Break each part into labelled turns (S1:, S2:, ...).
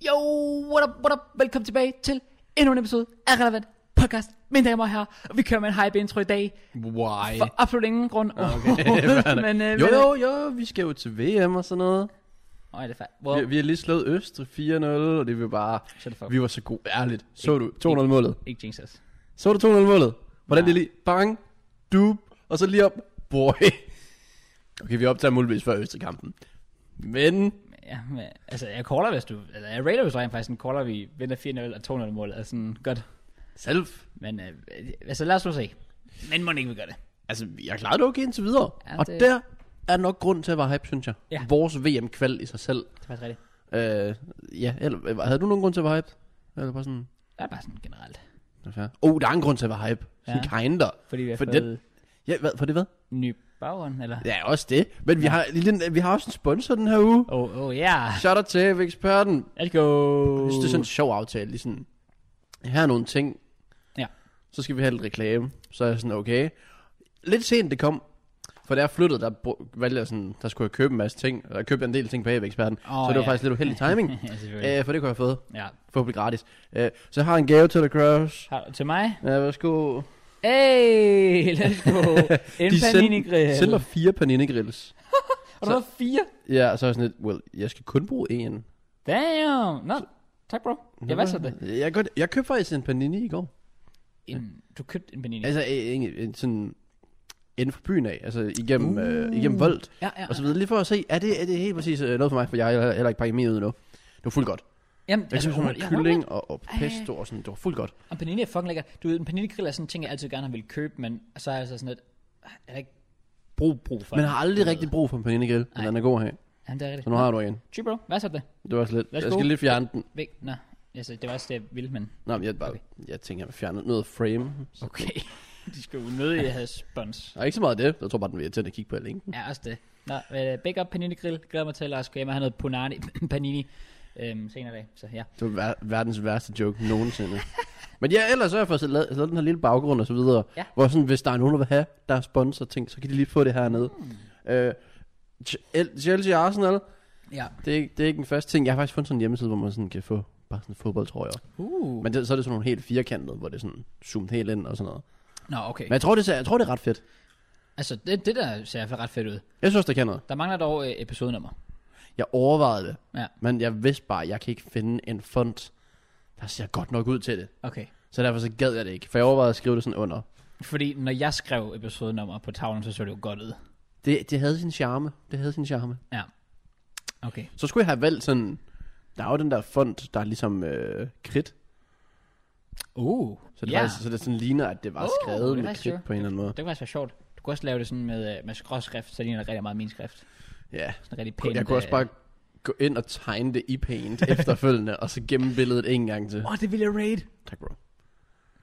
S1: Yo, what up, what up, velkommen tilbage til endnu en episode af Relevant Podcast. Mine damer og herrer, og vi kører med en hype intro i dag,
S2: Why?
S1: for absolut ingen grund okay, men, øh,
S2: Jo,
S1: men,
S2: jo, jo, vi skal jo til VM og sådan noget.
S1: Øj, det er fakt.
S2: Vi,
S1: Wow,
S2: vi har lige slået Østrig 4-0, og det var bare...
S1: shut the fuck.
S2: Vi var så gode, ærligt. Så du 2-0 målet?
S1: Ikke Jesus.
S2: Så du 2-0 målet? Hvordan
S1: Nej.
S2: det lige... Bang, dup, og så lige op. Boy. Okay, vi optager muligvis før Østrig-kampen. Men...
S1: Ja, men, altså, jeg caller, hvis du... Eller jeg rater, hvis du rent faktisk en caller, vi vinder 4-0 og 2-0 mål. Altså, sådan, godt.
S2: Selv.
S1: Men, øh, altså, lad os nu se. Men må ikke, vi gør det.
S2: Altså, jeg klarede det okay indtil videre.
S1: Ja,
S2: Ja, og
S1: det-
S2: det... der er nok grund til at være hype, synes jeg.
S1: Ja.
S2: Vores VM-kval i sig selv.
S1: Det er faktisk rigtigt.
S2: Øh, ja, eller, havde du nogen grund til at være hype? Eller bare sådan...
S1: Det er bare sådan generelt.
S2: Åh, oh, der er en grund til at være hype. Sådan
S1: Ja.
S2: ja. kinder.
S1: Fordi vi har
S2: For
S1: fået
S2: det- Ja, hvad, for det hvad?
S1: ny baggrund, eller?
S2: Ja, Ah. også det. Men vi har, lille, vi har også en sponsor den her uge.
S1: Oh, oh, yeah.
S2: Shout out til eksperten.
S1: Let's go.
S2: Jeg synes, det er sådan en sjov aftale. Lige sådan, her er nogle ting.
S1: Ja.
S2: Så skal vi have lidt reklame. Så er jeg sådan, okay. Lidt sent det kom. For da jeg flyttede, der br- valgte jeg sådan, der skulle jeg købe en masse ting. Og jeg købte en del ting på eksperten oh, Så det var
S1: ja.
S2: faktisk Øh, lidt uheldig timing.
S1: ja, selvfølgelig.
S2: Æh, for det kunne jeg have fået.
S1: ja.
S2: Forhåbentlig gratis. Æh, så jeg har en gave til dig, Cross.
S1: Har du til mig?
S2: Ja, værsgo.
S1: Hey, let's go. En
S2: De send-
S1: panini-grill.
S2: sælger fire panini grills.
S1: Og du har fire?
S2: Ja, så er jeg sådan lidt, well, jeg skal kun bruge en.
S1: Damn. Nå, tak bro. Jeg var så det.
S2: Jeg, godt, jeg købte faktisk en panini i går.
S1: En, Øhm, du købte en panini.
S2: Altså, en, en, en sådan inden for byen af, altså igennem, uh. øh, igennem voldt,
S1: Ja, ja.
S2: og så videre. Lige for at se, er det, er det helt præcis øh, noget for mig, for jeg har heller ikke pakket min ud endnu. Det var fuldt godt.
S1: Jamen,
S2: Jeg synes,
S1: oh,
S2: sådan
S1: ja,
S2: noget kylling og, og pesto og sådan, det var fuldt godt.
S1: Og panini er fucking lækker. Du ved, en panini-grill er sådan en ting, jeg altid gerne har ville købe, men så er jeg så sådan lidt, ah, jeg har ikke brug, brug for
S2: Man
S1: det.
S2: har aldrig rigtig brug for en paninegrill, men
S1: Nej.
S2: den er god her.
S1: Jamen, det er rigtigt.
S2: Så nu har du en.
S1: True bro, hvad så det?
S2: Det var så lidt. Jeg
S1: Værsgo.
S2: skal lige fjerne den.
S1: Væk. Nå, altså, det var også det, jeg ville, men
S2: Nå, men jeg, bare, jeg tænker, jeg vil fjerne noget frame. Så.
S1: okay. De skulle jo nødig have spons.
S2: Og ikke så meget af det. Jeg tror bare, den vil til at kigge på længe.
S1: Ja, også det. Nå, øh, big up panini grill. Glæder mig til, at Lars skal hjem og have noget punani, panini øhm, senere i dag. Så ja.
S2: Det var ver- verdens værste joke nogensinde. Men ja, ellers så har jeg fået lavet, lavet den her lille baggrund og så videre.
S1: Ja.
S2: Hvor sådan, hvis der er nogen, der vil have, der er sponsor ting, så kan de lige få det hernede.
S1: Hmm.
S2: Mm. Øh, Ch- El- Chelsea og Arsenal,
S1: Ja.
S2: det er, ikke, det er ikke en fast ting. Jeg har faktisk fundet sådan en hjemmeside, hvor man sådan kan få bare sådan fodboldtrøjer.
S1: Uh.
S2: Men det, så er det sådan nogle helt firkantede, hvor det er sådan zoomet helt ind og sådan noget.
S1: Nå, okay.
S2: Men jeg tror, det, ser- jeg tror, det er ret fedt.
S1: Altså, det, det der ser i hvert fald ret fedt ud.
S2: Jeg synes, det kan noget.
S1: Der mangler dog øh, episodenummer.
S2: Jeg overvejede det,
S1: Ja,
S2: men jeg vidste bare, at jeg kan ikke finde en font, der ser godt nok ud til det.
S1: okay.
S2: Så derfor så gad jeg det ikke, for jeg overvejede at skrive det sådan under.
S1: Fordi når jeg skrev episodenummer på tavlen, så så det jo godt ud.
S2: Det, det havde sin charme. Det havde sin charme.
S1: Ja. Okay.
S2: Så skulle jeg have valgt sådan... Der er jo den der font, der er ligesom øh, kridt.
S1: Uh.
S2: Så det,
S1: ja.
S2: yeah. faktisk, så det sådan ligner, at det var
S1: Uh,
S2: skrevet
S1: det er
S2: med
S1: faktisk
S2: kridt
S1: sjovt.
S2: på en eller anden måde.
S1: Det kunne faktisk være sjovt. Du kunne også lave det sådan med, øh, med skråskrift, så ligner det rigtig meget min skrift.
S2: Ja.
S1: Sådan rigtig pænt.
S2: Pænt, jeg kunne også
S1: øh,
S2: bare gå ind og tegne det i paint efterfølgende, og så gemme billedet en gang til.
S1: Åh, oh, det ville jeg raid.
S2: Tak, bro.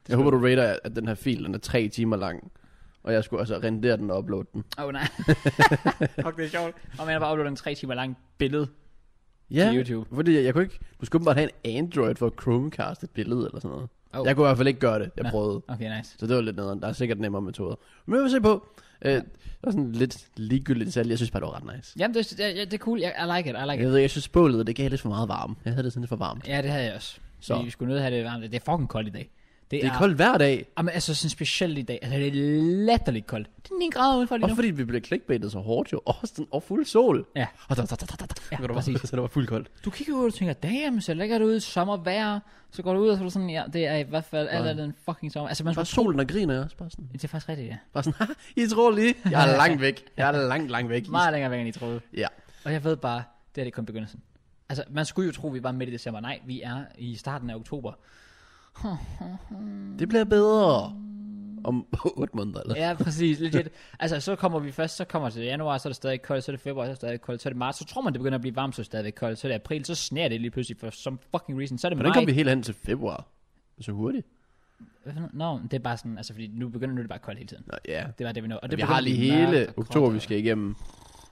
S2: Jeg håber, du rater, at den her fil den er tre timer lang. Og jeg skulle altså rendere den og uploade den.
S1: Åh, oh, nej. Fuck, det er sjovt. Og man har bare uploadet en tre timer lang billede. Til YouTube.
S2: fordi jeg, jeg kunne ikke... Du skulle bare have en Android for at Chromecast et billede eller sådan noget.
S1: Oh.
S2: Oh. Jeg kunne i hvert fald ikke gøre det. Jeg
S1: Nå.
S2: prøvede.
S1: Okay, nice.
S2: Så det var lidt nederen. Der er sikkert nemmere metoder. Men vi vil se på. Øh, ja. Der er sådan lidt ligegyldigt detalje. Jeg synes bare, det var ret nice.
S1: Jamen, det, det, det er cool. Jeg, I like it, I like it.
S2: Jeg ved, jeg synes bålet, det gav lidt for meget varme. Jeg havde det sådan lidt for varmt.
S1: Ja, det havde jeg også.
S2: Så.
S1: Så. Vi skulle nødt have det varmt. Det er fucking koldt i dag.
S2: Det er koldt hver dag.
S1: Jamen, altså sådan specielt i dag. Altså, det er latterligt koldt. Det er 9 grader udenfor lige
S2: Også
S1: nu.
S2: fordi vi blev clickbaitet så hårdt jo. Og, sådan, og fuld sol.
S1: Ja.
S2: Og da, da, da, da, da, da.
S1: Ja,
S2: Så det var-
S1: præcis.
S2: Så det var fuldt koldt.
S1: Du kigger ud og tænker, damn, så lækkert ud, sommervejr. Så går du ud og så er du sådan, ja, det er i hvert fald alt andet end fucking sommer. Altså, man
S2: Bare
S1: skulle...
S2: solen og griner jeg også. Bare sådan,
S1: Det er faktisk rigtigt, ja.
S2: bare sådan I tror lige. Jeg er langt væk. Jeg er langt, langt væk. I-
S1: Meget længere væk, end I troede.
S2: Ja.
S1: Og jeg ved bare, det er det kun begyndelsen. Altså, man skulle jo tro, vi var midt i december. Nej, vi er i starten af oktober.
S2: Det bliver bedre. Om 8 måneder eller
S1: Ja, præcis, legit. Altså, så kommer vi først, så kommer det januar, så er det stadig koldt, så er det februar, så er det stadig koldt, så er det marts, så tror man, det begynder at blive varmt, så er det stadigvæk koldt, så er det april, så sner det lige pludselig for some fucking reason, så er det
S2: Hvordan
S1: maj.
S2: kom vi helt hen til februar? Så hurtigt?
S1: Hvad for noget? Nå, men det er bare sådan, altså fordi nu begynder nu er det bare koldt hele tiden.
S2: Nå, ja.
S1: Det var det, vi nåede. Og det
S2: Vi har lige
S1: begynder at blive mørkt
S2: hele
S1: og
S2: oktober,
S1: koldt
S2: vi
S1: og-
S2: skal igennem.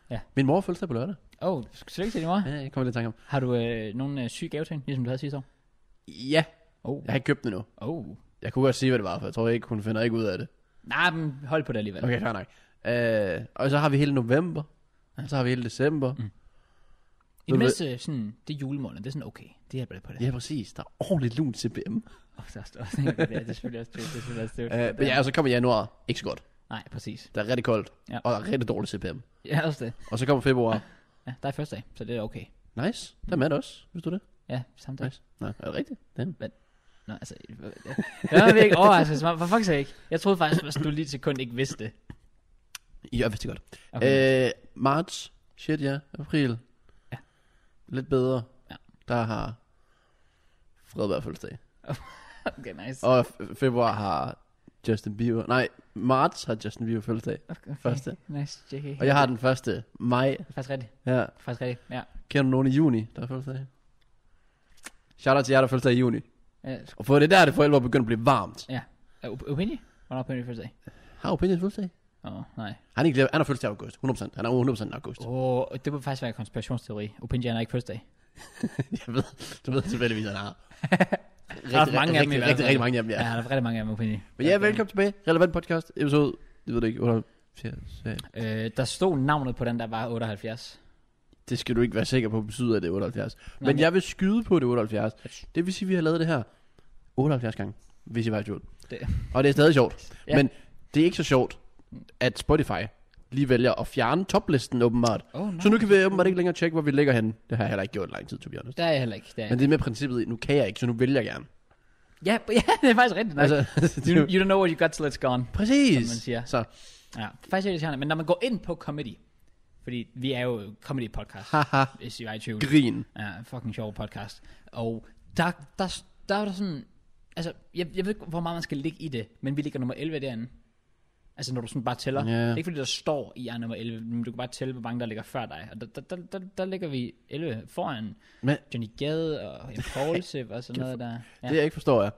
S1: Ja.
S2: Min mor følte sig på lørdag.
S1: Åh, oh, tillykke til din mor.
S2: Ja, jeg kommer lidt i tanke om.
S1: Har du øh, nogle øh, syge gaveting, ligesom du havde sidste år?
S2: Ja,
S1: Oh,
S2: jeg har ikke købt den endnu.
S1: oh.
S2: Jeg kunne godt sige, hvad det var, for jeg tror ikke, hun finder ikke ud af det.
S1: Nej, men hold på det alligevel.
S2: Okay, fair nok. Øh, og så har vi hele november. Så har vi hele december. Mm.
S1: I det mindste, sådan, det er julemåned, det er sådan, okay, det hjælper lidt på det.
S2: Ja, præcis. Der er ordentligt lun til BM.
S1: Og så står jeg tænker, ja, det er selvfølgelig også tydeligt, det er selvfølgelig også tydeligt.
S2: Øh, men ja, og så kommer januar. Ikke så godt.
S1: Nej, præcis.
S2: Der er rigtig koldt.
S1: Ja.
S2: Og der er rigtig dårlig CPM.
S1: Ja, også det.
S2: Og så kommer februar.
S1: Ja, der er første dag, så det er okay.
S2: Nice. Der er mand også. Hvis du det?
S1: Ja, samme dag.
S2: Nice. Nej, er det rigtigt? Damn.
S1: Nå, altså, øh, øh, jeg var virkelig overrasket, for fuck's sake. Jeg troede faktisk, at du lige et sekund ikke vidste det.
S2: Ja, jeg vidste det godt.
S1: Okay.
S2: Okay. Øh, marts. Shit, ja. April.
S1: Ja.
S2: Lidt bedre.
S1: Ja.
S2: Der har Fredberg fødselsdag.
S1: okay, nice.
S2: Og f- februar har Justin Bieber. Nej, marts har Justin Bieber fødselsdag.
S1: Okay,
S2: første.
S1: Nice, JK.
S2: Og jeg har den første maj.
S1: Det er faktisk rigtigt.
S2: Ja.
S1: Det er Faktisk rigtigt, ja.
S2: Kender du nogen i juni, der har fødselsdag? Shout out til jer, der har fødselsdag i juni.
S1: Øh,
S2: Og for det er der, det for alvor begynder at blive varmt.
S1: Er Op- Opinje? Hvornår er Opinje første dag?
S2: Har Opinion fødselsdag?
S1: Åh, oh, nej.
S2: Han, er ikke, han har fødselsdag i august, 100%. Han er 100% i august.
S1: Åh, oh, det må faktisk være en konspirationsteori. Opinje er ikke første dag.
S2: Jeg ved, du ved tilfældigvis, han har. rigtig,
S1: Der er mange af dem i
S2: rigtig,
S1: hvert
S2: rigtig,
S1: fald.
S2: rigtig mange af dem, ja.
S1: Ja, der er rigtig mange af dem Opinje.
S2: Men ja, velkommen tilbage. Relevant podcast, episode, jeg ved det ikke, 78.
S1: Øh, der stod navnet på den, der var 78.
S2: Det skal du ikke være sikker på, betyder at det er 78.
S1: Nej,
S2: Men
S1: men-
S2: jeg vil skyde på at det er 78. Det vil sige, at vi har lavet det her 78 gange, hvis I var i tvivl.
S1: Det-
S2: Og det er stadig sjovt.
S1: Ja.
S2: Men det er ikke så sjovt, at Spotify lige vælger at fjerne toplisten åbenbart.
S1: Åh, oh, nej.
S2: Så nu kan vi åbenbart ikke længere tjekke, hvor vi ligger henne. Det har jeg heller ikke gjort i lang tid, to be honest.
S1: Der er jeg heller ikke. Der er
S2: Men
S1: jeg.
S2: det er med princippet, i, nu kan jeg ikke, så nu vælger jeg gerne.
S1: Ja, ja, det er faktisk rigtigt. Altså,
S2: Altså, det
S1: you,
S2: er jo-
S1: you don't know what you got till it's gone.
S2: præcis.
S1: som man siger.
S2: Så,
S1: Ja, faktisk er det irriterende. Men når man går ind på comedy, fordi vi er jo comedy podcast,
S2: haha,
S1: hvis I var i tvivl.
S2: grin.
S1: Ja, fucking sjov podcast. Og der, der, der er der sådan... Altså, jeg, jeg ved ikke, hvor meget man skal ligge i det, men vi ligger nummer 11 derinde. Altså, når du sådan bare tæller.
S2: Ja.
S1: Det er ikke fordi, der står i er nummer 11, men du kan bare tælle, hvor mange der ligger før dig. Og der, der, der, der, der ligger vi 11 foran
S2: Men
S1: Johnny Gade og Jan Poulsip og sådan noget der. Ja.
S2: det jeg ikke forstår er,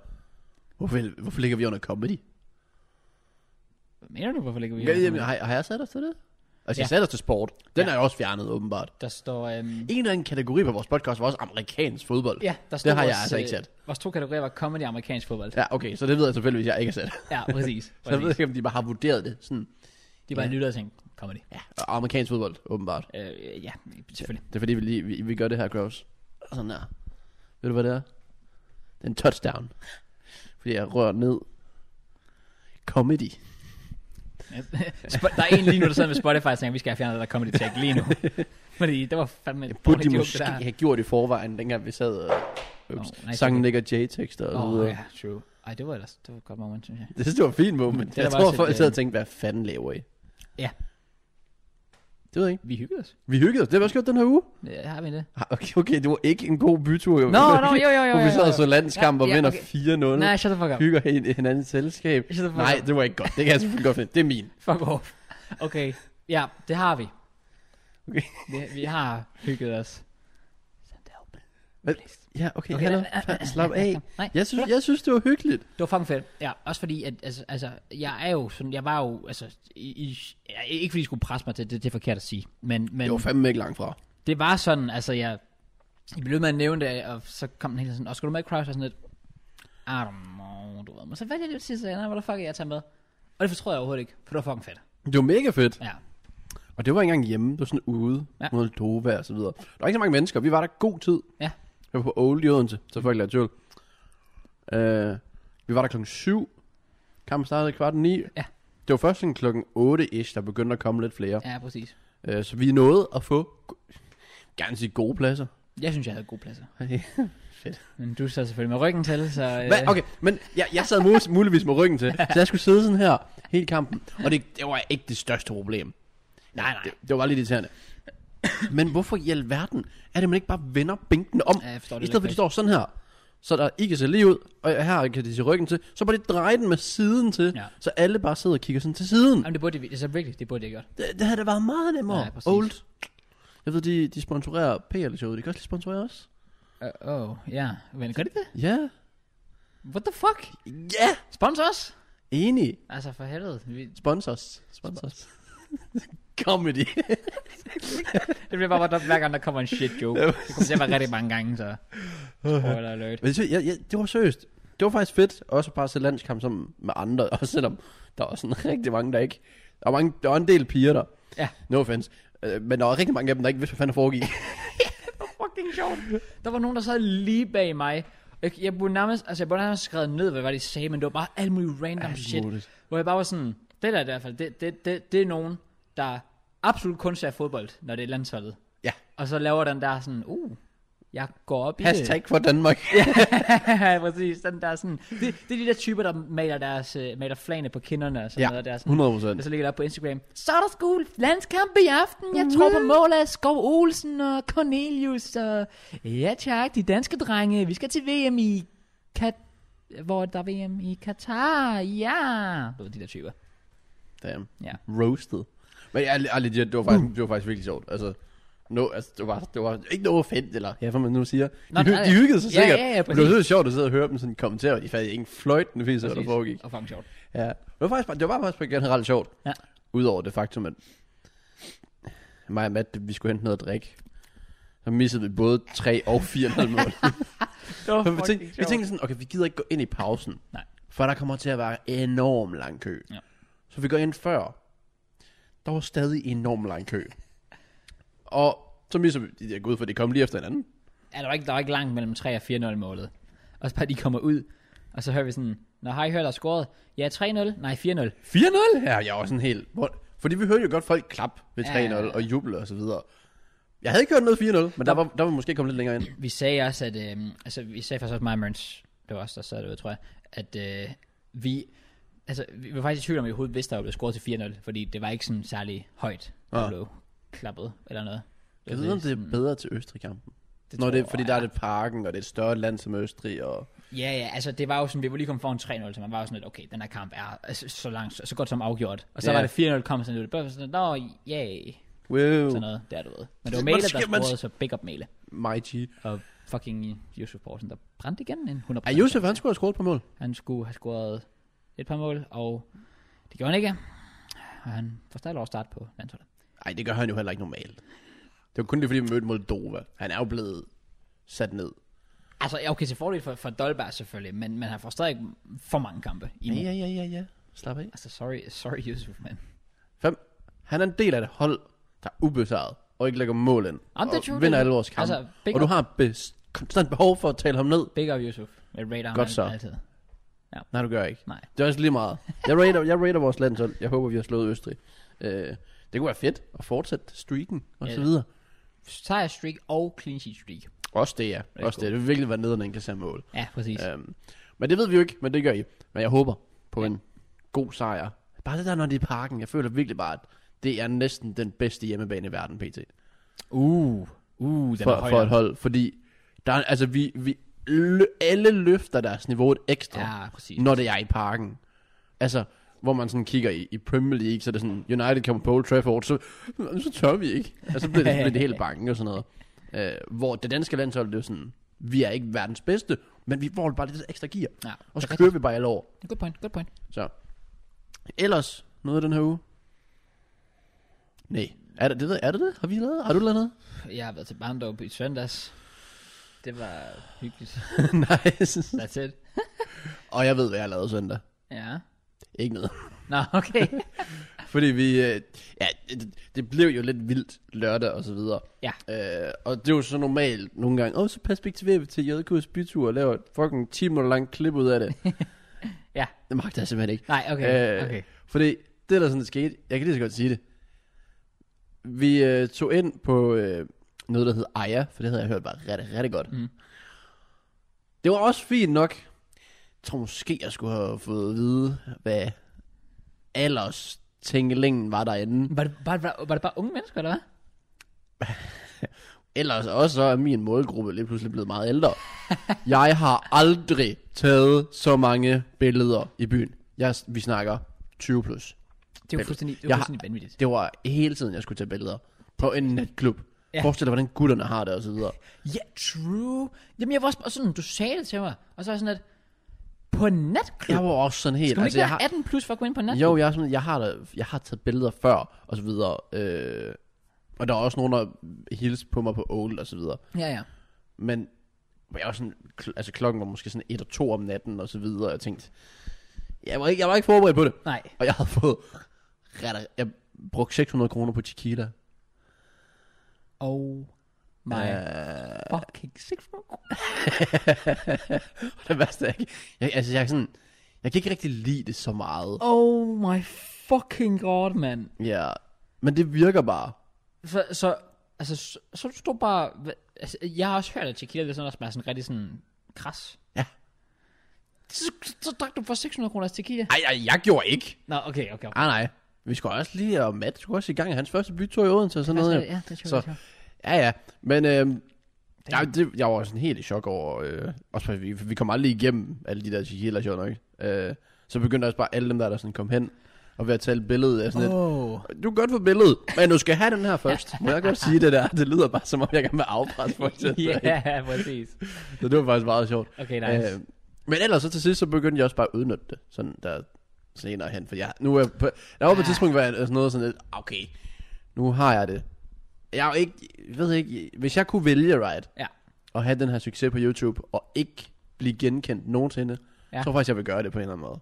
S2: hvorfor, hvorfor ligger vi under comedy?
S1: Hvad mener du, hvorfor ligger vi
S2: Ja,
S1: her?
S2: jamen, har, har jeg sat os til det? Altså, jeg
S1: Ja.
S2: satte os til sport. Den
S1: Ja.
S2: er jo også fjernet, åbenbart.
S1: Der står... Øhm,
S2: En eller anden kategori på vores podcast var også amerikansk fodbold.
S1: ja, der står
S2: det har jeg
S1: vores,
S2: altså ikke
S1: øh,
S2: sat.
S1: Vores to kategorier var comedy og amerikansk fodbold.
S2: Ja, okay, så det ved jeg selvfølgelig, jeg ikke har sat.
S1: Ja, præcis.
S2: Så jeg ved
S1: præcis.
S2: ikke, om de bare har vurderet det. Sådan,
S1: De bare
S2: Ja.
S1: ja. lyttede og tænkte, comedy.
S2: ja, og amerikansk fodbold, åbenbart.
S1: Øh, ja, selvfølgelig.
S2: Det er fordi, vi, lige, vi, vi gør det her, Groves. Sådan der. Ved du, hvad det er? Det er en touchdown. Fordi jeg rører ned. Comedy.
S1: Ja. Sp- der er en lige nu, der sidder med Spotify og tænker, vi skal have fjernet det der comedy tag lige nu. Fordi det var fandme et
S2: Det burde de
S1: dårligt joke,
S2: måske
S1: det
S2: have gjort i forvejen, dengang vi sad og øh,
S1: Nå,
S2: oh,
S1: nej,
S2: sangen
S1: det-
S2: ligger J-tekster og
S1: der.
S2: så
S1: Åh, oh,
S2: videre.
S1: ja, true. Ej, det var ellers, det var et godt moment, synes jeg.
S2: Det synes jeg var fint moment.
S1: Det er
S2: Jeg
S1: da
S2: tror,
S1: også
S2: folk
S1: et,
S2: sad og
S1: øh,
S2: tænkte, hvad fanden laver I?
S1: Ja.
S2: Det ved jeg ikke.
S1: Vi hyggede os.
S2: Vi hyggede os. Det har vi også gjort den her uge.
S1: Ja, har vi det?
S2: Ah, Okay, okay, det var ikke en god bytur.
S1: Nå, nå, jo, jo, jo.
S2: Hvor vi
S1: jo,
S2: sad
S1: jo.
S2: og så landskamp og
S1: Ja, ja,
S2: vinder
S1: okay.
S2: 4-0.
S1: Nej, shut the fuck up.
S2: Hygger hin- hinandens selskab.
S1: Shut the fuck
S2: Nej,
S1: up.
S2: det var ikke godt. Det kan jeg selvfølgelig godt finde. Det er min.
S1: Fuck off. Okay, ja, det har vi.
S2: Okay.
S1: Vi, vi har hygget os. Send det op.
S2: Hvad?
S1: Please.
S2: Ja, okay.
S1: Okay,
S2: okay
S1: nej, nej, nej,
S2: slap
S1: nej,
S2: af.
S1: nej, nej.
S2: Jeg synes, jeg synes, det var hyggeligt.
S1: Det var fucking fedt. Ja, også fordi, at, altså, altså, jeg er jo sådan, jeg var jo, altså, i, i, ja, ikke fordi jeg skulle presse mig til, det, det er forkert at sige, men, men
S2: Det var fandme ikke langt fra.
S1: det var sådan, altså, jeg, jeg blev ved med at nævne det, og så kom den hele tiden sådan, og skal du med i Crash, og sådan lidt, I don't know, du ved, men så valgte jeg det sidste, nej, hvad the fuck er jeg at tage med? Og det fortrød jeg overhovedet ikke, for det var fucking fedt.
S2: Det var mega fedt.
S1: Ja,
S2: Og det var ikke engang hjemme. Det var sådan ude.
S1: Ja.
S2: Ja. Moldova og så videre. Der var ikke så mange mennesker. Vi var der god tid.
S1: Ja.
S2: Vi var på Old i Odense, så folk lavede tvivl. Øh, vi var der klokken 7. Kampen startede kvart 9. Ja. Det var først sådan klokken 8-ish, der begyndte at komme lidt flere.
S1: ja, præcis.
S2: Ja. Øh, så vi nåede at få, go- gerne sige gode pladser.
S1: Jeg synes, jeg havde gode pladser.
S2: Fedt.
S1: Men du sad selvfølgelig med ryggen til, så... Øh,
S2: Men, okay, men jeg, jeg sad mul- muligvis med ryggen til, så jeg skulle sidde sådan her hele kampen. Og det, det var ikke det største problem.
S1: Nej, nej.
S2: Det, det var bare lidt irriterende. Men hvorfor i alverden er det, man ikke bare vender bænken om?
S1: Ja, jeg forstår det
S2: I stedet for,
S1: lidt
S2: at de står sådan her. Så der I kan se lige ud, og her kan de se ryggen til. Så bare lige dreje den med siden til,
S1: Ja.
S2: ja. så alle bare sidder og kigger sådan til siden.
S1: Jamen, det burde det, altså virkelig, det burde det gjort.
S2: Det, det havde da været meget nemmere.
S1: Ja, præcis.
S2: Old. Jeg ved, de, de sponsorerer PL-showet. De kan også lige sponsorere os.
S1: Åh, uh, oh, ja. Men gør det det?
S2: Ja.
S1: What the fuck?
S2: Ja.
S1: Sponsor os?
S2: Enig.
S1: Altså, for helvede. Vi,
S2: Sponsors. Sponsors. Comedy.
S1: Det bliver bare op, hver gang der kommer en shit joke. det kommer til at være rigtig mange gange, så spoiler alert.
S2: Men det, jeg, jeg, det var seriøst. Det var faktisk fedt, også bare at se landskamp sammen med andre, også selvom der var sådan rigtig mange, der ikke... Der var, mange, der var en del piger der.
S1: Ja.
S2: No offense. Øh, men der var rigtig mange af dem, der ikke vidste, hvad fanden der foregik.
S1: fucking sjovt. Der var nogen, der sad lige bag mig. Jeg, jeg burde nærmest, altså jeg burde nærmest skrevet ned, hvad var det, de sagde, men det var bare alt muligt random
S2: Alt
S1: shit.
S2: muligt.
S1: Hvor jeg bare var sådan, det der i hvert fald, det, det, det, det er nogen, der absolut kun ser fodbold, når det er landsholdet.
S2: Ja.
S1: Og så laver den der sådan, uh, jeg går op i det.
S2: Hashtag for Danmark.
S1: Ja, præcis. Den der sådan, det, det er de der typer, der maler, deres, øh, maler flagene på kinderne og sådan
S2: Ja,
S1: noget. Der er sådan,
S2: 100
S1: og
S2: procent.
S1: så ligger der på Instagram, så er der sgu landskamp i aften. Jeg tror på mål af Skov Olsen og Cornelius. Og... Ja tak, de danske drenge. Vi skal til VM i Kat... Hvor er der VM i Katar? Ja. Det var de der typer.
S2: Damn.
S1: Ja.
S2: Roasted. Men jeg, jeg, legit, det, var faktisk, det var faktisk virkelig sjovt. Altså, no, altså det, var, det var ikke noget fedt, eller ja, hvad man nu siger.
S1: Nå,
S2: Nå, de,
S1: nej,
S2: de, hyggede sig
S1: ja,
S2: sikkert.
S1: ja, ja,
S2: men det var
S1: præcis.
S2: så sjovt at sidde og høre dem sådan kommentere, og de fandt ingen fløjten, hvis hvad der foregik.
S1: Og fucking sjovt.
S2: Ja. Det var faktisk bare, det var faktisk bare generelt sjovt.
S1: Ja.
S2: Udover det faktum, at mig og Matt, vi skulle hente noget at drikke. Så missede vi både 3 og 4,5 mål.
S1: Det var
S2: Så vi, tænkte, vi tænkte sådan, okay, vi gider ikke gå ind i pausen.
S1: Nej.
S2: For der kommer til at være enorm lang kø.
S1: Ja.
S2: Så vi går ind før. Der var stadig enorm lang kø. Og så misser vi, jeg går ud for, at det kom lige efter hinanden.
S1: Ja, der var ikke, der var ikke langt mellem 3 og 4-0 målet. Og så bare de kommer ud, og så hører vi sådan, Nå, har I hørt, der er scoret? Ja, 3-0. Nej, 4-0.
S2: 4-0? Ja, jeg var sådan helt... Hvor, fordi vi hørte jo godt folk klap ved 3-0
S1: Ja, ja, ja.
S2: og juble og så videre. Jeg havde ikke hørt noget 4-0, men der var, der var måske kommet lidt længere ind.
S1: Vi sagde også, at... Øh, altså, vi sagde faktisk også mig og Mørns, det var os, der sad derude, tror jeg, at øh, vi... Altså, vi var faktisk i tvivl om, at vi overhovedet vidste, at der blev scoret til 4-0, fordi det var ikke sådan særlig højt, der
S2: Ah.
S1: blev klappet eller noget.
S2: Jeg ved, om det er bedre til Østrig-kampen.
S1: Det
S2: Nå,
S1: tror
S2: det er, fordi
S1: jeg.
S2: der er det parken, og det er et større land som Østrig, og...
S1: Ja, ja, altså det var jo sådan, vi var lige kommet foran 3-0, så man var jo sådan lidt, okay, den her kamp er altså, så langt, så, så godt som afgjort. Og så
S2: Ja.
S1: var det 4-0 kom sådan lidt, bare sådan, nå, yay,
S2: Wow,
S1: sådan noget, der du ved. Men det var
S2: Man
S1: Mæle, der
S2: skal- man
S1: scorede, så big up Mæle.
S2: my G.
S1: Og fucking Josef Poulsen, der brændte igen en 100
S2: Ej, Josef, han skulle have scoret på mål.
S1: Han skulle have scoret et par mål, og det gjorde han ikke. Og han får stadig lov at starte på landsholdet.
S2: Nej, det gør han jo heller ikke normalt. Det var kun det, fordi vi mødte Moldova. Han er jo blevet sat ned.
S1: Altså, ja, okay, til fordel for, for Dolberg selvfølgelig, men, men han får stadig for mange kampe. I ja.
S2: ja, ja, ja. Slap af.
S1: Altså, sorry, sorry Yusuf, men...
S2: 5. Han er en del af et hold, der er ubesejret og ikke lægger mål ind.
S1: Jamen, det er
S2: og
S1: true, det
S2: vinder
S1: er-
S2: alle vores kampe.
S1: altså, big
S2: Altså, og du
S1: up.
S2: har bes- konstant behov for at tale ham ned.
S1: Big up Yusuf, med radar
S2: Godt så.
S1: altid.
S2: Nej, du gør ikke.
S1: Nej.
S2: Det er også lige meget. Jeg rater, jeg rater vores landshold. Jeg håber, vi har slået Østrig. Øh, det kunne være fedt at fortsætte streaken og
S1: Ja.
S2: så videre.
S1: Sejr streak og clean sheet streak.
S2: Også det, ja. Også det. Det vil virkelig være nederen, en kan se mål.
S1: Ja, præcis. Ja.
S2: Øhm, men det ved vi jo ikke, men det gør I. Men jeg håber på en god sejr. Bare det der, når det er i parken. Jeg føler virkelig bare, at det er næsten den bedste hjemmebane i verden, pt.
S1: Uh, uh, den er
S2: For,
S1: høj
S2: for
S1: op.
S2: et hold. Fordi der, er- altså, vi, vi, lø- alle løfter deres niveau et ekstra, ja.
S1: Ja, præcis.
S2: når det er i parken. Altså, hvor man sådan kigger i, i Premier League, så er det sådan, United kommer på Old Trafford, så, så tør vi ikke. Og så bliver det, så bliver det hele banken og sådan noget. Øh, hvor det danske landshold, det er jo sådan, vi er ikke verdens bedste, men vi får bare lidt ekstra gear.
S1: Ja,
S2: Og så
S1: det er
S2: kører vi bare alle år.
S1: rigtigt. Good point, good point.
S2: Så. Ellers noget den her uge? Nej. Er det det? Er det, det? Har vi lavet? Har du lavet noget?
S1: Jeg har været til Barndorp i søndags. Det var hyggeligt.
S2: nice.
S1: That's it.
S2: Og jeg ved, hvad jeg har lavet søndag.
S1: Ja.
S2: Ikke noget.
S1: Nå, okay.
S2: Fordi vi... Øh, ja, det, det blev jo lidt vildt lørdag og så videre.
S1: Ja.
S2: Øh, og det er jo så normalt nogle gange. Åh, så perspektiverer vi til JK's bytur og laver et fucking 10 minutter langt klip ud af det.
S1: Ja.
S2: Det magter jeg simpelthen ikke.
S1: Nej, okay.
S2: Øh,
S1: okay.
S2: Fordi det, der sådan skete, jeg kan lige så godt sige det. Vi øh, tog ind på øh, noget, der hed Aya, for det havde jeg hørt bare rigtig, rigtig godt.
S1: Mm.
S2: Mm. Det var også fint nok. Jeg tror måske, jeg skulle have fået at vide, hvad alders tænkelingen var derinde.
S1: Var det, var, var, var det bare unge mennesker, eller hvad?
S2: Ellers også så er min målgruppe lige pludselig blevet meget ældre. jeg har aldrig taget så mange billeder i byen. Jeg, vi snakker 20 plus.
S1: Det var
S2: Vel,
S1: fuldstændig, det var
S2: jeg har-
S1: fuldstændig vanvittigt.
S2: Det var hele tiden, jeg skulle tage billeder på en natklub.
S1: Ja.
S2: Ja. Forestil dig, hvordan gutterne har det og så videre.
S1: Ja, true. Jamen, jeg var også bare sådan, du sagde det til mig. Og så er jeg sådan, at på en natklub?
S2: Jeg var også sådan helt... altså,
S1: Skal man ikke
S2: jeg
S1: være 18 plus for at gå ind på en natklub?
S2: Jo, jeg, er sådan, jeg, har, da- jeg har taget billeder før og så videre. Øh, og der er også nogen, der hilste på mig på old og så videre.
S1: Ja, ja.
S2: Men jeg var sådan, kl- altså klokken var måske sådan 1 og 2 om natten og så videre. Og jeg tænkte, jeg var, ikke, jeg var ikke forberedt på det.
S1: Nej.
S2: Og jeg havde fået... ret- Jeg brugte 600 kroner på tequila.
S1: Oh My
S2: Øh,
S1: fucking six
S2: og det værste er ikke. Jeg, altså, jeg, er sådan, jeg kan ikke rigtig lide det så meget.
S1: Oh my fucking god, mand.
S2: Ja. Men det virker bare.
S1: Så, så, altså, så, så du stod bare... hva- Altså, jeg har også hørt, at tequila det er sådan, at smager sådan rigtig sådan kras.
S2: Ja.
S1: Så, så, så drak du for 600 kroner tequila.
S2: Ej, ej, jeg gjorde ikke.
S1: Nå, okay, okay. okay.
S2: Ah, Nej, nej. Vi skulle også lige, og Matt skulle også i gang i hans første bytur i Odense og sådan noget.
S1: Altså,
S2: jo.
S1: ja, det tror
S2: Så-
S1: jeg, det tror jeg.
S2: Ja, ja. Men øh, jeg, det, jeg var sådan helt i chok over... Øh, også fordi vi, vi kom aldrig igennem alle de der tequila sjovt nok. Øh, så begyndte også bare alle dem der, der sådan kom hen og ved at tage et billede af sådan oh.
S1: Oh.
S2: et, Du er godt for billedet, men du skal have den her først. Må jeg godt sige det der? Det lyder bare som om, jeg kan med afpres for eksempel.
S1: Ja, præcis.
S2: Så det var faktisk meget sjovt.
S1: Okay, nice.
S2: Øh, men ellers så til sidst, så begyndte jeg også bare at udnytte det, sådan der senere hen. For jeg, nu er jeg på, der var på et tidspunkt, hvor jeg sådan noget sådan lidt, okay, nu har jeg det. Jeg er jo ikke, jeg ved ikke, hvis jeg kunne vælge, right,
S1: Ja.
S2: at have den her succes på YouTube, og ikke blive genkendt nogensinde,
S1: Ja.
S2: ja. så tror jeg faktisk, jeg vil gøre det på en eller anden måde.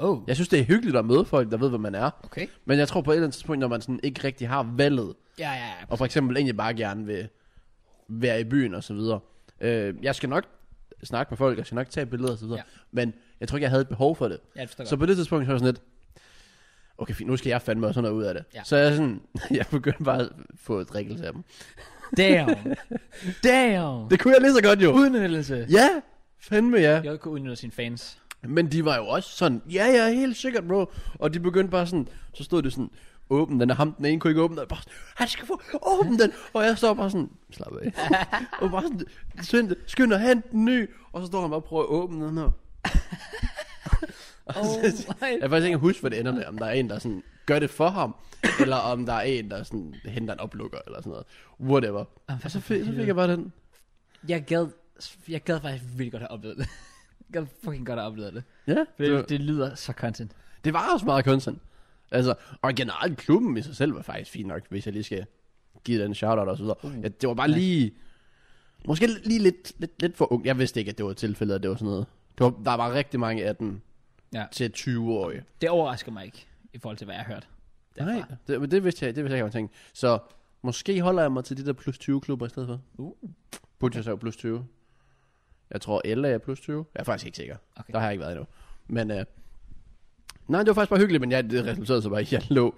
S1: Oh,
S2: Jeg synes, det er hyggeligt at møde folk, der ved, hvad man er.
S1: okay.
S2: Men jeg tror på et eller andet tidspunkt, når man sådan ikke rigtig har valget,
S1: Ja, ja, ja.
S2: og for eksempel egentlig bare gerne vil være i byen og så videre. Øh, jeg skal nok snakke med folk, jeg skal nok tage billeder og så videre,
S1: Ja.
S2: ja. men jeg tror ikke, jeg havde et behov for det.
S1: Ja, det forstår jeg
S2: Så på det tidspunkt, så var jeg sådan lidt, okay, fint, nu skal jeg fandme også have noget ud af det.
S1: Ja.
S2: Så jeg, sådan, jeg begyndte bare at få et drikkelse af dem.
S1: Damn. Damn.
S2: Det kunne jeg lige så godt jo.
S1: Udnyttelse.
S2: Ja, fandme ja.
S1: Jeg kunne udnytte sine fans.
S2: Men de var jo også sådan, ja, ja, helt sikkert, bro. Og de begyndte bare sådan, så stod det sådan, åbn den, og ham den ene kunne ikke åbne den, og bare sådan, han skal få, åbn den. Og jeg står bare sådan, slap af. og bare sådan, skynd, skynd og hent den ny. Og så står han bare og prøver at åbne den her.
S1: Oh,
S2: Jeg kan faktisk ikke huske, hvad det ender med, om der er en, der sådan, gør det for ham, eller om der er en, der sådan, henter en oplukker, eller sådan noget. Whatever. Og så fik, så fik jeg bare den.
S1: jeg gad, jeg gad faktisk virkelig godt have oplevet det. Jeg gad fucking godt have oplevet det.
S2: Ja,
S1: Det,
S2: det, var-
S1: det, det lyder så content.
S2: Det var også meget kunsten. Altså, og generelt klubben i sig selv var faktisk fint nok, hvis jeg lige skal give den en shout-out og så videre.
S1: Mm.
S2: Mm. Ja, det var bare lige... Måske lige lidt, lidt, lidt for ung. Jeg vidste ikke, at det var tilfældet, at det var sådan noget. Det var, der var rigtig mange 18
S1: Ja.
S2: ja. til 20-årige.
S1: Det overrasker mig ikke, i forhold til, hvad jeg har hørt. derfra.
S2: Nej, det, men det vidste jeg, det vidste jeg ikke, tænkt. Så måske holder jeg mig til de der plus 20 klubber i stedet for.
S1: Uh.
S2: Butchers er jo plus 20. Jeg tror LA er plus 20. Jeg er faktisk ikke sikker.
S1: Okay.
S2: Okay. Der har jeg ikke været endnu. Men øh, nej, det var faktisk bare hyggeligt, men jeg, det resulterede så bare, i, at jeg lå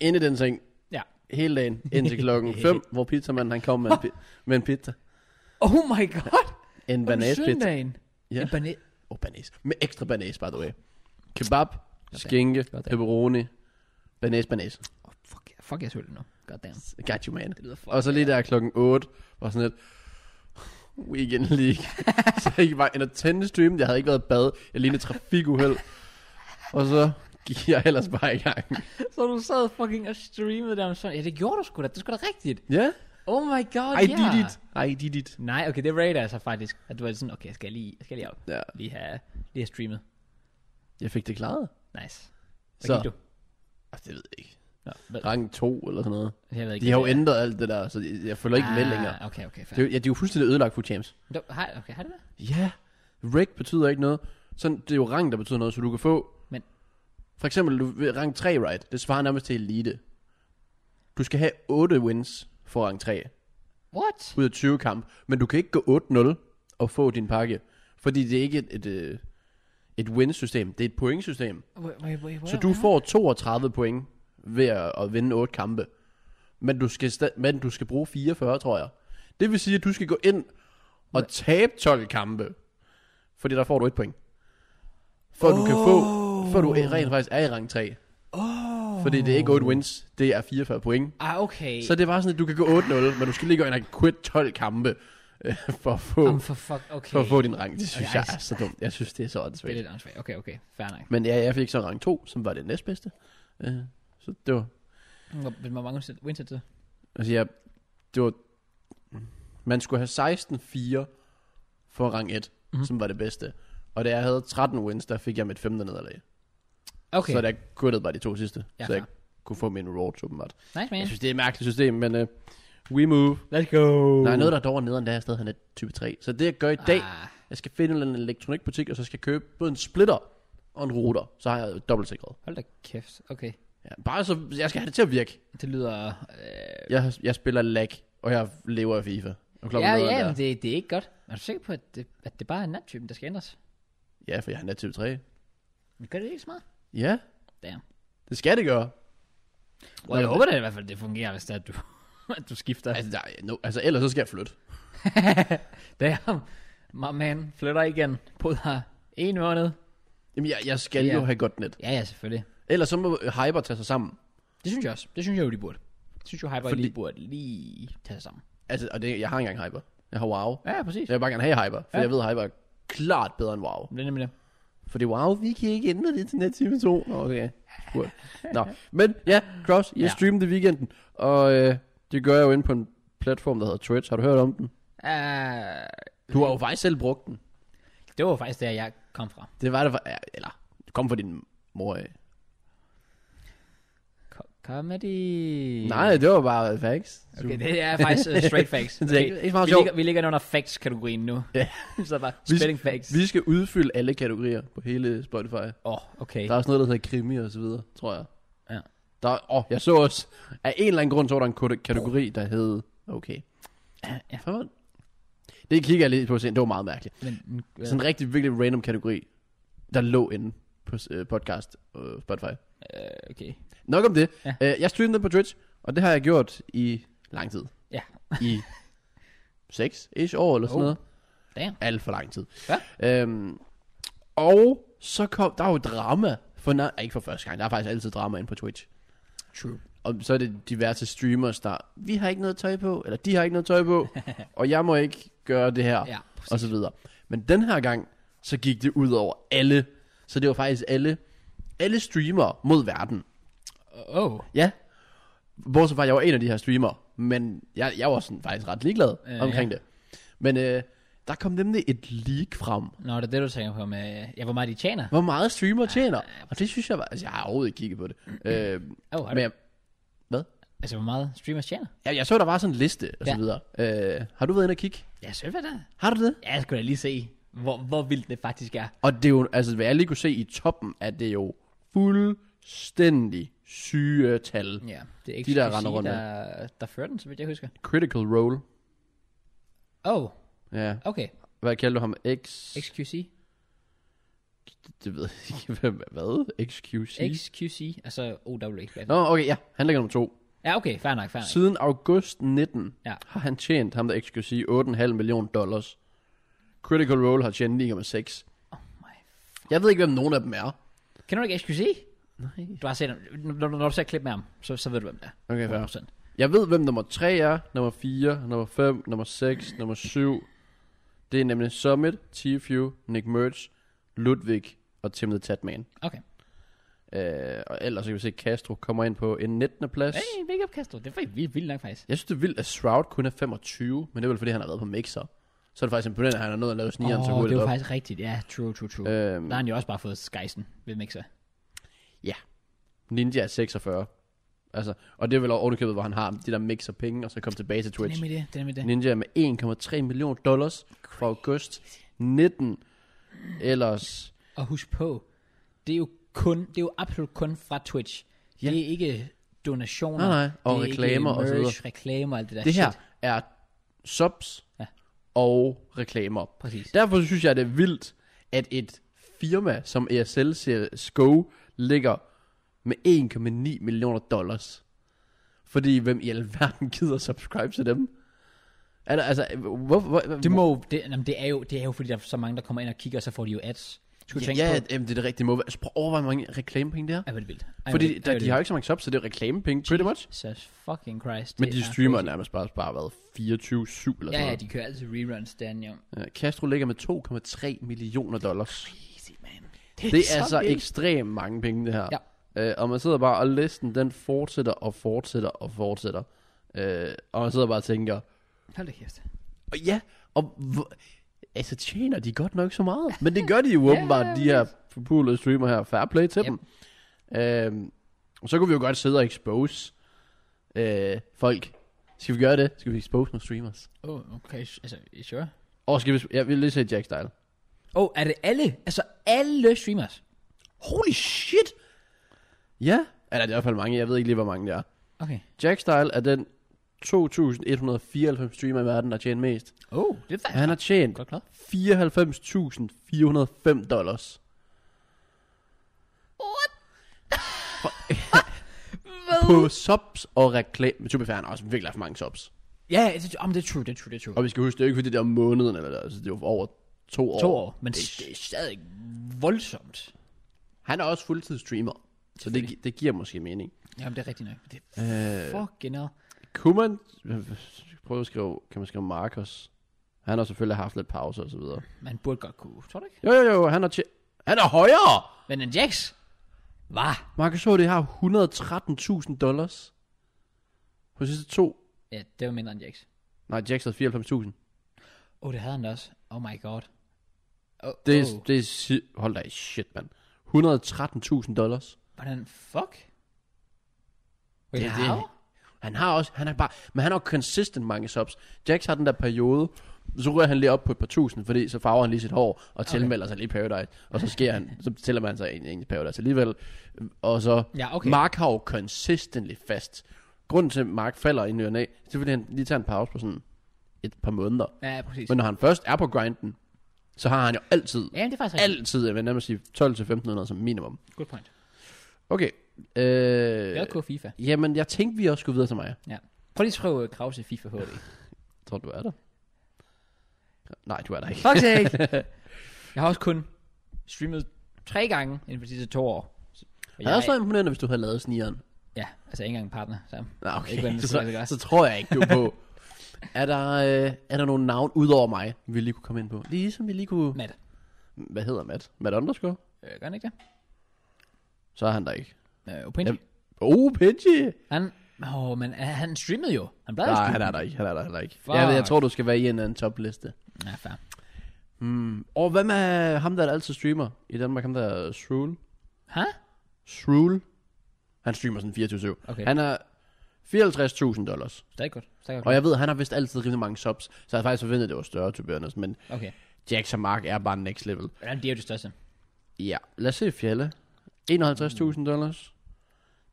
S2: inde i den seng
S1: Ja.
S2: hele dagen, indtil klokken 5, hvor pizzamanden han kom med en, pi- med en pizza.
S1: Oh my god!
S2: En
S1: Om
S2: banæspizza.
S1: søndagen.
S2: Ja.
S1: En banæs.
S2: Oh, banæs. Med ekstra banæs, by the way. Kebab, skinke,
S1: Godt da.
S2: pepperoni, banæs, banæs.
S1: Oh, fuck, jeg- fuck, jeg er sulten nu. Goddamn.
S2: Got you, man.
S1: Det lyder fucking
S2: Og så lige der klokken 8, var sådan lidt, weekend league. så jeg gik bare ind og tændte streamen, jeg havde ikke været i bad, jeg lignede et trafikuheld. og så gik jeg ellers bare i gang.
S1: Så du sad fucking og streamede der om sådan. Ja, det gjorde du sgu da. Det skulle da rigtigt.
S2: Ja,
S1: Oh my god,
S2: I
S1: ja.
S2: did it. I did it.
S1: Nej, okay, det rater altså faktisk. At du var sådan, okay, jeg skal lige, jeg skal lige op.
S2: Ja,
S1: Lige have, lige have streamet.
S2: jeg fik det klaret.
S1: Nice. Hvad
S2: Så-
S1: gik du?
S2: Altså, det ved jeg ikke.
S1: Nå, hvad,
S2: Rang 2 eller sådan noget.
S1: jeg ved ikke,
S2: De har jo
S1: hvad det er.
S2: ændret alt det der, så jeg, jeg følger ikke med længere.
S1: Ah, Okay, okay, fair.
S2: Det, er jo- ja, de er jo fuldstændig ødelagt, Food Champs.
S1: Du, har, okay, har det det?
S2: Ja, rank betyder ikke noget. Sådan, det er jo rang, der betyder noget, så du kan få...
S1: Men-
S2: For eksempel, du, ved rang 3, right? Det svarer nærmest til elite. Du skal have 8 wins for rang 3
S1: What?
S2: ud af 20 kamp, men du kan ikke gå 8-0 og få din pakke, fordi det er ikke et, et, øh, et win-system, det er et point-system.
S1: Wait, wait, wait,
S2: Så du får 32 point ved at, at vinde 8 kampe. Men du, skal sta- men du skal bruge 44, tror jeg. Det vil sige, at du skal gå ind og tabe 12 kampe. Fordi der får du et point. For oh. du kan få, for du rent faktisk er i rang 3. Oh. Fordi det er ikke 8 wins, det er 44 point.
S1: Ah, okay.
S2: Så det er bare sådan, at du kan gå 8-0, men du skal lige gå ind og quit 12 kampe øh, for at få,
S1: Jamen, for fuck, okay.
S2: for at få din rang. Det synes
S1: Okay,
S2: jeg
S1: ej,
S2: er så dumt. Jeg synes, det er så
S1: Det er
S2: åndssvagt.
S1: lidt åndssvagt. Okay, okay. Fair nok.
S2: Men ja, jeg fik så rang 2, som var det næstbedste. Øh, så det var...
S1: Hvor- Hvor mange wins- wins er det?
S2: Altså ja, det var... Man skulle have 16-4 for rang 1,
S1: Mhm.
S2: mm-hmm. som var det bedste. Og da jeg havde 13 wins, der fik jeg mit femte nederlag.
S1: Okay.
S2: Så der kuttede bare de to sidste,
S1: Ja,
S2: ja, så jeg
S1: klar.
S2: kunne få min rewards åbenbart.
S1: Nice, man.
S2: Jeg synes, det er et mærkeligt system, men uh, we move.
S1: Let's go.
S2: Der er noget, der er dårligere nederen, der er stadig han er type 3. Så det jeg gør i dag,
S1: Ah,
S2: jeg skal finde en eller anden elektronikbutik, og så skal jeg købe både en splitter og en router. Så har jeg dobbelt sikret.
S1: hold da kæft. Okay.
S2: Ja, bare så, jeg skal have det til at virke.
S1: Det lyder... Øh,
S2: Jeg, jeg spiller lag og jeg lever af FIFA. Og klokken
S1: Ja,
S2: noget
S1: ja,
S2: der.
S1: men det, det er ikke godt. Er du sikker på, at det, at det bare er nattypen, der skal ændres?
S2: Ja, for jeg har nat 3.
S1: Men gør det ikke så meget?
S2: Ja,
S1: Damn.
S2: det skal det gøre.
S1: Well, jeg håber da i hvert fald, det fungerer, hvis det er, at du, at du skifter.
S2: Altså, nej, no, altså ellers så skal jeg flytte.
S1: Damn. My man flytter igen på her. En måned.
S2: Jamen, jeg, jeg skal
S1: Ja.
S2: jo have godt net.
S1: Ja, ja, selvfølgelig.
S2: Ellers så må Hyper tage sig sammen.
S1: Det synes jeg også. Det synes jeg jo, de burde. Det synes jo, Hyper
S2: Fordi-
S1: Fordi... lige burde lige tage sig sammen.
S2: Altså, og det, jeg har ikke engang Hyper. Jeg har WoW.
S1: Ja, præcis.
S2: Så jeg vil bare gerne have Hyper, for
S1: Ja.
S2: jeg ved, at Hyper er klart bedre end WoW.
S1: Det er nemlig det.
S2: Fordi wow, vi kan ikke ændre det til native 2. Nå, Okay. Cool. Nå, men ja, Cross, jeg
S1: Ja.
S2: ja. streamede i weekenden, og øh, det gør jeg jo inde på en platform, der hedder Twitch. Har du hørt om den?
S1: Uh,
S2: Du har jo faktisk selv brugt den.
S1: det var faktisk der, jeg kom fra.
S2: Det var det for, ja, eller, det kom fra din mor af.
S1: Co- comedy.
S2: Nej, det var bare facts.
S1: Okay, det er faktisk uh, straight facts.
S2: Det er ikke- ikke så meget
S1: vi,
S2: sjovt.
S1: ligger, vi ligger under facts-kategorien nu.
S2: Ja.
S1: så bare
S2: Vi-
S1: spilling facts.
S2: Vi skal udfylde alle kategorier på hele Spotify.
S1: Åh, oh, okay.
S2: Der er også noget, der hedder krimi og så videre, tror jeg.
S1: Ja.
S2: Der, åh, jeg så også, af en eller anden grund, så var der en kate- kategori, der hed, okay.
S1: ja.
S2: Hvad? Det kigger jeg lidt på senere, det var meget mærkeligt.
S1: Men,
S2: Ja. Sådan en rigtig, virkelig random kategori, der lå inde på øh, podcast øh, Spotify.
S1: øh, okay.
S2: Nok om det.
S1: Ja.
S2: Ja. Øh, jeg streamede den på Twitch, og det har jeg gjort i lang tid.
S1: Ja.
S2: I 6-ish år eller
S1: Oh.
S2: sådan oh. noget.
S1: Damn.
S2: Alt for lang tid.
S1: Ja.
S2: Øhm, og så kom, der er jo drama, for nej, ikke for første gang, der er faktisk altid drama inde på Twitch.
S1: True.
S2: Og så er det diverse streamers, der, vi har ikke noget tøj på, eller de har ikke noget tøj på, og jeg må ikke gøre det her,
S1: Ja,
S2: og så videre. Men den her gang, så gik det ud over alle. Så det var faktisk alle, alle streamere mod verden.
S1: Oh.
S2: Ja. Bortset fra, at jeg var en af de her streamere, men jeg, jeg var sådan faktisk ret ligeglad
S1: Øh,
S2: øh, omkring ja. det. Men øh, der kom nemlig et leak frem,
S1: Nå, det er det, du tænker på med, ja, hvor meget de tjener.
S2: hvor meget streamer tjener. Og det synes jeg var... Altså, jeg har overhovedet ikke kigget på det. Øh,
S1: Oh, har du,
S2: men jeg,
S1: altså, hvor meget streamers tjener?
S2: jeg, jeg så, der var sådan en liste og
S1: Ja.
S2: så videre. Øh, har du været inde og kigge?
S1: Ja, selvfølgelig da.
S2: Har du det?
S1: Ja, jeg skulle da lige se, hvor, hvor vildt det faktisk er.
S2: Og det er jo... Altså, hvad jeg lige kunne se i toppen, at det er jo fuldstændig syge tal.
S1: Ja, det er ikke
S2: De der render rundt
S1: der, der fører den, så vidt jeg husker.
S2: Critical Role.
S1: Oh,
S2: Ja.
S1: okay.
S2: Hvad kalder du ham? X...
S1: XQC.
S2: Det ved jeg ikke. Hvad? hvad? XQC?
S1: XQC, altså OWA.
S2: Nå, okay, ja. Han ligger nummer to.
S1: Ja, okay, fair nok, fair nok.
S2: Siden august 19
S1: Ja.
S2: ja. har han tjent, ham der ikke skal sige, 8,5 millioner dollars. Critical Role har tjent 9,6.
S1: Oh my.
S2: Jeg ved ikke, hvem nogen af dem er.
S1: Kender du ikke XQC?
S2: Nej.
S1: Du har set ham. Når, når du ser et klip med ham, så, så ved du, hvem det er.
S2: Okay, fair.
S1: 100%.
S2: Jeg ved, hvem nummer 3 er, nummer 4, nummer 5, nummer 6, nummer 7. Det er nemlig Summit, TFU, Nick Merch, Ludwig og Tim the Tatman.
S1: Okay.
S2: Øh, og ellers kan vi se, at Castro kommer ind på en 19. plads. Hey.
S1: Hey, make up Castro. Det var vildt, vildt nok, faktisk.
S2: Jeg synes, det er vildt, at Shroud kun er 25, men det er vel, fordi han har været på Mixer. Så er det faktisk imponerende, at han har nået at lave snigeren oh, så
S1: Åh, det
S2: hurtigt
S1: var
S2: op.
S1: faktisk rigtigt. Ja, true, true, true.
S2: Øhm,
S1: Der har han jo også bare fået skejsen ved Mixer.
S2: Ninja er 46. Altså, og det er vel ovenikøbet, hvor han har de der mix af penge, og så kom tilbage til
S1: Det er
S2: Twitch.
S1: nemlig det, det er nemlig det.
S2: Ninja er med 1,3 millioner dollars fra august 19. Ellers,
S1: Og husk på, det er jo kun, det er jo absolut kun fra Twitch. Ja.
S2: Ja.
S1: Det er ikke donationer.
S2: Nej, nej, og
S1: det er
S2: reklamer og
S1: ikke
S2: så
S1: merch,
S2: videre.
S1: reklamer og alt det der
S2: det her
S1: shit.
S2: er subs
S1: Ja.
S2: og reklamer.
S1: Præcis.
S2: Derfor synes jeg, det er vildt, at et firma som ESL Series Go ligger med 1,9 millioner dollars. Fordi hvem i alverden gider subscribe til dem? Er der, altså, hvor, hvor,
S1: Det må det, jamen, det, er jo, det er jo fordi, der er så mange, der kommer ind og kigger, og så får de jo ads. Skal du
S2: Ja,
S1: tænke
S2: ja
S1: på?
S2: jamen, det er det rigtige måde. Altså, prøv at overveje, hvor mange reklamepenge det
S1: Ej,
S2: er.
S1: hvor er det vildt. Ej, hvor er
S2: Fordi
S1: det-
S2: der, de har jo ikke så mange subs, så det er reklamepenge, pretty much.
S1: Jesus fucking Christ.
S2: Men
S1: det
S2: de
S1: er
S2: streamer altså.
S1: crazy.
S2: nærmest bare, bare været 24-7 eller
S1: Ja,
S2: sådan
S1: ja, de kører altid reruns, Daniel.
S2: noget. Øh, Castro ligger med 2,3 millioner dollars.
S1: Easy, man.
S2: Det er
S1: så
S2: altså
S1: vildt.
S2: ekstremt mange penge, det her.
S1: Ja.
S2: Øh, og man sidder bare, og listen den fortsætter og fortsætter og fortsætter. Øh, og man sidder bare og tænker,
S1: Hold da kæft.
S2: og ja, og hvor, altså tjener de godt nok så meget? Men det gør de jo åbenbart, de her populære streamer her. Fair play til
S1: Yep.
S2: dem. Øhm, og så kunne vi jo godt sidde og expose øh, folk. Skal vi gøre det? Skal vi expose nogle streamers?
S1: Oh, okay, s- altså, sure.
S2: Og skal vi... Jeg vil lige se Jack Style.
S1: Oh, er det alle? Altså, alle streamers?
S2: Holy shit! Ja. Eller det er i hvert fald mange. Jeg ved ikke lige, hvor mange det er.
S1: Okay.
S2: Jack Style er den 2.194 streamer i verden, der tjener mest.
S1: Oh, det er
S2: Og han har tjent
S1: godt klart.
S2: 94.405 dollars. På subs og reklame. Men Tubi Færn har også virkelig haft mange subs.
S1: Ja, det, om det er true, det er true, det er true.
S2: Og vi skal huske, det er jo ikke fordi, det er om måneden eller der. Altså, det er jo over to år.
S1: To år, men det,
S2: det,
S1: det er stadig voldsomt.
S2: han er også fuldtid streamer. Så det, gi- det giver måske mening.
S1: Jamen, det er rigtigt nok. Det er
S2: Øh,
S1: fucking hell.
S2: Kunne man... Prøv at skrive... Kan man skrive Marcos? Han har selvfølgelig haft lidt pause og så videre.
S1: Man burde godt kunne, tror du ikke?
S2: Jo, jo, jo. Han er, tje- han er højere!
S1: Men en Jax? Hvad?
S2: Marcus H.D. har 113.000 dollars. På de sidste to...
S1: Ja, det var mindre end Jax.
S2: Nej, Jax havde 94.000.
S1: Åh, oh, det havde han da også. Oh my god. Oh,
S2: Det
S1: det
S2: er...
S1: oh.
S2: Det er si- hold da i shit, mand. 113.000 dollars.
S1: Hvordan fuck? Wait,
S2: Det er
S1: how?
S2: det. Han har også... Han er bare... Men han har jo consistent mange subs. Jax har den der periode... Så ryger han lige op på et par tusind, fordi så farver han lige sit hår, og tilmelder sig lige Paradise. Og så sker han, så tilmelder han sig egentlig ikke Paradise alligevel. Og så...
S1: Ja, okay.
S2: Okay. Mark har jo consistently fast. Grunden til, at Mark falder i ny og næ, det er, fordi han lige tager en pause på sådan et par måneder.
S1: ja, præcis.
S2: Men når han først er på grinden, så har han jo altid,
S1: ja, men det er faktisk rigtigt.
S2: altid, jeg vil nærmest sige 12-1500 som minimum.
S1: Good point.
S2: Okay.
S1: Jeg
S2: Øh,
S1: øh, FIFA.
S2: jamen, jeg tænkte, vi også skulle videre til mig.
S1: Ja. Prøv lige at prøve Krause i FIFA HD.
S2: Tror du, du er der? Nej, du er der ikke.
S1: Fuck sake. Jeg har også kun streamet tre gange inden for de sidste to år. Så- og
S2: Jeg er også været imponerende, hvis du havde lavet snigeren.
S1: Ja, altså ikke engang en partner sammen.
S2: Nå,
S1: Ikke, hvordan
S2: okay.
S1: det
S2: Så,
S1: skulle lade sig
S2: så,
S1: gøre.
S2: så tror jeg ikke, du er på. Er der, øh, er der nogle navn udover mig, vi lige kunne komme ind på? Ligesom vi lige kunne...
S1: Matt,
S2: Hvad hedder Matt? Matt underscore?
S1: øh, gør han ikke det?
S2: Så er han der ikke.
S1: Øh, Opinji?
S2: Jamen. Oh, Pidgey!
S1: Han, åh, men øh, han streamede jo. Han blev jo
S2: Nej,
S1: streamet.
S2: han er der ikke. Han er der heller ikke.
S1: Fuck.
S2: Jeg, jeg tror, du skal være i en eller anden topliste.
S1: Ja, fair.
S2: Mm. Og hvad med ham, der, der altid streamer i Danmark? Ham der er Shrule.
S1: Ha?
S2: Shrule. Han streamer sådan 24
S1: Okay.
S2: okay. Han har 54.000 dollars.
S1: Stadig godt. Stadig godt.
S2: Og jeg ved, han har vist altid rimelig mange subs. Så jeg havde faktisk forventet, at det var større, to be honest. Men
S1: Okay.
S2: Jax og Mark er bare next level.
S1: Jamen, det er jo det største.
S2: Ja, lad os se Fjalle. 51.000 dollars.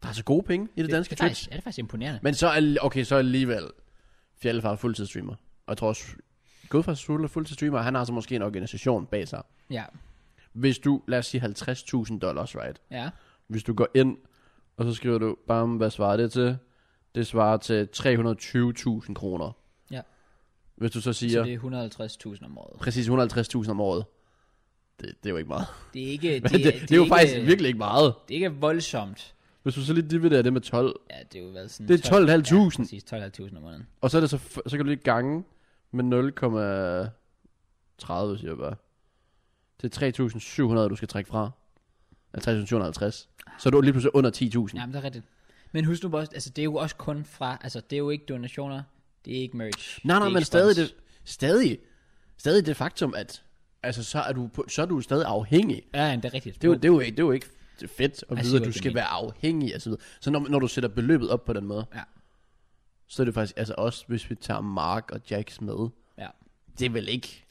S2: Der er så gode penge i det,
S1: Det,
S2: danske
S1: det er
S2: Twitch.
S1: faktisk, er det faktisk imponerende.
S2: Men så, al- okay, så alligevel. Fjalle far er fuldtidsstreamer. Og jeg tror også, gået fra Shrule er fuldtidsstreamer, og han har så måske en organisation bag sig.
S1: Ja.
S2: Hvis du, lad os sige 50.000 dollars, right?
S1: Ja.
S2: Hvis du går ind, og så skriver du, bam, hvad svarer det til? Det svarer til 320.000 kroner.
S1: Ja.
S2: Hvis du så
S1: Så
S2: siger,
S1: det er 150.000 om året.
S2: præcis 150.000 om året. Det, det er jo ikke meget.
S1: Det er ikke...
S2: Det, det, det, det er jo
S1: ikke, øh,
S2: faktisk virkelig ikke meget.
S1: Det er ikke voldsomt.
S2: Hvis du så lige dividerer det med 12,
S1: Ja, det er jo været sådan...
S2: Det er Mm. 12.500.
S1: Ja, præcis, 12.500 om måneden.
S2: og så, er det så, f- så kan du lige gange med 0,30, siger jeg bare. Det er 3.700, du skal trække fra. Eller 3.750. Så er du lige pludselig under 10.000.
S1: Jamen, det er rigtigt. Men husk nu bare, også, altså det er jo også kun fra... Altså, det er jo ikke donationer. Det er ikke merch.
S2: Nej,
S1: det
S2: nej,
S1: er
S2: men
S1: ikke
S2: stadig
S1: spons.
S2: det, stadig, stadig det faktum, at altså, så, er du på, så er du stadig afhængig.
S1: Ja, jamen, det er rigtigt.
S2: Det er jo, det er jo, ikke- det er jo ikke fedt at
S1: Jeg
S2: vide,
S1: siger,
S2: at du
S1: hvad du
S2: skal
S1: mener.
S2: være afhængig. Altså, så når, når du sætter beløbet op på den måde,
S1: Ja.
S2: så er det faktisk, altså også hvis vi tager Mark og Jax med,
S1: Ja.
S2: det er vel ikke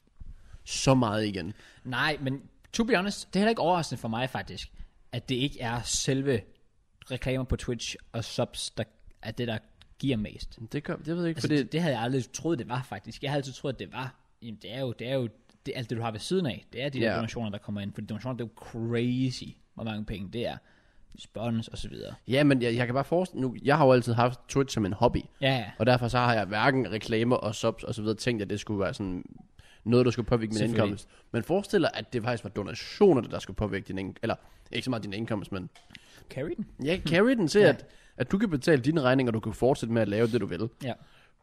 S2: så meget igen.
S1: Nej, men to be honest, det er heller ikke overraskende for mig faktisk, at det ikke er selve reklamer på Twitch og subs, der er det, der giver mest.
S2: Det, gør, det ved jeg ikke,
S1: Altså,
S2: fordi...
S1: det, det havde jeg aldrig troet, det var faktisk. Jeg havde altid troet, at det var. Jamen, det er jo, det er jo det, alt det, du har ved siden af. Det er de der
S2: Ja.
S1: donationer, der kommer ind. Fordi donationer, det er jo crazy, hvor mange penge det er. Spons og så videre.
S2: Ja, men jeg, jeg kan bare forestille... Nu, jeg har jo altid haft Twitch som en hobby.
S1: Ja, ja.
S2: Og derfor så har jeg hverken reklamer og subs og så videre tænkt, at det skulle være sådan noget, der skulle påvirke min
S1: Selvfølgelig.
S2: indkomst. Men forestil dig, at det faktisk var donationer, der skulle påvirke din indkomst. Eller ikke så meget din indkomst, men
S1: Carry den.
S2: jeg carry den til, at, at du kan betale dine regninger, og du kan fortsætte med at lave det, du vil.
S1: Ja.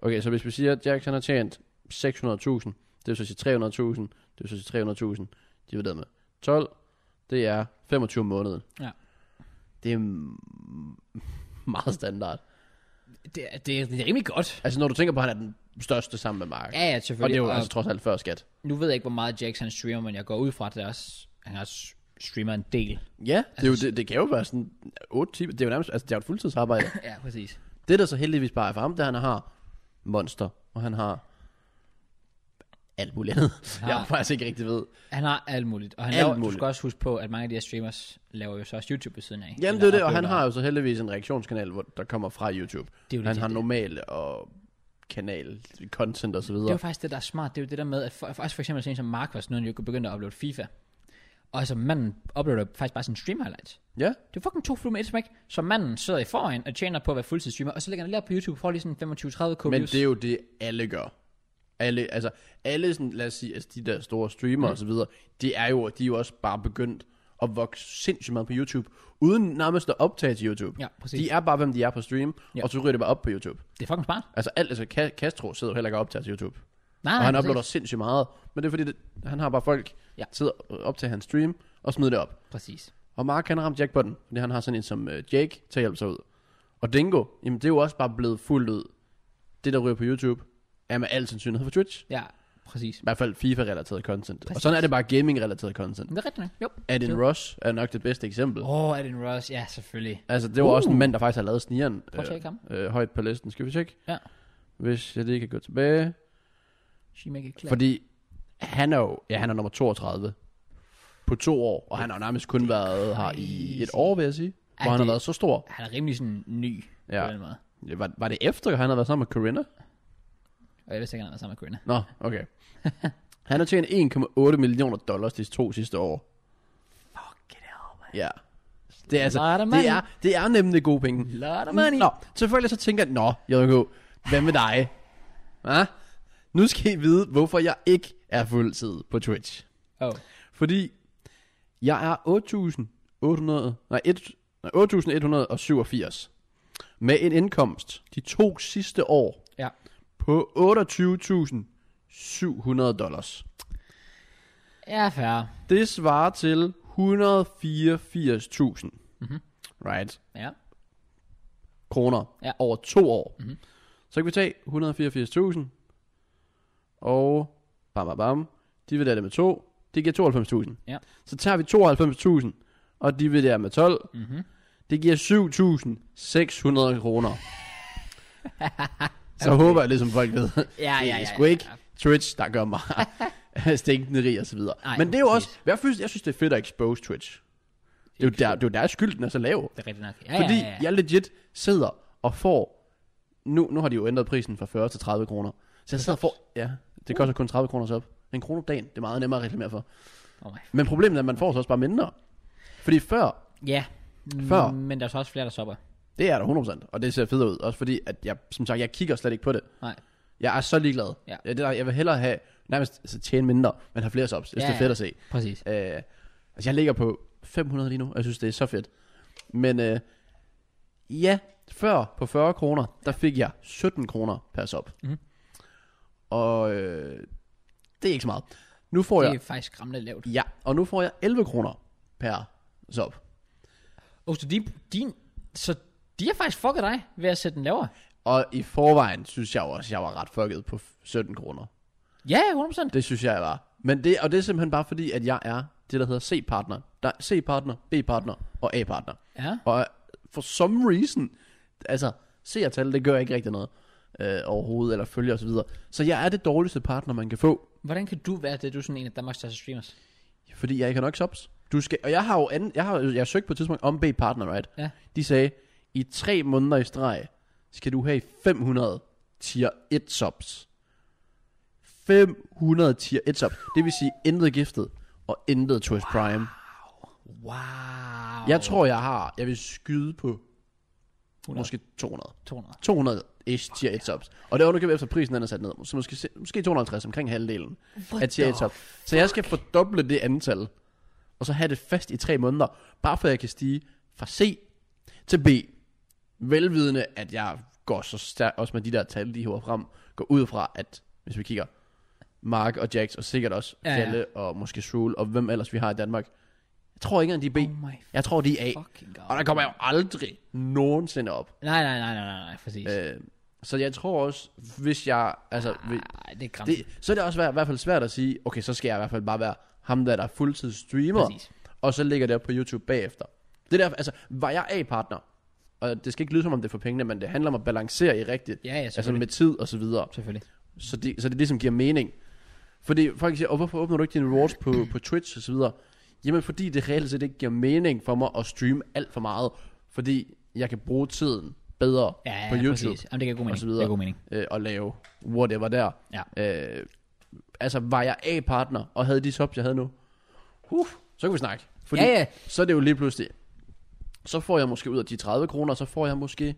S2: Okay, så hvis vi siger, at Jackson har tjent 600.000, det vil så sige 300.000, det vil så sige 300.000, divideret med 12, det er 25 om måneden.
S1: Ja.
S2: Det er mm, meget standard.
S1: Det, er- det, er- det er rimelig godt.
S2: Altså når du tænker på, at han er den største sammen med Mark.
S1: Ja, ja,
S2: Og det er
S1: selvfølgelig.
S2: jo altså trods alt før skat.
S1: nu ved jeg ikke, hvor meget Jax han streamer, men jeg går ud fra, at det er også, han også streamer en del.
S2: Ja, det, er jo, det, det kan jo være sådan 8 timer. Det er jo nærmest, altså det er jo et fuldtidsarbejde.
S1: Ja, præcis.
S2: det der så heldigvis bare er for ham, det er, at han har Monster, og han har alt muligt andet.
S1: Ja.
S2: Jeg faktisk ikke rigtig ved.
S1: Han har alt muligt. Og han
S2: Alt
S1: laver, du
S2: muligt.
S1: skal også huske på, at mange af de her streamers laver jo så også YouTube ved siden af.
S2: Jamen
S1: Eller
S2: det er det, og han
S1: uploader.
S2: har jo så heldigvis en reaktionskanal, hvor der kommer fra YouTube.
S1: Det er jo
S2: han
S1: lidt
S2: har
S1: det.
S2: normale og kanal, content og så
S1: Det er jo
S2: videre.
S1: faktisk det, der er smart. Det er jo det der med, at for, for, også for eksempel sådan en som Marcus, nu er han jo begyndt at uploade FIFA. Og altså manden uploader faktisk bare sin stream highlights.
S2: Ja,
S1: Det er fucking to fluer med et smæk. Så manden sidder i foran og tjener på at være fuldtidsstreamer, og så lægger han det lige op på YouTube for lige sådan 25-30k
S2: men
S1: views.
S2: det er jo det, alle gør. Alle, altså, alle sådan, lad os sige, altså de der store streamere mm. og så videre, de er jo, de er jo også bare begyndt at vokse sindssygt meget på YouTube, uden nærmest at optage til YouTube.
S1: Ja, præcis.
S2: de er bare, hvem de er på stream,
S1: Ja.
S2: ja. og så ryger det bare op på YouTube.
S1: det er fucking smart.
S2: Altså, alt, altså Ka- Castro sidder jo heller ikke og optager til YouTube.
S1: Nej,
S2: Og han
S1: præcis.
S2: uploader sindssygt meget. Men det er fordi, det, han har bare folk,
S1: Ja.
S2: ja. sidder op til hans stream og smider det op.
S1: Præcis.
S2: Og Mark, han har ramt jackpotten, fordi han har sådan en som øh, Jake til at hjælpe sig ud. Og Dingo, jamen det er jo også bare blevet fuldt ud. Det, der ryger på YouTube, er med al sandsynlighed for Twitch.
S1: Ja, præcis.
S2: I hvert fald FIFA-relateret content. Præcis.
S1: Præcis.
S2: Og sådan er det bare gaming-relateret content.
S1: Men det er rigtigt nok. Jo.
S2: Adin
S1: Jo.
S2: Rush er nok det bedste eksempel. Oh.
S1: Åh, oh, Adin Ross. Ja, selvfølgelig.
S2: Altså, det var uh. også en mand, der faktisk har lavet snigeren
S1: Prøv at tjekke ham.
S2: øh, højt på listen. Skal vi tjekke?
S1: Ja.
S2: Hvis jeg lige kan gå tilbage.
S1: She make it clear.
S2: Fordi han er jo, ja, han er nummer 32 på to år, og han har nærmest kun været her i et
S1: crazy.
S2: år, vil jeg sige.
S1: Ja,
S2: Hvor han har
S1: det-
S2: været så stor.
S1: Han er rimelig sådan ny ja. på
S2: Ja.
S1: den måde.
S2: Var, var det efter, han havde været sammen med Corinna?
S1: Og jeg vidste ikke, han er sammen med Corinna.
S2: Nå, okay. Han har tjent 1,8 millioner dollars de to sidste år.
S1: Fuck it out, man.
S2: Ja. Det
S1: Lot
S2: er altså,
S1: of money.
S2: det er, det er nemlig gode penge.
S1: Lot of money.
S2: Nå, selvfølgelig så tænker jeg, nå, JK, hvad med dig? Hva? Nu skal I vide, hvorfor jeg ikke er fuldtid på Twitch.
S1: Oh.
S2: Fordi jeg er 8.800, nej, et- nej, 8.187 med en indkomst de to sidste år
S1: Ja.
S2: på 28.700 dollars.
S1: Ja, fair.
S2: Det svarer til 184.000 right,
S1: Ja.
S2: kroner
S1: Ja. Mhm.
S2: over to år. Mm-hmm. Så kan vi tage 184.000 og bam, bam, bam, dividerer det med to, det giver 92.000.
S1: Ja.
S2: Så tager vi 92.000 og dividerer med 12.
S1: Mhm.
S2: Det giver 7.600 kroner. Så håber jeg ligesom folk ved.
S1: Ja,
S2: det
S1: ja,
S2: er
S1: ja,
S2: sgu
S1: ja,
S2: ikke Twitch, der gør mig stinkende rig og så videre.
S1: Ej,
S2: Men det er jo også,
S1: præcis.
S2: jeg synes, jeg synes, det er fedt at expose Twitch. Det er jo der, det er jo der skyld, den er så lav.
S1: Det er rigtigt nok. Ja,
S2: Fordi
S1: ja, ja, ja.
S2: jeg legit sidder og får, nu, nu har de jo ændret prisen fra 40 til 30 kroner. Så jeg sidder og får, ja, det koster kun 30 kroner så op. En kroner om dagen, det er meget nemmere at reklamere for.
S1: Oh my.
S2: Men problemet er, at man får så også bare mindre. Fordi før,
S1: Ja.
S2: Før.
S1: Mm, Men der er så også flere, der stopper.
S2: Det er der 100%, og det ser fedt ud. Også fordi, at jeg, som sagt, jeg kigger slet ikke på det.
S1: Nej.
S2: Jeg er så ligeglad.
S1: Ja.
S2: Jeg, det der, jeg vil hellere have, nærmest altså, tjene mindre, men have flere subs. Jeg synes,
S1: Ja,
S2: det er fedt at
S1: Præcis.
S2: se. Øh, altså, jeg ligger på 500 lige nu, og jeg synes, det er så fedt. Men øh, ja, før på 40 kroner, der fik jeg 17 kroner per sub.
S1: Mhm.
S2: Og øh, det er ikke så meget. Nu får
S1: Det
S2: jeg,
S1: er faktisk skræmmende lavt.
S2: ja, og nu får jeg 11 kroner per sub.
S1: Oh, så, din, din, så de har faktisk fucket dig ved at sætte den lavere?
S2: Og i forvejen synes jeg jo også, at jeg var ret fucket på 17 kroner.
S1: Ja, 100%.
S2: Det synes jeg, jeg var. Men det, og det er simpelthen bare fordi, at jeg er det, der hedder C-partner. Der er C-partner, B-partner og A-partner.
S1: Ja.
S2: Og for some reason, altså C-tal, det gør ikke rigtig noget øh, overhovedet, eller følger osv. Så, videre. så jeg er det dårligste partner, man kan få,
S1: Hvordan kan du være det? Du er sådan en af Danmarks største streamers.
S2: fordi jeg ikke har nok subs. Du skal, og jeg har jo anden, jeg har, jeg har søgt på et tidspunkt om B-partner, right?
S1: Ja.
S2: De sagde, i tre måneder i streg, skal du have 500 tier 1 subs. 500 tier 1 subs. Det vil sige, intet giftet og intet Twitch Prime.
S1: Wow.
S2: Jeg tror, jeg har, jeg vil skyde på
S1: 100.
S2: måske 200.
S1: 200.
S2: 200 ish tier 1 subs. Og det er underkøbet efter prisen, den er sat ned. Så måske, se- måske 250, omkring halvdelen
S1: What
S2: af tier 1
S1: the
S2: subs. Så jeg skal fordoble det antal, og så have det fast i tre måneder, bare for at jeg kan stige fra C til B. Velvidende, at jeg går så stærkt, også med de der tal, de hiver frem, går ud fra, at hvis vi kigger Mark og Jax, og sikkert også
S1: Ja, ja.
S2: Kalle og måske Shul, og hvem ellers vi har i Danmark. Jeg tror ikke engang, de er B.
S1: Oh my
S2: Jeg tror, de er A.
S1: fucking god.
S2: Og der kommer jeg jo aldrig nogensinde op.
S1: Nej, nej, nej, nej, nej, nej præcis. Øh,
S2: Øh, så jeg tror også, hvis jeg, altså, vi,
S1: Ej, det er grimt.
S2: det, så er det også i hvert fald svært at sige, okay, så skal jeg i hvert fald bare være ham, der, der er fuldtids streamer,
S1: Præcis.
S2: og så ligger det op på YouTube bagefter. Det der, altså, var jeg A-partner, og det skal ikke lyde som om det er for pengene, men det handler om at balancere i rigtigt,
S1: Ja, ja,
S2: altså
S1: selvfølgelig.
S2: med tid og så videre.
S1: selvfølgelig.
S2: Så det, så det er det, som giver mening. Fordi folk siger, oh, hvorfor åbner du ikke dine rewards på, på Twitch og så videre? Jamen, fordi det reelt set ikke giver mening for mig at streame alt for meget, fordi jeg kan bruge tiden bedre
S1: Ja, ja,
S2: på YouTube
S1: Præcis. Jamen, det giver god
S2: og
S1: mening.
S2: så
S1: Det
S2: videre.
S1: giver god mening.
S2: øh, og lave whatever der. Ja. Øh, altså, var jeg A-partner og havde de jobs, jeg havde nu, uh, så kan vi snakke. Fordi
S1: Ja, ja.
S2: så er det jo lige pludselig, så får jeg måske ud af de 30 kroner, så får jeg måske,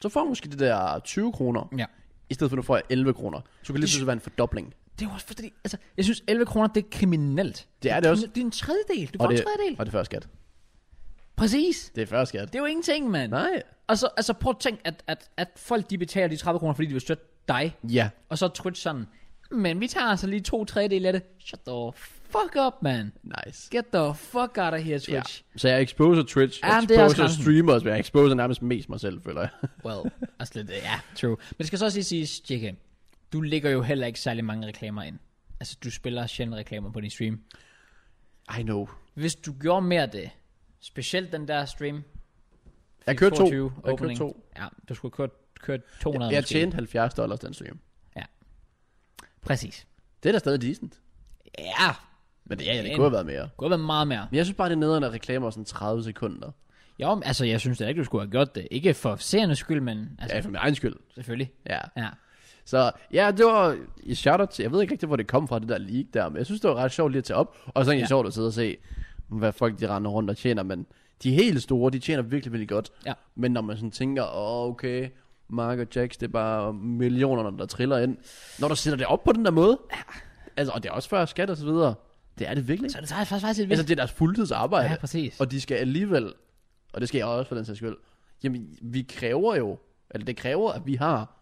S2: så får jeg måske det der 20 kroner,
S1: Ja.
S2: i stedet for nu får jeg 11 kroner. Så kan det lige pludselig være en fordobling.
S1: Det er jo også fordi, altså, jeg synes 11 kroner, det er kriminelt.
S2: Det er det også.
S1: kriminelt. Det er en tredjedel. Du får en
S2: det,
S1: tredjedel.
S2: og det er før skat.
S1: Præcis.
S2: Det er før skat.
S1: Det er jo ingenting, mand.
S2: Nej.
S1: Og så, altså prøv at tænke, at, at, at folk de betaler de 30 kroner, fordi de vil støtte dig.
S2: Ja,
S1: Og så er Twitch sådan, men vi tager altså lige to tredjedel af det. Shut the fuck up, man.
S2: nice.
S1: Get the fuck out of here, Twitch.
S2: Ja. Så jeg exposer Twitch,
S1: Ja,
S2: jeg
S1: men det er også
S2: exposer
S1: grænsen.
S2: streamers, men jeg exposer nærmest mest mig selv, føler jeg.
S1: Well, altså lidt, ja, true. Men det skal så også lige siges, JK, du lægger jo heller ikke særlig mange reklamer ind. Altså, du spiller sjældent reklamer på din stream.
S2: I know.
S1: Hvis du gjorde mere af det, specielt den der stream,
S2: Jeg kørte to.
S1: 22
S2: Jeg kørte
S1: opening.
S2: to.
S1: Ja, du skulle køre, køre 200
S2: Jeg
S1: måske.
S2: tjente 70 dollars den stream.
S1: Præcis.
S2: Det er da stadig decent.
S1: Ja,
S2: Men det, ja, ja, det
S1: Men-
S2: kunne have været mere.
S1: det kunne have været meget mere.
S2: Men jeg synes bare, det er nederen at reklamer sådan 30 sekunder.
S1: Jo, men altså, jeg synes da ikke, du skulle have gjort det. Ikke for seriernes skyld, men altså,
S2: Ja,
S1: ja.
S2: for min egen skyld.
S1: selvfølgelig.
S2: Ja.
S1: Ja.
S2: Så ja, det var i shout til, jeg ved ikke rigtig, hvor det kom fra, det der leak der, men jeg synes, det var ret sjovt lige at tage op, og så er det
S1: Ja.
S2: ja. sjovt at sidde og se, hvad folk de render rundt og tjener, men de helt store, de tjener virkelig, virkelig godt.
S1: Ja.
S2: Men når man sådan tænker, åh, okay, Mark og Jax, det er bare millionerne, der triller ind. Når du sætter det op på den der måde, ja. altså, og det er også før skat og så videre, det er det virkelig.
S1: Så er det faktisk, faktisk, faktisk et
S2: Altså,
S1: vildt.
S2: det er deres fuldtidsarbejde.
S1: Ja, præcis.
S2: Og de skal alligevel, og det skal jeg også for den sags skyld, jamen vi kræver jo, eller det kræver, at vi har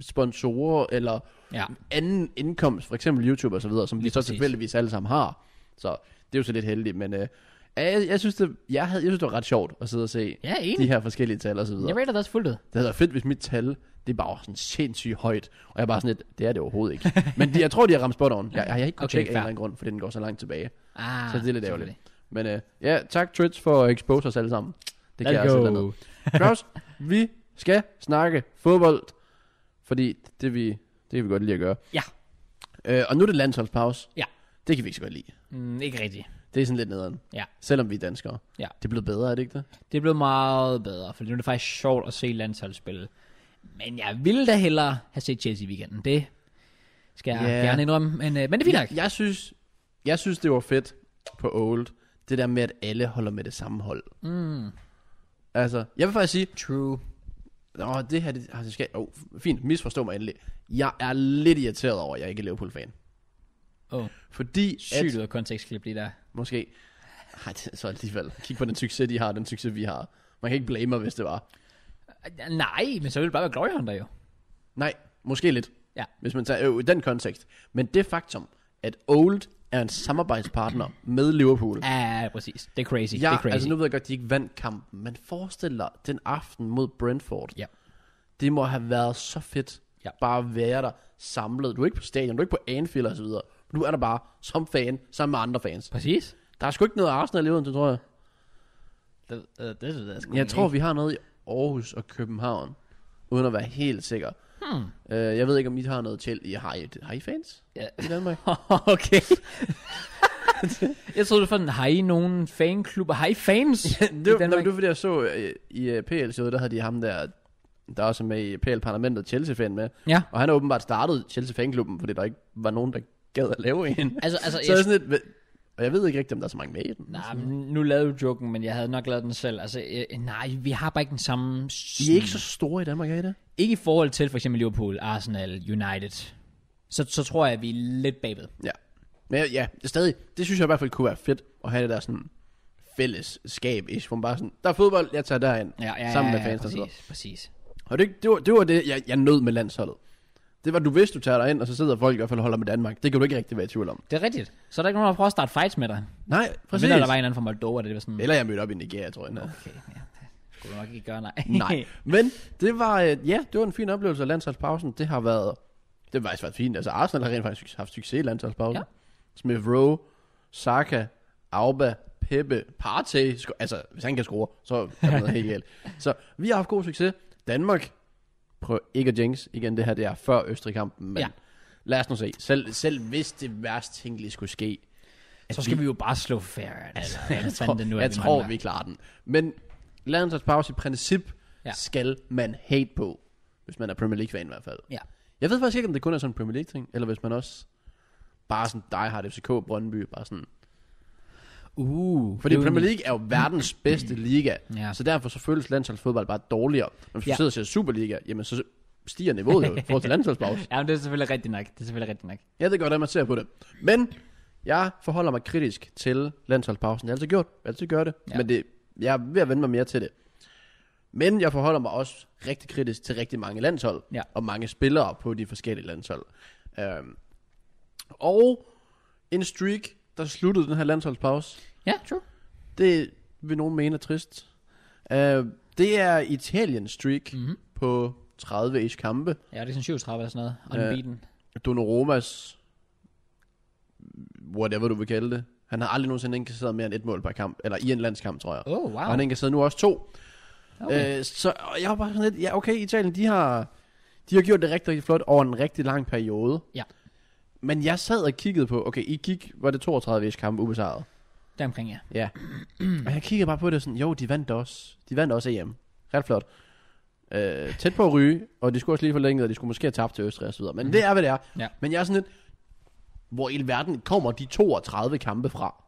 S2: sponsorer eller
S1: Ja.
S2: anden indkomst, for eksempel YouTube og så videre, som vi
S1: Lige
S2: så
S1: præcis.
S2: tilfældigvis alle sammen har. Så det er jo så lidt heldigt, men øh, ja, jeg, jeg, synes det, jeg, havde, jeg synes det var ret sjovt at sidde og se
S1: Ja,
S2: de
S1: enig.
S2: her forskellige tal og så videre.
S1: Jeg rater det også fuldt ud.
S2: Det havde været fedt, hvis mit tal, det bare var sådan sindssygt højt. Og jeg er bare sådan lidt, det er det overhovedet ikke. Men de, jeg tror, de har ramt spot on. Jeg, jeg har ikke kunnet
S1: Okay,
S2: okay, tjekke af en
S1: fair.
S2: eller anden grund, fordi den går så langt tilbage.
S1: Ah,
S2: Så det er lidt
S1: selvfølgelig.
S2: ærgerligt. Men øh, ja, tak Twitch for at expose os alle sammen. Det kan
S1: Let's
S2: jeg altså
S1: go.
S2: et eller andet. Claus, vi skal snakke fodbold, fordi det vi, det kan vi godt lide at gøre.
S1: Ja.
S2: Øh, og nu er det landsholdspause.
S1: Ja.
S2: Det kan vi ikke så godt lide.
S1: Mm, ikke rigtigt.
S2: Det er sådan lidt nederen.
S1: Ja.
S2: Selvom vi er danskere.
S1: Ja.
S2: Det er blevet bedre, er det ikke det?
S1: Det er blevet meget bedre, for nu er det faktisk sjovt at se landshold spille. Men jeg ville da hellere have set Chelsea i weekenden. Det skal jeg
S2: Ja.
S1: yeah. gerne indrømme. Men, øh, men det er fint nok.
S2: Jeg, jeg, synes, jeg synes, det var fedt på Old. Det der med, at alle holder med det samme hold.
S1: Mm,
S2: Altså, jeg vil faktisk sige,
S1: true.
S2: Nå, det her, det, altså, skal, oh, fint, misforstå mig endelig. Jeg er lidt irriteret over, at jeg ikke er Liverpool-fan.
S1: Åh.
S2: Fordi
S1: Sygt
S2: at,
S1: ud af kontekstklip lige der.
S2: måske, ej, det er så alligevel, kig på den succes, de har, den succes, vi har. Man kan ikke blame mig, hvis det var.
S1: Ja, Nej, men så ville det bare være Glory Hunter jo.
S2: Nej, måske lidt.
S1: Ja.
S2: Hvis man tager øh, i den kontekst. Men det faktum, at Old er en samarbejdspartner med Liverpool.
S1: Ja, ja, præcis. Det er crazy. det er
S2: Ja,
S1: crazy.
S2: altså nu ved jeg godt, de ikke vandt kampen, men forestil dig den aften mod Brentford.
S1: Ja.
S2: Det må have været så fedt.
S1: Ja.
S2: Bare at være der samlet. Du er ikke på stadion, du er ikke på Anfield og så videre. Du er der bare som fan, sammen med andre fans.
S1: Præcis.
S2: Der er sgu ikke noget Arsenal i Odense, tror jeg.
S1: Det, øh, det, det, det, det
S2: Jeg tror, vi har noget i Aarhus og København, uden at være helt sikker. Hmm. Øh, jeg ved ikke, om I har noget til. I har, I, har I fans
S1: Ja.
S2: i Danmark?
S1: okay. jeg troede, du fandt, har I nogen fanklubber? Har I fans? Ja,
S2: Det var, nej, men det var fordi, jeg så øh, i øh, PLC, der havde de ham der, der også er med i PL-parlamentet, Chelsea-fan med.
S1: Ja.
S2: Og han har åbenbart startet Chelsea fanklubben, fordi der ikke var nogen, der gad at lave en.
S1: Altså, altså,
S2: så jeg...
S1: jeg-
S2: sådan lidt, hvad- og jeg ved ikke rigtigt, om der er så mange med i den.
S1: Nej, men nu lavede du joken, men jeg havde nok lavet den selv. Altså, øh, nej, vi har bare ikke den samme...
S2: I er ikke så store i Danmark, er I det?
S1: Ikke i forhold til for eksempel Liverpool, Arsenal, United. Så, så tror jeg, at vi er lidt bagved.
S2: Ja. Men ja, ja, stadig, det synes jeg i hvert fald kunne være fedt, at have det der sådan fællesskab, ish, hvor man bare sådan, der er fodbold, jeg tager derind, sammen med fans og så videre.
S1: præcis, præcis.
S2: Og det, det, var, det var det, jeg, jeg nød med landsholdet. Det var, du vidste, du tager derind, og så sidder folk i hvert fald og holder med Danmark. Det kan du ikke rigtig være i tvivl om.
S1: Det er rigtigt. Så er der ikke nogen, der prøver at starte fights med dig.
S2: Nej,
S1: Og
S2: præcis.
S1: mindre, der var en eller anden fra Moldova, det var sådan...
S2: Eller jeg mødte op i Nigeria, tror jeg. Nej.
S1: Okay, ja, det skulle du nok ikke gøre, nej.
S2: Nej. Men det var, øh, ja, det var en fin oplevelse af landsholdspausen. Det har været, det har faktisk været fint. Altså Arsenal har rent faktisk haft succes i landsholdspausen.
S1: Ja.
S2: Ja. Smith Rowe, Saka, Auba, Peppe, Partey. Sko- altså, hvis han kan score, så er det noget helt galt. Så vi har haft god succes. Danmark, prøv ikke at jinx. Igen, det her det er før Østrig-kampen, men
S1: Ja.
S2: ja. lad os nu se. Selv, selv hvis det værst tænkelige skulle ske,
S1: så skal vi jo bare slå færre. Altså,
S2: jeg tror, jeg tror vi klarer den. Men landsholdspause i princip
S1: Ja.
S2: skal man hate på, hvis man er Premier League-fan i hvert fald.
S1: Ja.
S2: Jeg ved faktisk ikke, om det kun er sådan en Premier League-ting, eller hvis man også bare sådan dig har FCK, Brøndby, bare sådan.
S1: Uh.
S2: Fordi
S1: det er
S2: Premier
S1: jo-
S2: League er jo verdens bedste liga,
S1: Ja.
S2: så derfor så føles landsholdsfodbold bare dårligere. Men hvis du
S1: Ja.
S2: sidder og ser Superliga, jamen så stiger niveauet jo i forhold til landsholdspause.
S1: Ja, men det er selvfølgelig rigtigt nok. Det er selvfølgelig rigtigt nok.
S2: Jeg ved godt, at man ser på det. Men jeg forholder mig kritisk til landsholdspausen. Jeg har altid gjort, jeg har altid gør det.
S1: Ja.
S2: Ja. Men det, jeg er ved at vende mig mere til det. Men jeg forholder mig også rigtig kritisk til rigtig mange landshold.
S1: Ja.
S2: Og mange spillere på de forskellige landshold. Øhm, og en streak, der sluttede den her landsholdspause.
S1: Ja, true.
S2: Det vil nogen mene er trist. Øh, det er Italiens streak
S1: Mhm.
S2: mm-hmm. på 30-ish kampe.
S1: Ja, det er sådan 37 eller sådan noget.
S2: Øh,
S1: Unbeaten. Ja.
S2: Donnarummas, whatever du vil kalde det, han har aldrig nogensinde indkasseret mere end et mål per kamp, eller i en landskamp, tror jeg.
S1: Oh, wow.
S2: Og han indkasserede nu også to.
S1: Okay.
S2: Øh, så og jeg var bare sådan lidt, ja okay, Italien, de har, de har gjort det rigtig, rigtig flot over en rigtig lang periode.
S1: Ja.
S2: Men jeg sad og kiggede på, okay, I gik, var det 32 ish kampe ubesejret?
S1: Deromkring, ja.
S2: Ja. og jeg kiggede bare på det og sådan, jo, de vandt også. De vandt også EM. Ret flot. Øh, tæt på at ryge, og de skulle også lige forlænget, og de skulle måske have tabt til Østrig og så videre. Men mm. det er, hvad det er.
S1: Ja.
S2: Men jeg er sådan lidt, hvor i verden kommer de 32 kampe fra?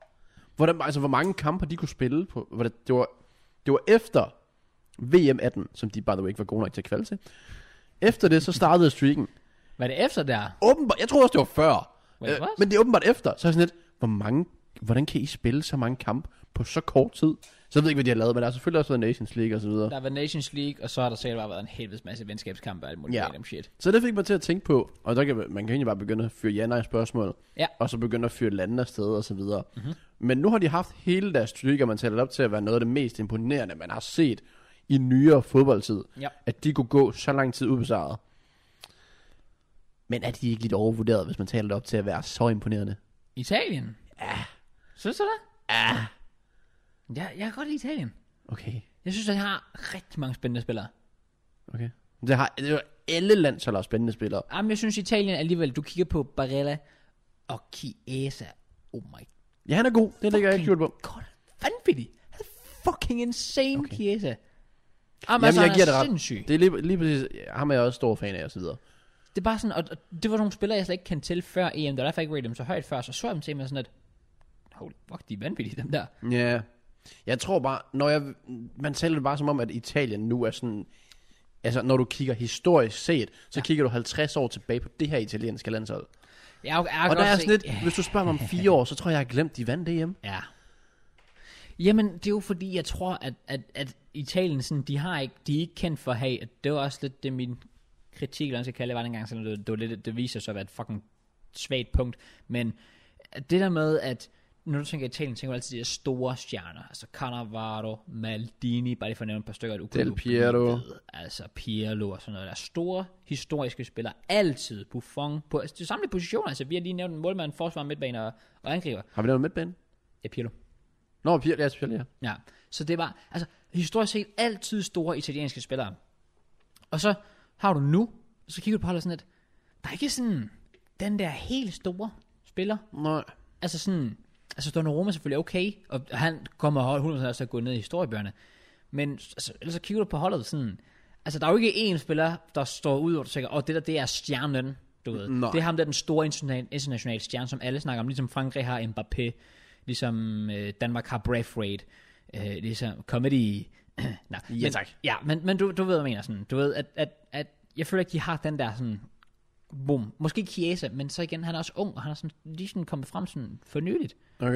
S2: Hvordan, altså, hvor mange kampe de kunne spille på? Hvordan, det, var, det var efter VM18, som de, by the way, ikke var gode nok til at kvalde til. Efter det, så startede streaken.
S1: Hvad er det efter der?
S2: Åbenbart, jeg tror også, det var før.
S1: Wait,
S2: øh,
S1: what?
S2: men det er åbenbart efter. Så er jeg sådan lidt, hvor mange, hvordan kan I spille så mange kampe på så kort tid? Så jeg ved ikke, hvad de har lavet, men der har selvfølgelig også været Nations League og så videre.
S1: Der har været Nations League, og så har der sikkert bare været en helvedes masse venskabskampe og alt muligt
S2: Ja.
S1: random shit.
S2: Så det fik mig til at tænke på, og der kan, man kan egentlig bare begynde at fyre ja spørgsmål,
S1: Ja. Mhm.
S2: og så begynde at fyre lande afsted og så videre. Mm-hmm. Men nu har de haft hele deres streak, og man tæller det op til at være noget af det mest imponerende, man har set i nyere fodboldtid,
S1: Ja.
S2: at de kunne gå så lang tid ubesejret. Men er de ikke lidt overvurderet, hvis man taler det op til at være så imponerende?
S1: Italien? Ja. Synes du det? Ja. Ja, jeg kan godt lide Italien.
S2: Okay.
S1: Jeg synes, at jeg har rigtig mange spændende spillere.
S2: Okay. Det har det er alle landshold har spændende spillere.
S1: Jamen, jeg synes Italien alligevel, du kigger på Barella og Chiesa. Oh my
S2: Ja, han er god. Det ligger jeg ikke skjult på.
S1: god, vanvittig. Han er fucking insane, okay. Chiesa. Jamen,
S2: Jamen,
S1: altså,
S2: jeg
S1: han
S2: giver
S1: er
S2: det ret.
S1: sindssyg.
S2: Det er lige, lige præcis, ham er jeg også stor fan af og så videre.
S1: Det er bare sådan, og, og det var nogle spillere, jeg slet ikke kendte til før EM. Det var derfor, jeg ikke rated dem så højt før, så så jeg dem til mig sådan, at holy fuck, de er vanvittige, dem der.
S2: Ja. Jeg tror bare, når jeg, man taler det bare som om, at Italien nu er sådan, altså når du kigger historisk set, så ja. kigger du 50 år tilbage på det her italienske landshold.
S1: Ja, okay, jeg kan
S2: Og der
S1: godt
S2: er
S1: se-
S2: sådan lidt,
S1: Ja.
S2: hvis du spørger mig om fire år, så tror jeg, jeg har glemt, de vandt det hjemme.
S1: Ja. Jamen, det er jo fordi, jeg tror, at, at, at Italien, sådan, de, har ikke, de er ikke kendt for at have, at det var også lidt det, min kritik, eller hvad man skal kalde det, var dengang, selvom det, det, var lidt, det viser sig at være et fucking svagt punkt, men at det der med, at når du tænker Italien, tænker du altid de der store stjerner, altså Cannavaro, Maldini, bare lige for at nævne et par stykker, du
S2: Del
S1: kunne-
S2: Piero.
S1: ved, altså Pirlo og sådan noget, der er store historiske spillere, altid Buffon, på altså, de samme positioner, altså vi har lige nævnt en målmand, forsvar, midtbaner og, og angriber,
S2: Har vi lavet midtbane?
S1: ja Pirlo.
S2: Nå, Pierre, det er selvfølgelig, ja.
S1: Ja, så det var, altså historisk set altid store italienske spillere. Og så har du nu, så kigger du på holdet sådan lidt, der er ikke sådan den der helt store spiller.
S2: Nej.
S1: Altså sådan, altså Donnarumma er selvfølgelig okay, og han kommer 100% også til at gå ned i historiebøgerne. Men altså, ellers så kigger du på holdet sådan, altså der er jo ikke én spiller, der står ud, og du tænker, åh, oh, det der, det er stjernen, du ved.
S2: Nej.
S1: Det er ham der, er den store internationale, internationale stjerne, som alle snakker om, ligesom Frankrig har Mbappé, ligesom øh, Danmark har Braithwaite, øh, ligesom Comedy. Nej,
S2: Ja,
S1: men,
S2: tak.
S1: Ja, men, men du, du ved, hvad jeg mener sådan. Du ved, at, at, at jeg føler ikke, de har den der sådan, bum, måske Chiesa, men så igen, han er også ung, og han er sådan, lige sådan kommet frem sådan for nyligt.
S2: Okay.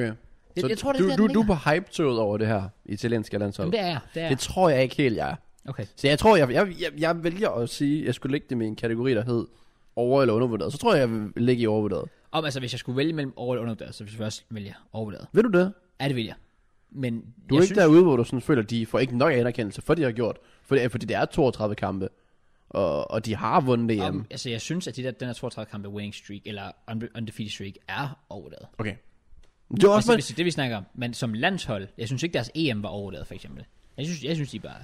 S1: Jeg-
S2: Så
S1: jeg tror, det er
S2: du,
S1: der,
S2: du,
S1: den
S2: du er
S1: ligger.
S2: på hype-toget over det her italienske landshold.
S1: Men det er jeg, det er
S2: Det
S1: jeg.
S2: tror jeg ikke helt, jeg er.
S1: Okay.
S2: Så jeg tror, jeg, jeg, jeg, jeg vælger at sige, jeg skulle lægge det med en kategori, der hed over- eller undervurderet. Så tror jeg, jeg vil lægge i overvurderet.
S1: Om, altså, hvis jeg skulle vælge mellem over- og undervurderet, så ville jeg først vælge overvurderet.
S2: Ved du det?
S1: Ja, det vil jeg. Men
S2: Du er
S1: jeg
S2: ikke
S1: synes,
S2: derude, hvor du sådan føler, at de får ikke nok anerkendelse for, det, de har gjort. For det, er- fordi det er 32 kampe, og, og de har vundet det hjemme.
S1: om, altså, jeg synes, at de der, den her 32 kampe winning streak, eller unbe- undefeated streak, er overvurderet.
S2: Okay. Det er også,
S1: Altså,
S2: man,
S1: hvis det er det, vi snakker om. Men som landshold, jeg synes ikke, deres EM var overvurderet, for eksempel. Jeg synes, jeg synes de bare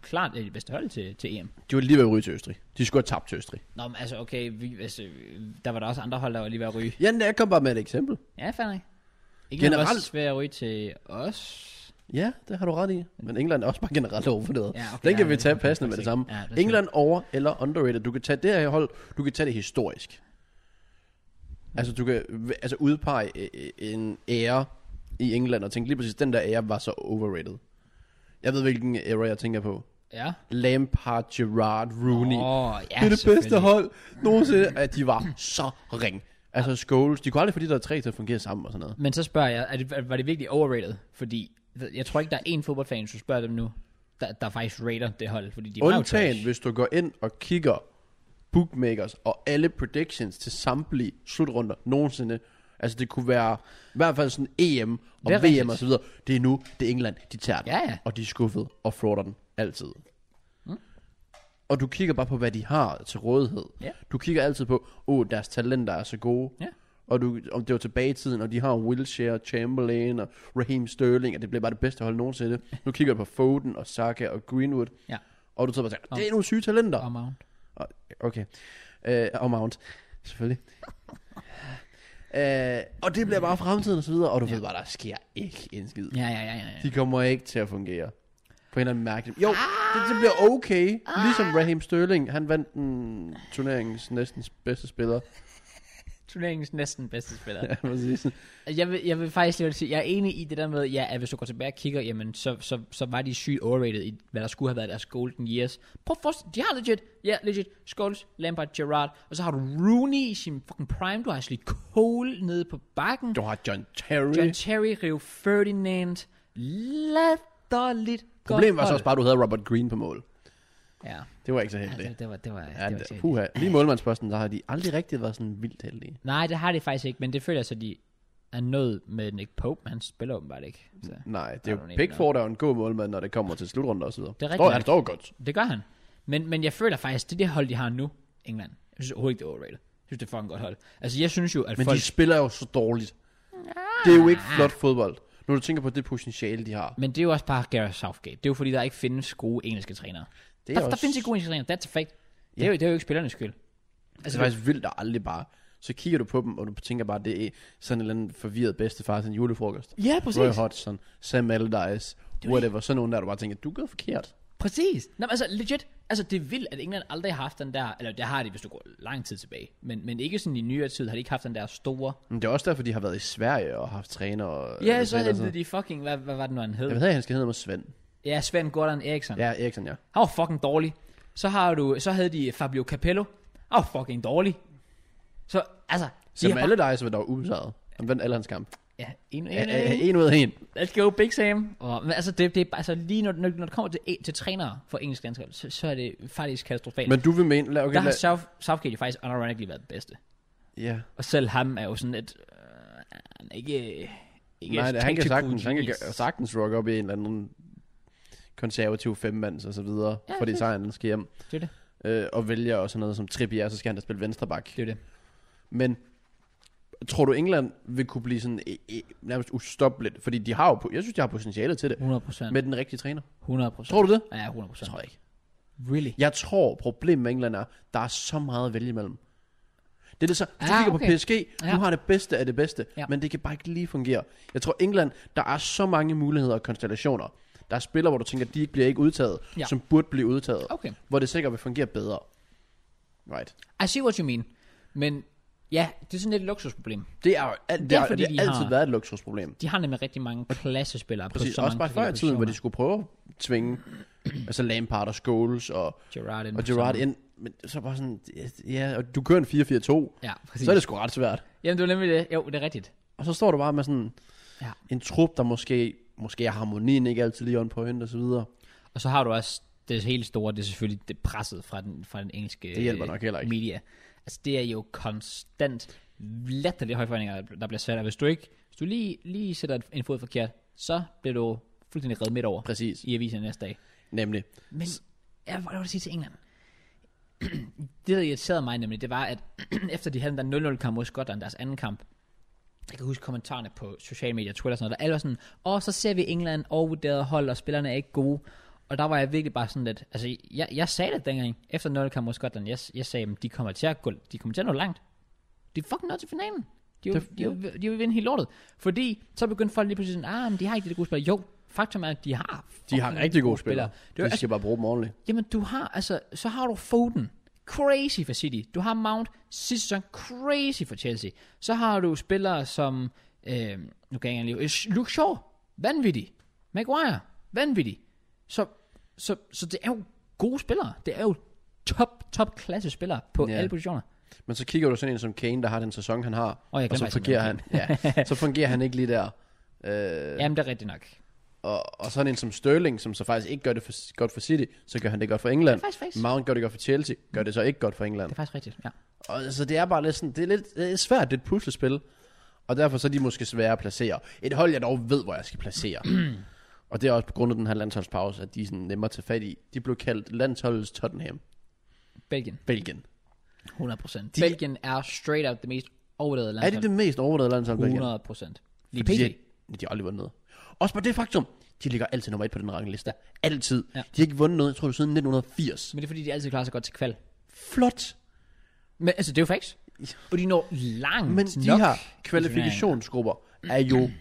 S1: klart er det bedste hold til, til EM.
S2: de var lige ved at ryge til Østrig. De skulle have tabt til Østrig.
S1: Nå, men altså, okay, vi, altså, der var der også andre hold, der var lige ved at ryge.
S2: Ja, jeg kom bare med et eksempel.
S1: Ja, fandme. Ikke
S2: Generelt-
S1: Generelt... også ved at ryge til os.
S2: Ja, det har du ret i. Men England er også bare generelt overvurderet.
S1: Ja, okay,
S2: Den kan
S1: ja,
S2: vi
S1: det
S2: tage
S1: kan jeg
S2: passende med
S1: faktisk
S2: det samme.
S1: ikke. Ja, det er
S2: England over eller underrated. Du kan tage det her hold, du kan tage det historisk. Altså, du kan v- altså, udpege øh, øh, en ære i England og tænke lige præcis, den der ære var så overrated. Jeg ved, hvilken ære jeg tænker på.
S1: Ja.
S2: Lampard, Gerrard, Rooney.
S1: Åh, ja,
S2: det er det bedste
S1: selvfølgelig.
S2: hold nogensinde, at de var så ring. Altså Scholes, de kunne aldrig få de der tre til at fungere sammen og sådan noget.
S1: Men så spørger jeg, er det, var det virkelig overrated? Fordi jeg tror ikke, der er én fodboldfan, hvis du spørger dem nu, der, der faktisk rater det hold, fordi de var jo trash.
S2: Undtagen, hvis du går ind og kigger bookmakers og alle predictions til samtlige slutrunder nogensinde. Altså det kunne være i hvert fald sådan EM og
S1: Det er
S2: VM
S1: rigtigt.
S2: og så videre. Det er nu, det er England, de tager den.
S1: Ja, ja. Mm.
S2: Og de er skuffet og frauder den altid. Og du kigger bare på, hvad de har til rådighed.
S1: Ja.
S2: Du kigger altid på, åh, oh, deres talenter er så gode.
S1: Ja.
S2: Og du, om det var tilbage i tiden, og de har Wilshere, Chamberlain og Raheem Sterling, og det bliver bare det bedste hold nogensinde. Nu kigger du på Foden og Saka og Greenwood.
S1: Ja.
S2: Og du sidder bare og tænker, det er nogle syge talenter.
S1: Og Mount.
S2: Og- Okay. Øh, og Mount, selvfølgelig. øh, og det bliver bare fremtiden og så videre, og du ja. ved bare, der sker ikke en skid.
S1: Ja, ja, ja, ja. ja.
S2: De kommer ikke til at fungere. På en eller anden mærkelig Jo, det, det bliver okay. Ligesom Raheem Sterling, han vandt den turneringens næsten bedste spiller.
S1: Turneringens næsten bedste spiller.
S2: Ja, præcis.
S1: Jeg vil, jeg vil faktisk lige sige, jeg er enig i det der med, ja, at hvis du går tilbage og kigger, jamen, så, så, så var de sygt overrated i, hvad der skulle have været deres golden years. Prøv at forstå, de har legit, ja, legit, Scholes, Lampard, Gerrard, og så har du Rooney i sin fucking prime, du har Ashley Cole nede på bakken,
S2: Du har John Terry.
S1: John Terry, Rio Ferdinand, latterligt godt
S2: Problemet var så
S1: hold.
S2: også bare, at du havde Robert Green på mål.
S1: Ja,
S2: Det var ikke så heldigt.
S1: altså, det, det var, det var,
S2: Ja,
S1: det var
S2: det-
S1: ikke så-
S2: puha. Lige i målmandsposten, der har de aldrig rigtig været sådan vildt heldige.
S1: Nej, det har de faktisk ikke, men det føler jeg så, de er nået med Nick Pope, men han spiller åbenbart ikke. Så.
S2: Nej, det
S1: I
S2: er
S1: don't
S2: jo
S1: even
S2: Pickford er jo en god målmand, når det kommer til slutrunder og så videre.
S1: Det er rigtigt
S2: Står, han
S1: nok.
S2: står godt.
S1: Det gør han. Men, men jeg føler faktisk, det er det hold, de har nu, England. Jeg synes overhovedet ikke, det er overrated. Jeg synes, det er fucking godt hold. Altså, jeg synes jo, at
S2: Men
S1: folk...
S2: de spiller jo så dårligt. Ah. Det er jo ikke flot fodbold. Når du tænker på det potentiale, de har.
S1: Men det er jo også bare Gareth Southgate. Det er jo fordi, der ikke findes gode engelske trænere.
S2: Det
S1: Det
S2: er
S1: der, også... der
S2: også-
S1: findes ikke gode engelske trænere. That's a fact. Det er, jo, det er jo ikke spillernes skyld.
S2: Altså, det er faktisk vildt, der aldrig bare... Så kigger du på dem, og du tænker bare, det er sådan en eller anden forvirret bedstefar til en julefrokost.
S1: Ja,
S2: Roy Hodgson, Sam Allardyce, whatever. Sådan nogen der, du bare tænker, du gør forkert.
S1: Præcis. Nå, men altså, legit. Altså, det er vildt, at England aldrig har haft den der... Eller det har de, hvis du går lang tid tilbage. Men, men ikke sådan i nyere tid har de ikke haft den der store...
S2: Men det er også derfor, de har været i Sverige og haft træner og...
S1: Ja, så
S2: havde
S1: havde
S2: de...
S1: de fucking... Hvad, hvad var det nu, han
S2: Jeg
S1: hed?
S2: ved ikke, han skal hedde mig Svend.
S1: Ja, Svend Gordon Eriksson.
S2: Ja, Eriksen, ja.
S1: Han var fucking dårlig. Så, har du, så havde de Fabio Capello. Han var fucking dårlig. Så altså...
S2: Sam
S1: har-
S2: Allardyce var dog ubesejret. Han vandt alle hans kamp.
S1: Ja, en, en,
S2: Ja,
S1: en,
S2: ja, ja,
S1: en.
S2: En ud af en.
S1: Let's go, Big Sam. Og, men altså, det, det er bare, altså lige når, når, når det kommer til, til trænere for engelsk landshold, så, så er det faktisk katastrofalt. Men,
S2: Men du vil mene... lad- Okay,
S1: der har
S2: lad,
S1: South, Southgate jo faktisk unironically været den bedste.
S2: ja.
S1: Og selv ham er jo sådan et... Øh, han er ikke... ikke
S2: Nej, det, han kan
S1: tactical
S2: sagtens, han kan
S1: genius.
S2: gø- sagtens rock op i en eller anden konservativ femmands og så videre, ja,
S1: Ja,
S2: fordi
S1: det-
S2: sejren den skal hjem.
S1: Det er det.
S2: Øh, og vælger også sådan noget som Trippier, så skal han da spille venstreback.
S1: Det er det.
S2: Men tror du, England vil kunne blive sådan øh, øh, nærmest ustoppeligt? Fordi de har jo, po- jeg synes, de har potentiale til det,
S1: 100 procent.
S2: med den rigtige træner.
S1: 100 procent.
S2: Tror du det?
S1: Ja, 100 procent.
S2: Tror jeg ikke.
S1: Really?
S2: Jeg tror, problemet med England er, der er så meget at vælge imellem. Det er det så, hvis du
S1: Ah,
S2: kigger
S1: okay.
S2: på PSG, du
S1: Ja.
S2: har det bedste af det bedste,
S1: Ja.
S2: men det kan bare ikke lige fungere. Jeg tror, England, der er så mange muligheder og konstellationer. Der er spillere, hvor du tænker, de bliver ikke udtaget,
S1: Ja.
S2: som burde blive udtaget,
S1: Okay.
S2: hvor det sikkert vil fungere bedre. Right.
S1: I see what you mean. Men ja, det er sådan lidt et luksusproblem.
S2: Det er, jo al- det
S1: Det er
S2: er,
S1: fordi,
S2: det
S1: de
S2: har altid
S1: har-
S2: været et luksusproblem.
S1: De har nemlig rigtig mange klassespillere på
S2: Præcis,
S1: så
S2: også
S1: mange
S2: bare før i
S1: forskellige
S2: tiden, hvor de
S1: positioner.
S2: skulle prøve at tvinge altså Lampard og Scholes og,
S1: Gerrard ind
S2: og
S1: på
S2: Gerrard
S1: sådan-
S2: ind. Men så bare sådan, ja, og du kører en 4-4-2,
S1: Ja, præcis.
S2: så er det sgu ret svært.
S1: Jamen, det var nemlig det. Jo, det er rigtigt.
S2: Og så står du bare med sådan
S1: Ja.
S2: en trup, der måske, måske er harmonien ikke altid lige on point og så videre.
S1: Og så har du også det helt store, det er selvfølgelig det presset fra den, fra den engelske
S2: Det hjælper
S1: øh,
S2: nok heller ikke.
S1: media. Altså, det er jo konstant latterlige høje forventninger, der bl- der bliver sat. Og hvis du ikke, hvis du lige, lige sætter et- en fod forkert, så bliver du fuldstændig reddet midt over
S2: Præcis.
S1: i avisen næste dag.
S2: Nemlig.
S1: Men ja, hvad var det, jeg vil sige til England? det, der irriterede mig nemlig, det var, at efter de havde den der 0-0 kamp mod Skotland, deres anden kamp, jeg kan huske kommentarerne på sociale medier, Twitter og sådan noget, der alle var sådan, åh, så ser vi England overvurderet hold, og spillerne er ikke gode. Og der var jeg virkelig bare sådan lidt, altså, jeg, jeg sagde det dengang, efter 0 kamp mod Skotland, jeg, jeg sagde, at de kommer til at gå, de kommer til at nå langt. De er fucking nået til finalen. De, er jo,
S2: Det-
S1: de, er jo, de vil vinde helt lortet. Fordi så begyndte folk lige pludselig sådan, ah, men de har ikke det gode spil. Jo, faktum er, at de har...
S2: De har
S1: fucking
S2: rigtig gode spillere.
S1: Det er, jo-
S2: De
S1: altså,
S2: skal bare bruge dem ordentligt.
S1: jamen, du har, altså, så har du Foden. Crazy for City. Du har Mount sidste sæson. Crazy for Chelsea. Så har du spillere som... Øh, nu kan jeg ikke engang lige... øh, Luke Shaw. Vanvittig. Maguire. Vanvittig. Så, så, så det er jo gode spillere. Det er jo top, top klasse spillere på
S2: Ja.
S1: alle positioner.
S2: Men så kigger du sådan en som Kane, der har den sæson, han har,
S1: Og jeg glemmer
S2: og
S1: altså
S2: så
S1: altid
S2: fungerer,
S1: Kane.
S2: han, ja, så fungerer han ikke lige der. Øh,
S1: Jamen, det er rigtigt nok.
S2: og, og sådan en som Sterling, som så faktisk ikke gør det for, godt for City, så gør han det godt for England.
S1: Det er faktisk- faktisk.
S2: Mount gør det godt for Chelsea, gør det så ikke godt for England.
S1: Det er faktisk rigtigt, ja.
S2: Og, altså, det er bare lidt sådan, det er lidt det er svært, det er et puslespil. Og derfor så er de måske svære at placere. Et hold, jeg dog ved, hvor jeg skal placere. og det er også på grund af den her landsholdspause, at de er sådan nemmere at tage fat i. De blev kaldt landsholdets Tottenham.
S1: Belgien.
S2: Belgien.
S1: 100%.
S2: De-
S1: Belgien er straight out det mest overvurderet
S2: Er det
S1: landshold.
S2: det mest overvurdede landshold, Belgien?
S1: 100%. Lige pt.
S2: Fordi de, de har aldrig vundet noget. Også på det faktum, de ligger altid nummer et på den rangliste. Altid.
S1: Ja.
S2: Ja. De har ikke vundet noget, jeg tror, det er siden 1980.
S1: Men det er fordi, de altid klarer sig godt til kval.
S2: Flot.
S1: Men altså, det er jo facts. Og de når langt
S2: Men de
S1: nok
S2: her
S1: i
S2: kvalifikationsgrupper er jo...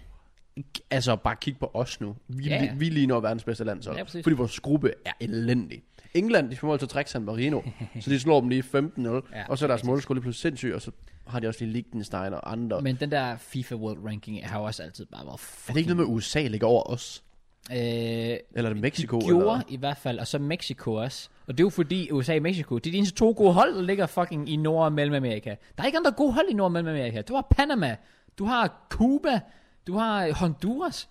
S2: Altså, bare kig på os nu. Vi,
S1: Ja, ja.
S2: ja. vi ligner verdens bedste landshold.
S1: Ja, præcis.
S2: fordi vores gruppe er elendig. England, de formår altid at trække San Marino, så de slår dem lige 15-0,
S1: Ja,
S2: ja, og så er deres målskole lige pludselig sindssyg, og så har de også lige Liechtenstein og andre.
S1: turneringen.
S2: Men,
S1: Men den der FIFA World Ranking har jo også altid bare været
S2: er det
S1: fucking...
S2: ikke noget med, at USA ligger over os?
S1: Øh,
S2: Eller er det Mexico?
S1: gjorde
S2: eller?
S1: i hvert fald, og så Mexico også. Og det er jo fordi USA og Mexico, det er de eneste to gode hold, der ligger fucking i Nord- og Mellemamerika. Der er ikke andre gode hold i Nord- og Mellemamerika. Du har Panama, du har Cuba, du har Honduras.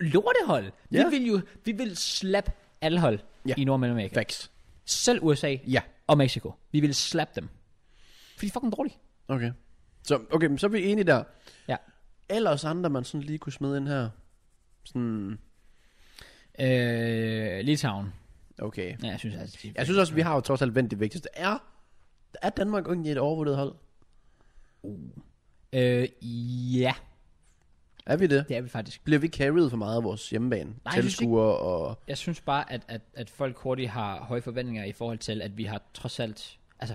S1: Lortehold.
S2: Ja.
S1: Vi vil jo vi vil slap alle hold
S2: Ja.
S1: i Nord- og Mellemamerika.
S2: Facts.
S1: Selv USA
S2: Ja.
S1: og Mexico. Vi vil slap dem. For de er fucking dårlige.
S2: Okay. Så, okay, men så er vi enige der.
S1: Ja.
S2: Ellers andre, man sådan lige kunne smide ind her. Sådan,
S1: Øh, Litauen.
S2: okay.
S1: Ja, jeg synes altså, de...
S2: Jeg synes også, vi har jo trods alt vendt det vigtigste. Er, er Danmark egentlig et overvurderet hold?
S1: Øh, ja,
S2: Er vi det?
S1: det er vi faktisk.
S2: Bliver vi carried for meget af vores hjemmebane?
S1: Nej, jeg synes
S2: Tilskuere og...
S1: Jeg synes bare, at, at, at folk hurtigt har høje forventninger i forhold til, at vi har trods alt... Altså,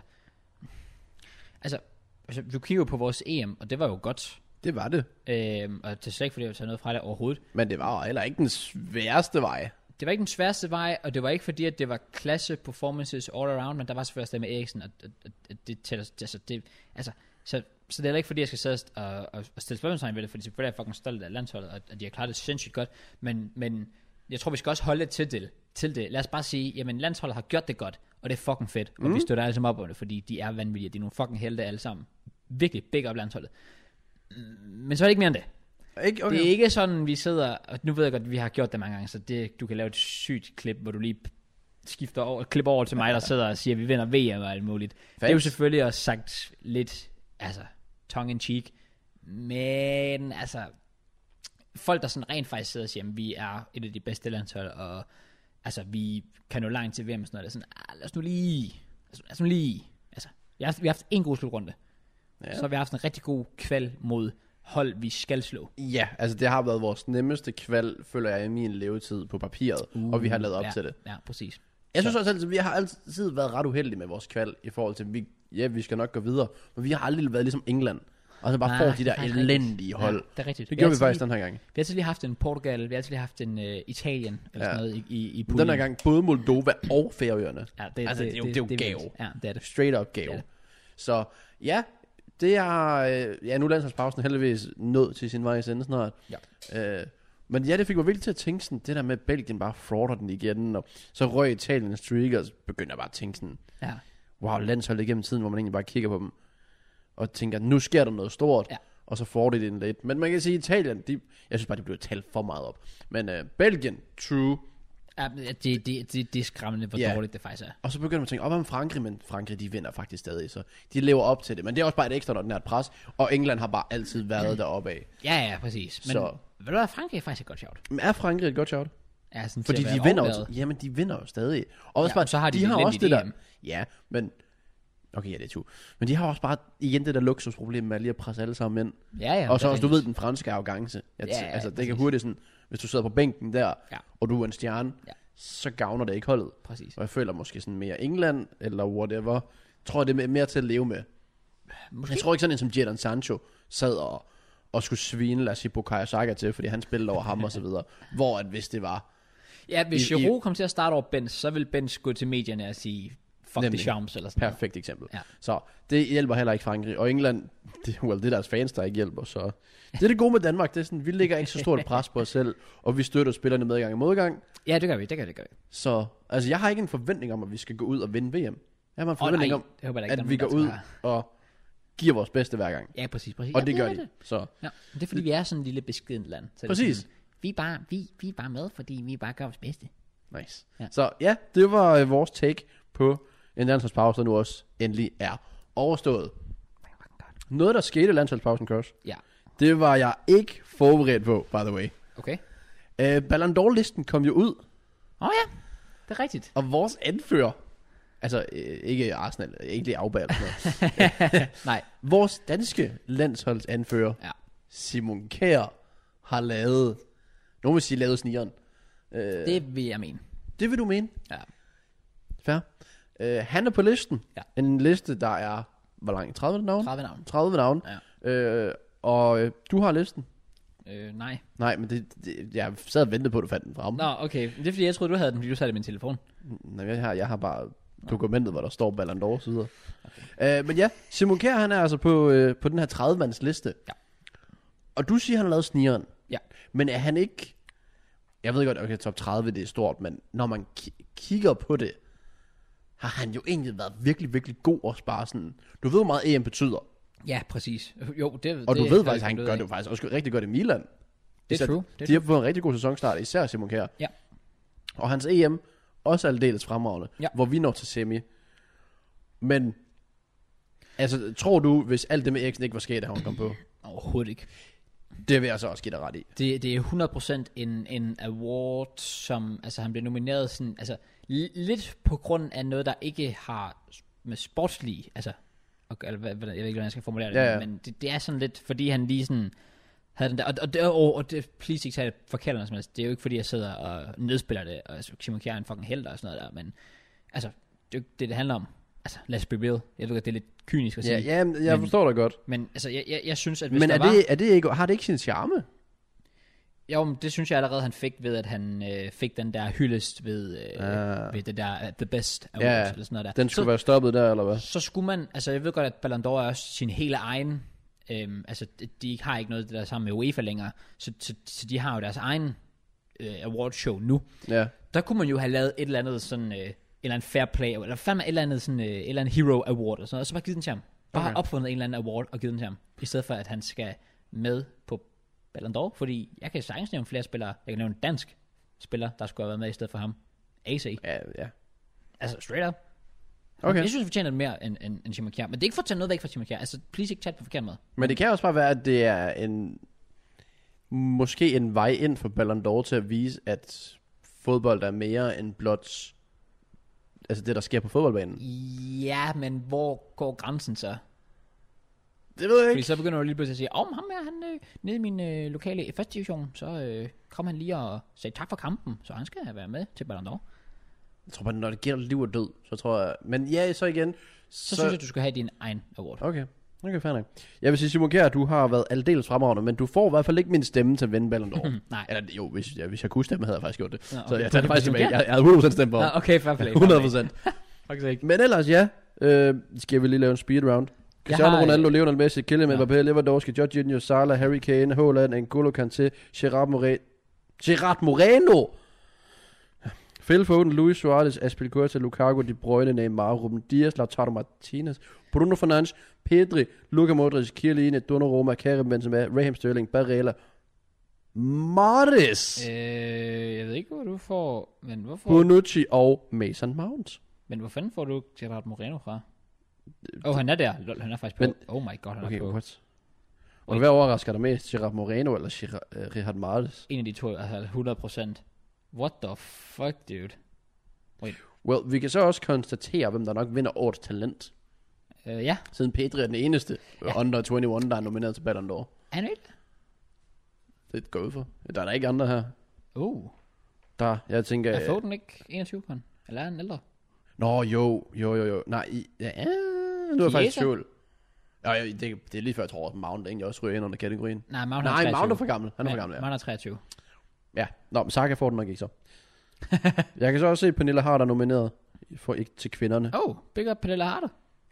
S1: altså, altså du kigger jo på vores EM, og det var jo godt.
S2: Det var det.
S1: Øh, og det er slet ikke, fordi jeg vil tage noget fra det overhovedet.
S2: Men det var jo heller ikke den sværeste vej.
S1: Det var ikke den sværeste vej, og det var ikke fordi, at det var klasse performances all around, men der var selvfølgelig også det med Eriksen, og, og, og- og det tæller, altså, det, altså, så, så det er heller ikke fordi, jeg skal sidde og, og, og stille spørgsmålstegn ved det, fordi selvfølgelig er jeg fucking stolt af landsholdet, og, og de har klaret det sindssygt godt, men, men jeg tror, vi skal også holde lidt til det, til det. Lad os bare sige, jamen landsholdet har gjort det godt, og det er fucking fedt, og vi støtter alle sammen op om det, fordi de er vanvittige, de er nogle fucking helte alle sammen. Virkelig, big up landsholdet. Men så er det ikke mere end det.
S2: Ikke?
S1: Okay. Det er ikke sådan, vi sidder, og nu ved jeg godt, at vi har gjort det mange gange, så det, du kan lave et sygt klip, hvor du lige skifter over, klipper over til mig, der sidder og siger, at vi vinder VM og alt muligt. Facts. Det er jo
S2: Facts.
S1: selvfølgelig også sagt lidt, altså, tongue in cheek, men altså, folk der sådan rent faktisk sidder og siger, at vi er et af de bedste landshold, og altså, vi kan nå langt til VM og sådan noget, det er sådan, ah, lad os nu lige, lad os, lad os nu lige, altså, vi har, haft- vi har haft en god slutrunde, ja.
S2: Ja.
S1: så har vi haft en rigtig god kval mod hold, vi skal slå.
S2: Ja, altså det har været vores nemmeste kval, føler jeg, i min levetid på papiret. Uh, og vi har lavet op
S1: ja,
S2: ja. til det.
S1: Ja, præcis.
S2: Jeg synes også altid, vi har altid været ret uheldige med vores kval, i forhold til, vi, ja, vi skal nok gå videre. Men vi har aldrig været ligesom England. Og så bare
S1: Nej,
S2: får
S1: det
S2: de
S1: er
S2: der
S1: faktisk rigtigt.
S2: elendige hold.
S1: Ja, det er rigtigt.
S2: Det gjorde vi
S1: har
S2: faktisk
S1: altid
S2: den her gang.
S1: lige- Vi har altid lige haft en Portugal, vi har altid lige haft en øh, Italien, eller
S2: Ja.
S1: sådan noget i, i, i
S2: Men
S1: puljen.
S2: Den her gang både Moldova og Færøerne.
S1: Ja, det,
S2: Altså, det er jo- det er jo
S1: vildt.
S2: gave.
S1: Ja, det er det.
S2: Straight up gave.
S1: Ja.
S2: Ja. Så ja, det er... Øh, ja, nu er landsholdspausen heldigvis nået til sin vej i sende snart. Ja. Øh, men ja, det fik mig virkelig til at tænke sådan, det der med, at Belgien bare frauder den igen, og så røg Italien en streak, og så begynder jeg bare at tænke sådan,
S1: Ja.
S2: wow, landsholdet igennem tiden, hvor man egentlig bare kigger på dem, og tænker, nu sker der noget stort,
S1: Ja.
S2: og så får de det en lidt. Men man kan sige, Italien, de, jeg synes bare, de blev talt for meget op. Men øh, Belgien, true,
S1: Ja, men det, det, det, det er skræmmende, hvor
S2: Ja.
S1: dårligt det faktisk er.
S2: Og så begynder man at tænke, op om Frankrig, men Frankrig, de vinder faktisk stadig, så de lever op til det. Men det er også bare et ekstraordinært pres, og England har bare altid
S1: Mm.
S2: været deroppe af.
S1: Ja, ja, præcis. Men
S2: Så-
S1: ved du hvad, Frankrig er faktisk et godt sjovt.
S2: Men er Frankrig et godt shot?
S1: Ja, sådan til
S2: Fordi
S1: at være
S2: de vinder jo,
S1: overladet.
S2: jamen de vinder jo stadig. Og også
S1: Ja, og
S2: ja, bare,
S1: så har de et
S2: har også
S1: elendigt
S2: det der,
S1: EM.
S2: ja, men, okay, ja, det er to. Men de har også bare, igen det der luksusproblem med lige at presse alle sammen ind.
S1: Ja, ja.
S2: og så
S1: det er
S2: også, du ved,
S1: rigtigt.
S2: den franske arrogance. Jeg,
S1: Ja,
S2: ja,
S1: ja,
S2: altså, det kan
S1: præcis.
S2: hurtigt sådan, hvis du sidder på bænken der,
S1: Ja.
S2: ja. og du er en stjerne,
S1: Ja.
S2: ja. så gavner det ikke holdet.
S1: Præcis.
S2: Og jeg føler måske sådan mere England, eller whatever, tror jeg, det er mere til at leve med.
S1: Måske
S2: Jeg tror ikke sådan en som Jadon Sancho sad og, og skulle svine, lad os sige, Bukayo Saka til, fordi han spillede over ham og så videre. Hvor at hvis det var,
S1: Ja, hvis
S2: I- I-
S1: Giroud kom til at starte over Benz, så vil Benz gå til medierne og sige, fuck
S2: Nemlig.
S1: det charms, eller sådan noget.
S2: perfekt eksempel.
S1: Ja.
S2: Så det hjælper heller ikke Frankrig. Og England, det, well, det er deres fans, der ikke hjælper. Så det er det gode med Danmark, det er sådan, vi lægger ikke så stort et pres på os selv, og vi støtter spillerne med i gang og modgang.
S1: Ja, det gør vi, det gør vi, det gør vi.
S2: Så altså, jeg har ikke en forventning om, at vi skal gå ud og vinde VM. Jeg har
S1: Åh,
S2: en
S1: nej,
S2: forventning om,
S1: det håber jeg da ikke, der er
S2: at vi går
S1: nogen, der
S2: ud
S1: tager.
S2: og giver vores bedste hver gang.
S1: Ja, præcis, præcis.
S2: Og
S1: ja,
S2: det gør
S1: er
S2: de. Så
S1: Ja, men det er fordi, vi er sådan en lille beskeden land. Så det er
S2: Præcis.
S1: Sådan, vi, er bare, vi, vi er bare med, fordi vi bare gør vores bedste.
S2: nice.
S1: Ja.
S2: Så ja, det var øh, vores take på en landsholdspause, der nu også endelig er overstået. Noget, der skete i landsholdspausen, Cross,
S1: Ja,
S2: det var jeg ikke forberedt på, by the way.
S1: okay.
S2: Øh, Ballon d'Or-listen kom jo ud,
S1: Åh oh, ja, det er rigtigt.
S2: og vores anfører, altså øh, ikke Arsenal, ikke lige afbær eller sådan noget,
S1: Nej,
S2: vores danske landsholdsanfører,
S1: ja.
S2: Simon Kjær har lavet, nogen vil sige lavet snigeren. Øh, det.
S1: Det vil jeg mene.
S2: det vil du mene,
S1: Ja.
S2: fair. Øh, han er på listen.
S1: Ja.
S2: En liste, der er, hvor lang? 30 navn?
S1: 30 navn.
S2: 30 navn. Ja. Øh, og øh, du har listen.
S1: Øh, nej.
S2: Nej, men det, det, jeg sad og ventede på, at du fandt den frem.
S1: Nå, okay. Det er fordi, jeg troede, du havde den, fordi du satte min telefon.
S2: Nå, jeg, har, jeg har bare dokumentet, hvor der står Ballon d'Or og så videre. Okay. Øh, men ja, Simon Kjær, han er altså på, øh, på den her 30-mands liste.
S1: Ja.
S2: Og du siger, han har lavet snigeren.
S1: Ja.
S2: Men er han ikke... Jeg ved godt, okay, top 30 det er stort, men når man ki- kigger på det, har han jo egentlig været virkelig, virkelig god og bare sådan... Du ved, hvor meget EM betyder.
S1: Ja, præcis. Jo, det
S2: Og
S1: det,
S2: du ved faktisk, at han
S1: det
S2: gør det jo faktisk også rigtig godt i Milan.
S1: Det er true. Det
S2: De
S1: er
S2: har fået en rigtig god sæsonstart, især Simon Kjær.
S1: Ja.
S2: Og hans EM, også aldeles fremragende,
S1: Ja.
S2: hvor vi når til semi. Men, altså, tror du, hvis alt det med Eriksen ikke var sket, da hun kom på?
S1: true. Overhovedet ikke.
S2: Det vil jeg så også give dig ret i.
S1: Det, det er 100% en, en award, som altså, han blev nomineret sådan, altså, li- lidt på grund af noget, der ikke har s- med sportslige, altså, og, eller, hvad, hvad- jeg ved ikke, hvordan jeg skal formulere det,
S2: Ja, ja.
S1: men det, det, er sådan lidt, fordi han lige sådan, havde den der, og, og, det, og, og det, please ikke tage det forkert eller sådan noget, det er jo ikke, fordi jeg sidder og nedspiller det, og Simon Kjær er en fucking held og sådan noget der, men altså, det er jo ikke det, det handler om. Altså, let's be real. Jeg ved godt, det er lidt kynisk at sige.
S2: Ja, ja men jeg
S1: Men-
S2: forstår dig godt.
S1: Men altså, jeg, jeg, jeg synes, at hvis
S2: Men
S1: der
S2: er
S1: var...
S2: det, er det ikke, har det ikke sin charme?
S1: Jo, men det synes jeg allerede, han fik ved, at han øh, fik den der hyldest ved, øh,
S2: Ah.
S1: ved det der uh, The Best Award,
S2: Ja,
S1: eller sådan noget der.
S2: Den skulle
S1: så,
S2: være stoppet der, eller hvad?
S1: så skulle man, altså jeg ved godt, at Ballon d'Or er også sin hele egen, øhm, altså de- de har ikke noget der er sammen med UEFA længere, så, så, så de har jo deres egen øh, awardshow nu.
S2: Ja.
S1: Der kunne man jo have lavet et eller andet sådan, øh, et eller andet fair play, eller fandme et eller andet sådan, øh, et eller andet hero award, og, sådan noget, og så bare givet den til ham. Bare
S2: Okay.
S1: okay. opfundet en eller anden award og givet den til ham, i stedet for at han skal med på Ballon d'Or, fordi jeg kan sagtens nævne flere spillere, jeg kan nævne en dansk spiller, der skulle have været med i stedet for ham. AC.
S2: Ja, ja.
S1: Altså, straight up.
S2: Okay.
S1: Jeg synes, han fortjener det mere end, end, end Simon Kjær. Men det er ikke for at tage noget væk fra Simon Kjær. Altså, please ikke tage det på forkert måde.
S2: Men det kan også bare være, at det er en... Måske en vej ind for Ballon d'Or til at vise, at fodbold er mere end blot... Altså det, der sker på fodboldbanen.
S1: Ja, men hvor går grænsen så?
S2: Det ved jeg
S1: Fordi så begynder du lige pludselig at sige, om ham her, han øh, nede i min øh, lokale første division, så øh, kom han lige og sagde tak for kampen, så han skal være med til Ballon d'Or.
S2: Jeg tror bare, når det gælder liv og død, så tror jeg... Men ja, så igen...
S1: Så, så synes jeg, du skal have din egen award.
S2: Okay. Okay, fair nok. Jeg vil sige, Simon Kjær, du har været aldeles fremragende, men du får i hvert fald ikke min stemme til at vinde Ballon d'Or.
S1: Hm, Nej.
S2: Eller jo, hvis, ja, hvis jeg kunne stemme, havde jeg faktisk gjort det.
S1: Nå,
S2: Så
S1: okay.
S2: jeg tager det faktisk tilbage. Jeg, jeg havde 100% stemt på
S1: Nå,
S2: ham.
S1: okay, fair play.
S2: 100%.
S1: Faktisk ikke.
S2: Men ellers ja, øh, skal vi lige lave en speed round. Cristiano
S1: har, øh,
S2: Ronaldo, Lionel Messi, Kylian
S1: ja.
S2: Mbappé, Lewandowski, Jorginho, Salah, Harry Kane, Haaland, N'Golo Kanté, Gerard Moreno, Gerard Moreno, Phil Foden, Luis Suarez, Aspilicueta, Lukaku, De Bruyne, Neymar, Ruben Dias, Lautaro Martinez, Bruno Fernandes, Pedri, Luka Modric, Chiellini, Donnarumma, Karim Benzema, Raheem Sterling, Barella, Martes,
S1: Øh, jeg ved ikke, hvor du får... Men hvorfor,
S2: Bonucci og Mason Mount.
S1: men hvor fanden får du Gerard Moreno fra? Åh, oh, han er der. Lol, han er faktisk på.
S2: Øh, Men-
S1: oh my god, han
S2: Okay,
S1: er på.
S2: what? Og hvad overrasker dig mest, Gerard Moreno eller Gerard, uh, Richard Martes?
S1: En af de to, altså 100 What the fuck, dude?
S2: Well, vi kan så også konstatere, hvem der nok vinder årets talent.
S1: Øh, ja,
S2: Siden Pedri er den eneste ja. under 21, der er nomineret til Ballon d'Or.
S1: er han ikke?
S2: Det går ud for. Der er der ikke andre her.
S1: Uh,
S2: Der, jeg tænker... øh,
S1: er Foden ikke 21 på han? Eller er han ældre?
S2: Nå, jo, jo, jo, jo. Nej, i, ja, du er
S1: Chiesa?
S2: faktisk i tvivl. Og jeg, det, det er lige før, jeg tror, at Mount egentlig også ryger ind under kategorien.
S1: Nej, Mount
S2: Nej,
S1: er 23.
S2: Mount er for gammel. Han er for gammel, ja.
S1: Mount er 23.
S2: ja. Nå, men Saka får den nok ikke så. jeg kan så også se, at Pernille Harder er nomineret for ikke til kvinderne.
S1: Oh, big up Pernille Harder.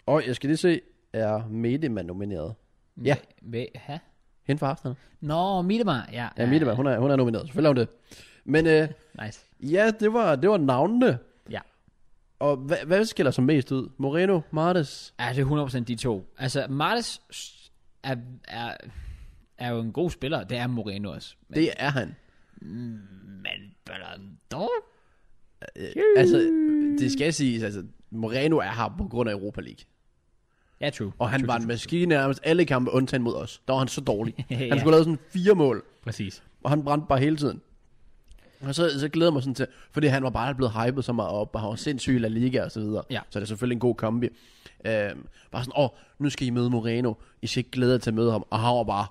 S2: Og jeg skal lige se, er Medemann nomineret? Ja.
S1: Med, ha?
S2: Hende fra aftenen.
S1: Nå, Miedemann. Ja,
S2: Ja, Medemann, hun er, hun er nomineret. Selvfølgelig er hun det. Men øh,
S1: Nice.
S2: ja, det var, det var navnene.
S1: Ja.
S2: Og hvad, hvad skiller sig mest ud? Moreno, Martes?
S1: Ja, det er 100% de to. Altså, Martes er, er, er jo en god spiller. Det er Moreno også. Men,
S2: Det er han.
S1: men Ballandor?
S2: Altså, det skal siges, altså, Moreno er her på grund af Europa League.
S1: Ja, true.
S2: Og han
S1: true,
S2: var
S1: true,
S2: en
S1: true.
S2: maskine nærmest alle kampe, undtagen mod os. Der var han så dårlig. Han
S1: Ja.
S2: skulle have lavet sådan fire mål,
S1: Præcis.
S2: og han brændte bare hele tiden. Og så, så glæder jeg mig sådan til, fordi han var bare blevet hypet så meget op, og han var sindssyg i La Liga og så videre.
S1: Ja.
S2: Så det er selvfølgelig en god kombi. Øhm, bare sådan, åh, nu skal I møde Moreno. I skal ikke glæde jer til at møde ham. Og han var bare,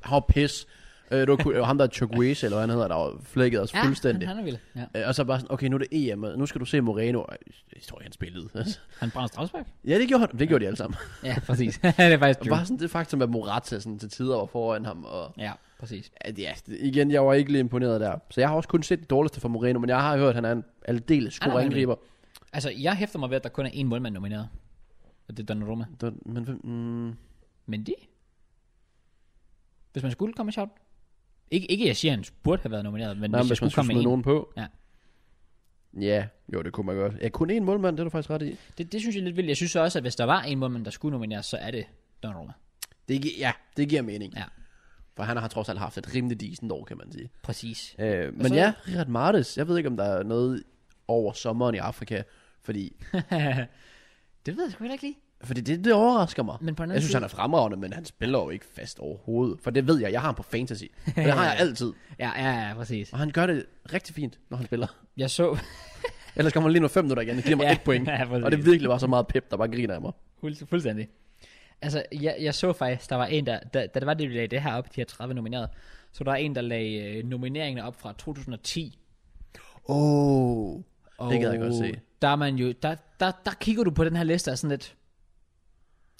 S2: han var pis. Øh, det var, ku- det var ham, der er Chukwese, eller hvad han hedder, der var flækket os
S1: Ja,
S2: fuldstændig.
S1: Han, han er vild. Ja.
S2: Øh, og så bare sådan, okay, nu er det EM, og nu skal du se Moreno. Og Jeg tror, ikke, han spillede. Altså.
S1: Han brænder strafspark.
S2: Ja, det gjorde han. Det gjorde de alle sammen.
S1: Ja, præcis. det er faktisk
S2: Og
S1: true.
S2: bare sådan det faktum, at Morata sådan til tider var foran ham. Og,
S1: Ja, præcis.
S2: at ja, det- igen, jeg var ikke lige imponeret der. Så jeg har også kun set det dårligste fra Moreno, men jeg har hørt, at han er en aldeles
S1: Han er
S2: god angriber.
S1: Altså, jeg hæfter mig ved, at der kun er én målmand nomineret. Og det er Donnarumma.
S2: Der- Men, hvem- mm,
S1: Men de? Hvis man skulle komme med shout. Ikke, ikke jeg siger, at han burde have været nomineret, men
S2: nej,
S1: hvis jeg
S2: hvis man
S1: skulle
S2: skulle
S1: komme med
S2: smide
S1: en.
S2: nogen på.
S1: Ja.
S2: Ja, jo, det kunne man godt. Ja, kun én målmand, det er du faktisk ret i.
S1: Det, det synes jeg er lidt vildt. Jeg synes også, at hvis der var en målmand, der skulle nomineres, så er det Donnarumma.
S2: Det, gi- ja, det giver mening.
S1: Ja.
S2: For han har trods alt haft et rimelig decent år, kan man sige.
S1: Præcis.
S2: Øh, men
S1: så-
S2: ja, Richard Martes, jeg ved ikke, om der er noget over sommeren i Afrika, fordi,
S1: det ved jeg sgu heller ikke lige.
S2: fordi det, det overrasker mig.
S1: Men på den anden
S2: Jeg synes,
S1: side-
S2: han er fremragende, men han spiller jo ikke fast overhovedet. For det ved jeg, jeg har ham på fantasy. Og det har jeg altid.
S1: Ja, ja, ja, præcis.
S2: Og han gør det rigtig fint, når han spiller.
S1: Jeg så...
S2: Ellers kommer han lige nu fem minutter igen, det giver mig
S1: Ja,
S2: ja, et point.
S1: ja, præcis.
S2: og det virkelig var så meget pep, der bare griner af mig.
S1: Fuld, fuldstændig. Altså, jeg, jeg så faktisk, der var en, der... Da, da det var det, vi lagde det her op, de her 30 nomineret, så der var en, der lagde øh, nomineringen op fra 2010.
S2: Åh, oh,
S1: Og
S2: Det gad jeg godt se.
S1: Der, er man jo, der, der, der kigger du på den her liste og sådan lidt...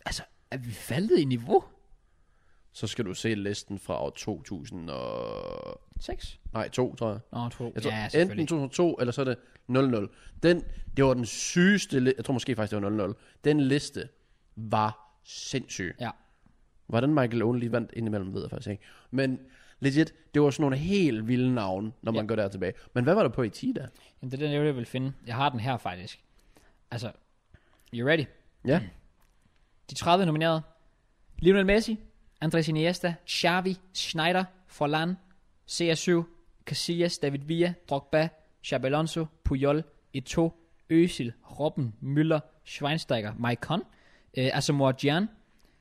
S1: Altså, er vi faldet i niveau?
S2: Så skal du se listen fra år 2000 og...
S1: 6?
S2: Nej, 2, tror jeg.
S1: Nå, 2.
S2: Jeg tror,
S1: ja,
S2: ja,
S1: selvfølgelig.
S2: enten 2002, eller så er det 00. Den, det var den sygeste li- Jeg tror måske faktisk, det var 00. Den liste var sindssyg.
S1: Ja.
S2: Hvordan Michael Owen lige vandt indimellem, ved jeg faktisk ikke. Men legit, det var sådan nogle helt vilde navne, når man
S1: Ja.
S2: går der tilbage. Men hvad var der på E i Tida?
S1: Jamen, det er den, jeg ville- vil finde. Jeg har den her, faktisk. Altså, you ready?
S2: Ja,
S1: Mm. De 30 nominerede. Lionel Messi, Andres Iniesta, Xavi, Schneider, Forlan, CR7, Casillas, David Villa, Drogba, Xabi Alonso, Puyol, Eto'o, Özil, Robben, Müller, Schweinsteiger, Maicon, øh, Asamoah Gyan,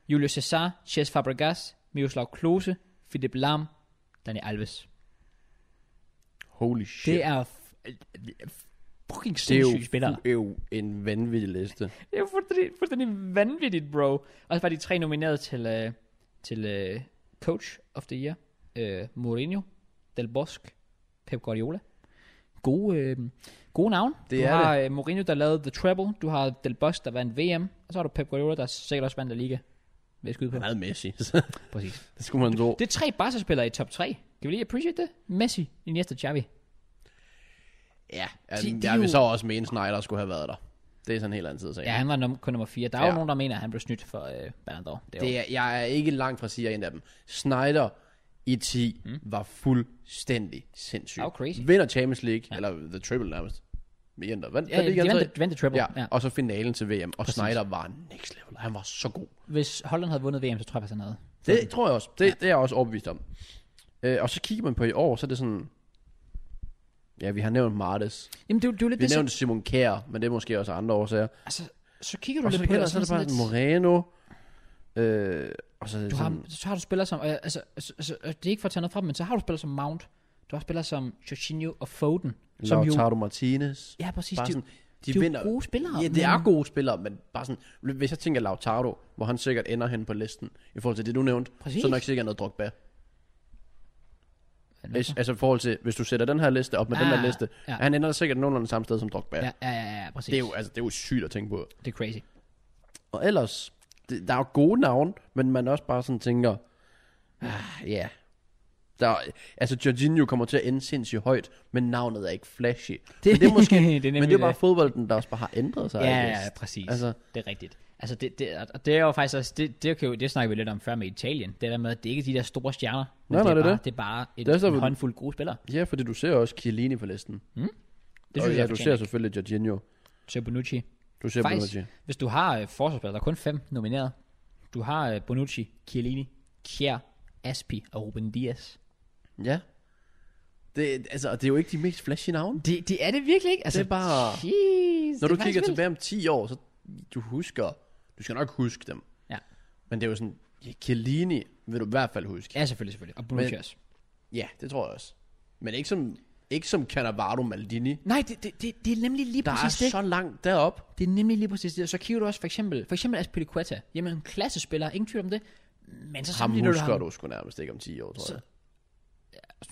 S1: Julio Cesar, Ches Fabregas, Miroslav Klose, Philip Lam, Dani Alves.
S2: holy shit.
S1: Det er f- f- fucking
S2: det er jo,
S1: sindssyge spillere.
S2: det er jo en vanvittig liste.
S1: Det er jo fuldstændig, fuldstændig vanvittigt, bro. Og så var de tre nomineret til, øh, til øh, Coach of the Year. Øh, Mourinho, Del Bosque, Pep Guardiola. Gode, øh, gode navn.
S2: Det
S1: du
S2: er
S1: har Øh, Mourinho, der lavede The Treble. Du har Del Bosque, der vandt VM. Og så har du Pep Guardiola, der sikkert også vandt La Liga. Vil jeg skyde på?
S2: Han havde Messi. så
S1: Præcis.
S2: det skulle man tro.
S1: Det er tre Barca-spillere i top 3. Kan vi lige appreciate det? Messi, Iniesta, Xavi.
S2: Ja,
S1: de-
S2: altså,
S1: de er
S2: jeg vil
S1: jo-
S2: så også mene, Snyder skulle have været der. Det er sådan en helt anden side af sagen.
S1: Ja, han var num- kun nummer 4. Der er ja. jo
S2: Ja.
S1: nogen, der mener, at han blev snydt for øh, Ballon d'Or. Det er jo
S2: Det er, jeg er ikke langt fra at sige, at jeg er en af dem. Snyder i 10 mm. var fuldstændig sindssyg.
S1: Oh, crazy.
S2: Vinder Champions League, ja. eller The Triple nærmest. Vi endte, vandt,
S1: Ja,
S2: ja,
S1: de vandt, vandt The Treble.
S2: altså-
S1: Ja.
S2: ja. ja, og så finalen til VM. Og Snyder var next level. Han var så god.
S1: Hvis Holland havde vundet VM, så tror jeg faktisk, han havde.
S2: Det tror jeg også. Det, ja. det er jeg også overbevist om. Øh, og så kigger man på i år, så er det sådan... Ja, vi har nævnt Martes.
S1: Jamen, det, er jo- det er jo lidt
S2: Vi
S1: det,
S2: har
S1: som-
S2: nævnt Simon Kjær, men det er måske også af andre årsager.
S1: Altså, så kigger du
S2: Og så,
S1: lidt på det,
S2: ellers
S1: og
S2: så er det bare
S1: sådan
S2: sådan
S1: lidt,
S2: Moreno. Øh, og så er det
S1: du
S2: sådan,
S1: har, så har du spillere som, og jeg- altså, altså, altså, det er ikke for at tage noget fra dem, men så har du spillere som Mount, du har spillere som Jorginho og Foden, som jo,
S2: Lautaro Martinez.
S1: ja præcis,
S2: bare
S1: de,
S2: sådan,
S1: de, de er jo gode spillere.
S2: Ja, det er gode spillere, men bare sådan, hvis jeg tænker Lautaro, hvor han sikkert ender hen på listen, i forhold til det, du nævnte,
S1: Præcis.
S2: så er nok sikkert noget Drogba.
S1: men-
S2: Hvis, altså i forhold til, hvis du sætter den her liste op med den
S1: Ah,
S2: her liste,
S1: ja.
S2: ja. han ender sikkert nogenlunde samme sted som Drogba.
S1: Ja,
S2: Ja.
S1: ja, ja, ja, præcis.
S2: Det, er jo, altså, det er jo sygt at tænke på.
S1: det er crazy.
S2: Og ellers, det, der er jo gode navne, men man også bare sådan tænker, ah, ja. Der, er- altså, Jorginho kommer til at ende sindssygt højt, men navnet er ikke flashy. Det, men det er måske,
S3: det er nemlig
S2: men det er bare
S3: det.
S2: fodbolden, der også bare har ændret sig. I
S1: Ja, ja,
S2: guess.
S1: præcis. Altså,
S2: Altså,
S1: det er rigtigt. Altså, det, det, er- og det er jo faktisk også, det, det, kan jo, det snakker vi lidt om før med Italien. Det der med, at det ikke er de der store stjerner. men
S2: Nej, nej,
S1: det, er bare,
S2: det er det.
S1: det. er bare et,
S2: Det er så-
S1: en håndfuld gode spillere.
S2: ja, fordi du ser også Chiellini på listen.
S1: Det
S2: og,
S1: synes
S2: ja,
S1: jeg,
S2: du
S1: du
S2: ser selvfølgelig Jorginho.
S1: ser Bonucci.
S2: Du ser
S1: Faktisk-
S2: Bonucci.
S1: Hvis du har øh, forsvarsspillere, der er kun fem nomineret. Du har øh, Bonucci, Chiellini, Kjær, Aspi og Ruben Dias.
S2: Ja. Det, altså, og det er jo ikke de mest flashy navne.
S3: Det, det er det virkelig ikke. Altså,
S2: Det er bare-
S3: Jeez,
S2: Når
S3: det er
S2: du
S3: faktisk
S2: kigger
S3: vildt.
S2: tilbage om 10 år, så du husker, du skal nok huske dem.
S1: Ja.
S2: Men det er jo sådan, ja, Chiellini vil du i hvert fald huske.
S1: Ja, selvfølgelig, selvfølgelig. Og Bonucci
S2: Men-
S1: også.
S2: Ja, det tror jeg også. Men ikke som, ikke som Cannavaro Maldini.
S3: Nej, det, det, det, det er nemlig lige
S2: Der er
S3: præcis det.
S2: så langt derop.
S1: Det er nemlig lige præcis det. Og så kigger du også for eksempel, for eksempel Aspilicueta. Jamen, en klassespiller, ingen tvivl om det. Men så
S2: Ham
S1: sammenligner du
S2: husker
S1: ham.
S2: du sgu nærmest ikke om 10 år, tror
S1: Så-
S2: jeg.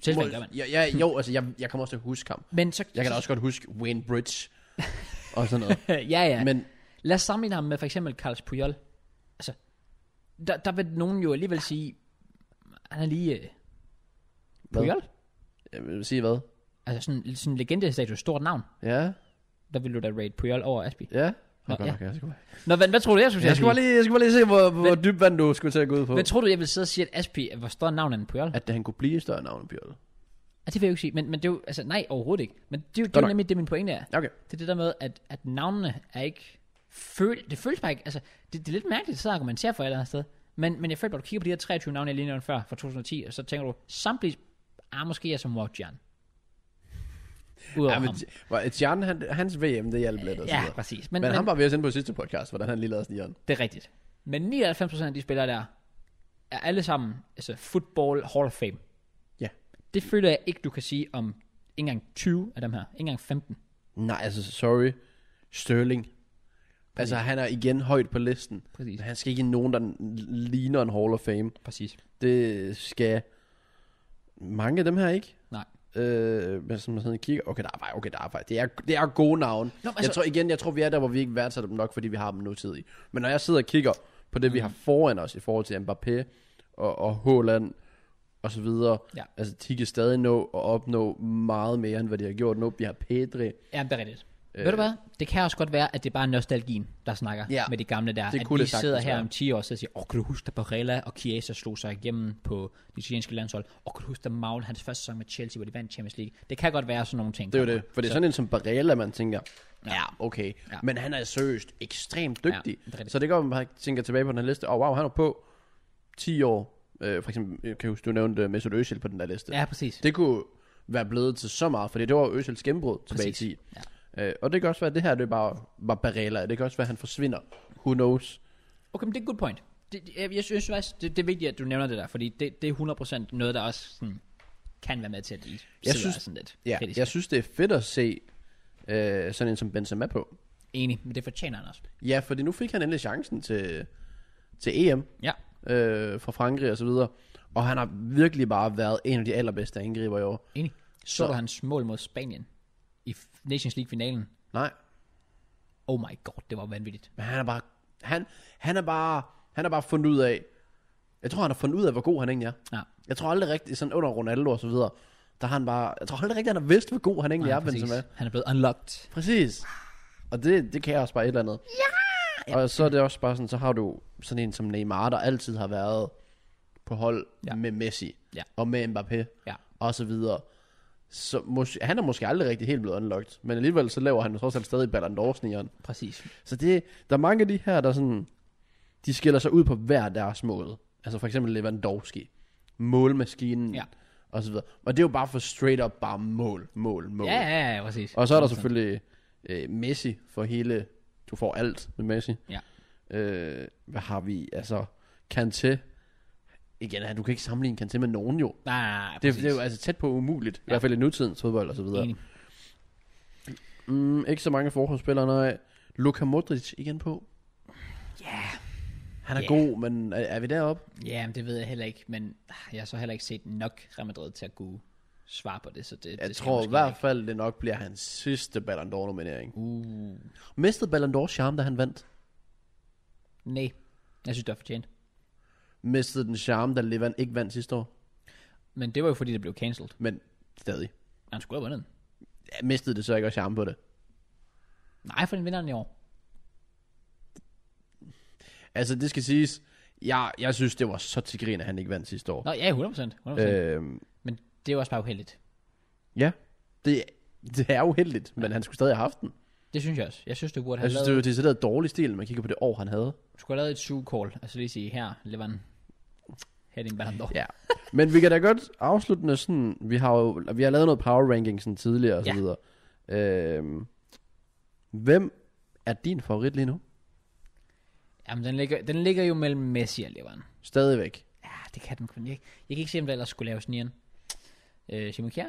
S1: Tilfælde,
S2: Må-
S1: gør man.
S2: Ja, ja, jo, altså, jeg, jeg kommer også til at huske ham.
S1: Men så,
S2: Jeg kan da også godt huske Wayne Bridge. og sådan noget.
S1: ja, ja. Men,
S2: Men
S1: Lad os sammenligne ham med for eksempel Carlos Puyol. Altså, der, der vil nogen jo alligevel sige, han er lige... Øh,
S2: Hvad?
S1: Puyol?
S2: jeg vil sige hvad?
S1: Altså sådan, sådan en legendestatus, stort navn.
S2: Ja,
S1: Der vil du da rate Puyol over Aspi.
S2: ja. Nå,
S1: ja.
S2: ja. Nok, jeg skal bare,
S1: Nå, hvad, hvad tror du, jeg skulle til
S2: jeg
S1: at
S2: skal bare,
S1: sige?
S2: lige, jeg skal bare lige se, hvor, hvor dybt vand du skulle til at gå ud på.
S1: Hvad tror du, jeg vil sidde og sige, at Aspi er hvor stort et navn er en Puyol?
S2: At han kunne blive et større navn end Bjørn.
S1: Ja, det vil jeg jo ikke sige, men, men det er jo, altså nej, overhovedet ikke. Men det er jo, det
S2: Godt
S1: er jo
S2: nok.
S1: nemlig det, min pointe er.
S2: Okay.
S1: Det er det der med, at, at navnene er ikke... Føl, det føles bare ikke... Altså, det, det er lidt mærkeligt, at sidde og argumentere for et eller andet sted. Men, men jeg føler bare, at du kigger på de her 23 navne, jeg lige nævnte før, fra 2010, og så tænker du, samtlige ah, måske er som Wojcian. Udover
S2: Ja,
S1: ja,
S2: men,
S1: ham.
S2: var- Tjern, han, hans VM, det hjalp lidt og så
S1: Ja,
S2: videre.
S1: præcis.
S2: Men,
S1: Men,
S2: men, han
S1: var...
S2: var ved at sende på sidste podcast, hvordan han lige lavede snigeren.
S1: det er rigtigt. Men 99% af de spillere der, er alle sammen altså Football Hall of Fame.
S2: Ja.
S1: Det føler jeg ikke, du kan sige om ikke engang 20 af dem her. Ikke engang 15.
S2: Nej, altså, sorry. Sterling. Altså, han er igen højt på listen.
S1: Præcis.
S2: Men han skal ikke i nogen, der ligner en Hall of Fame.
S1: Præcis.
S2: Det skal mange af dem her ikke.
S1: Nej.
S2: Øh, men som man sådan kigger, okay, der er faktisk, okay, der er faktisk, det er, det er gode navne. Nå,
S1: men
S2: altså, jeg
S1: altså-
S2: tror igen, jeg tror, vi er der, hvor vi ikke værdsætter dem nok, fordi vi har dem nu tidigt. Men når jeg sidder og kigger på det, mm. vi har foran os i forhold til Mbappé og, og Haaland og så videre,
S1: Ja.
S2: altså de kan stadig nå at opnå meget mere, end hvad de har gjort nu. Vi har Pedri,
S1: Ja, det er rigtigt. Øh, Ved du hvad? Det kan også godt være, at det er bare nostalgien, der snakker
S2: Ja.
S1: ja, med de gamle der.
S2: Det
S1: at
S2: kunne
S1: vi
S2: det sagtens
S1: sidder her
S2: være.
S1: om 10 år så og siger, åh, kan du huske, da Barella og Chiesa slog sig igennem på det italienske landshold? Og kan du huske, da Maul, hans første sæson med Chelsea, hvor de vandt Champions League? Det kan godt være sådan nogle ting.
S2: det er jo
S1: kommer.
S2: det. For det er sådan en som Barella, man tænker,
S1: Ja.
S2: okay, ja.
S1: Ja.
S2: men han er seriøst ekstremt
S1: Ja,
S2: dygtig.
S1: det er
S2: Ja,
S1: rigtigt.
S2: så det går, at man tænker tilbage på den her liste, og oh, wow, han er på 10 år. Øh, for eksempel, jeg kan huske, du nævnte øh, Mesut Özil på den der liste.
S1: Ja, præcis. Det,
S2: Det kunne være blevet til så meget, fordi det var Øsels gennembrud tilbage i
S1: Præcis.
S2: 10. Ja. Øh, og det kan også være, at det her det er bare, bare Barella. Det kan også være, at han forsvinder. Who knows?
S1: okay, men det er et good point. Det, det- jeg, jeg synes faktisk, det, det er vigtigt, at du nævner det der, fordi det, det er 100% noget, der også sådan, kan være med til, at de sidder
S2: synes-
S1: sådan lidt
S2: Ja,
S1: kritisk.
S2: jeg synes, det er fedt at se øh, sådan en som Benzema på.
S1: Enig, men det fortjener han også.
S2: Ja, fordi nu fik han endelig chancen til, til E EM
S1: Ja,
S2: øh, fra Frankrig og så videre. Og han har virkelig bare været en af de allerbedste angriber i år.
S1: enig. Så,
S2: Så-
S1: så. du hans mål mod Spanien i f- Nations League-finalen?
S2: Nej,
S1: Oh my god, det var vanvittigt.
S2: men han er bare... Han, han er bare... Han har bare fundet ud af... Jeg tror, han har fundet ud af, hvor god han egentlig er.
S1: Ja,
S2: Jeg tror aldrig rigtigt, sådan under Ronaldo og så videre, der har han bare, jeg tror aldrig rigtigt, han har vidst, hvor god han egentlig
S1: ja
S2: er,
S1: præcis.
S2: Benzema.
S1: Han er blevet unlocked.
S2: Præcis. Og det, det kan jeg også bare et eller andet. Ja! Og så er det også bare sådan, så har du sådan en som Neymar, der altid har været på hold ja.
S1: Ja.
S2: med Messi
S1: Ja.
S2: og med Mbappé
S1: Ja.
S2: og så videre. Så mås- han er måske aldrig rigtig helt blevet unlocked, men alligevel så laver han trods alt stadig Ballon d'Or-snigeren.
S1: Præcis.
S2: Så det, der er mange af de her, der sådan, de skiller sig ud på hver deres måde. Altså for eksempel Lewandowski, målmaskinen,
S1: Ja.
S2: og så videre. Og det er jo bare for straight up bare mål, mål, mål.
S1: Ja, ja, ja, ja, præcis.
S2: Og så er der selvfølgelig øh, Messi for hele, du får alt med Messi.
S1: Ja.
S2: Øh, hvad har vi, altså, Kanté. Igen, ja, du kan ikke sammenligne Kanté med nogen jo.
S1: Nej, nej, nej,
S2: Det,
S1: præcis.
S2: det er jo altså tæt på umuligt, ja. i
S1: Ja.
S2: hvert fald i nutidens fodbold og så videre.
S1: Enig.
S2: Mm, ikke så mange forholdsspillere, nej. Luka Modric igen på.
S1: Ja,
S2: Han er
S1: Ja.
S2: god, men er, er vi deroppe?
S1: ja, men det ved jeg heller ikke, men ah, jeg har så heller ikke set nok Real Madrid til at kunne svare på det, så det,
S2: Jeg
S1: det skal
S2: tror i
S1: måske
S2: hvert
S1: ikke.
S2: fald, det nok bliver hans sidste Ballon d'Or-nominering.
S1: Uh,
S2: Mistede Ballon d'Or charme, da han vandt?
S1: nej. Jeg synes, det var fortjent.
S2: Mistede den charme, da Levan ikke vandt sidste år.
S1: Men det var jo fordi, det blev cancelled.
S2: Men stadig.
S1: Han skulle have vundet den.
S2: Ja, mistede det så ikke også charme på det.
S1: Nej, for den vinder den i år.
S2: Altså, det skal siges. Jeg, jeg synes, det var så til grin, at han ikke vandt sidste år.
S1: Nå, ja, 100%. 100%. Øh.
S2: Øhm,
S1: Men det er jo også bare uheldigt.
S2: ja, det, det er uheldigt, men han skulle stadig have haft den.
S1: Det synes jeg også. Jeg synes, du burde have
S2: Jeg synes, det var decideret dårlig stil, når man kigger på det år, han havde.
S1: Du skulle have lavet et suge call, altså lige sige, her, Levan, her er din ballon d'or.
S2: Ja. Men vi kan da godt afslutte med sådan, vi har jo, vi har lavet noget power ranking sådan tidligere og så
S1: Ja.
S2: videre. Øhm, hvem er din favorit lige nu?
S1: Jamen, den ligger, den ligger jo mellem Messi og Levan.
S2: Stadigvæk.
S1: Ja, det kan den kun ikke. Jeg kan ikke se, om der ellers skulle laves nieren. Øh, Simon Kjær?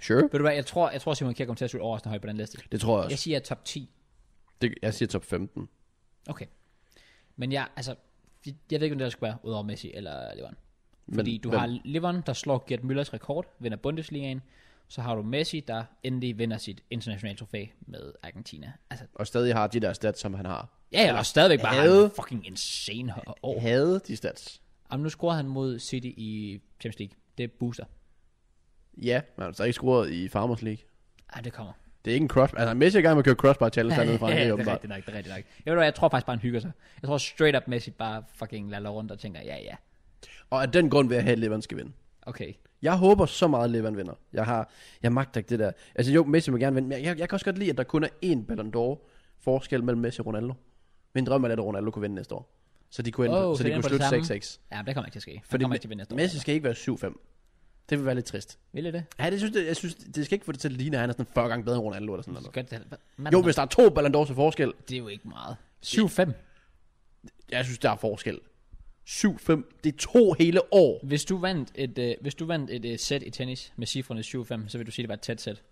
S2: Sure.
S1: Ved du hvad, jeg tror, jeg tror Simon Kjær kommer til at slutte overraskende højt på den liste.
S2: Det tror jeg
S1: Jeg
S2: også.
S1: siger top 10.
S2: Det, jeg siger top 15.
S1: Okay. Men jeg, altså, jeg, jeg ved ikke, om det der skulle være, udover Messi eller Levan. Fordi
S2: Men
S1: du
S2: hvem-
S1: har Levan, der slår Gerd Müllers rekord, vinder Bundesligaen. Så har du Messi, der endelig vinder sit internationale trofæ med Argentina. Altså,
S2: Og stadig har de der stats, som han har.
S1: ja, ja, og stadigvæk bare
S2: havde-
S1: havde. fucking insane ho- år.
S2: Oh. Havde de stats.
S1: Jamen, nu scorede han mod City i Champions League. Det booster.
S2: Ja, men han har stadig ikke scoret i Farmers League.
S1: Ah, det kommer.
S2: Det er ikke en cross. Altså, Messi er i gang med at køre crossbar challenge dernede fra.
S1: Ja,
S2: det er
S1: det er
S2: åbenbart.
S1: rigtigt nok, det er rigtigt nok. Jeg, ved, hvad, jeg tror faktisk bare, han hygger sig. Jeg tror straight up Messi bare fucking lader rundt og tænker, ja, ja,
S2: Og af den grund vil jeg have, at Levan skal vinde.
S1: okay.
S2: Jeg håber så meget, at Levan vinder. Jeg, har, jeg magter ikke det der. Altså jo, Messi må gerne vinde, men jeg, jeg kan også godt lide, at der kun er én Ballon d'Or forskel mellem Messi og Ronaldo. Min drøm er, at Ronaldo kunne vinde næste år. Så de kunne, ende,
S1: Åh,
S2: oh, så
S1: så
S2: de
S1: det er
S2: kunne
S1: på det
S2: slutte
S1: samme.
S2: 6-6.
S1: Ja, men det kommer ikke til at ske. Han
S2: Fordi
S1: kommer ikke til at vinde næste år.
S2: Messi skal ikke være 7-5. Det vil være lidt trist.
S1: Vil det det?
S2: Ja, det synes jeg, jeg synes, det skal ikke få det til at ligne, at han er sådan 40 gange bedre end Ronaldo eller sådan
S1: Så
S2: noget.
S1: gør det, man,
S2: Jo, hvis der er to Ballon d'Or til forskel,
S1: Det er jo ikke meget. 7-5.
S2: jeg synes, der er forskel. 7-5, det er to hele år.
S1: Hvis du vandt et, øh, hvis du vandt et øh, sæt i tennis med cifrene 7-5, så vil du sige, at det var et tæt sæt.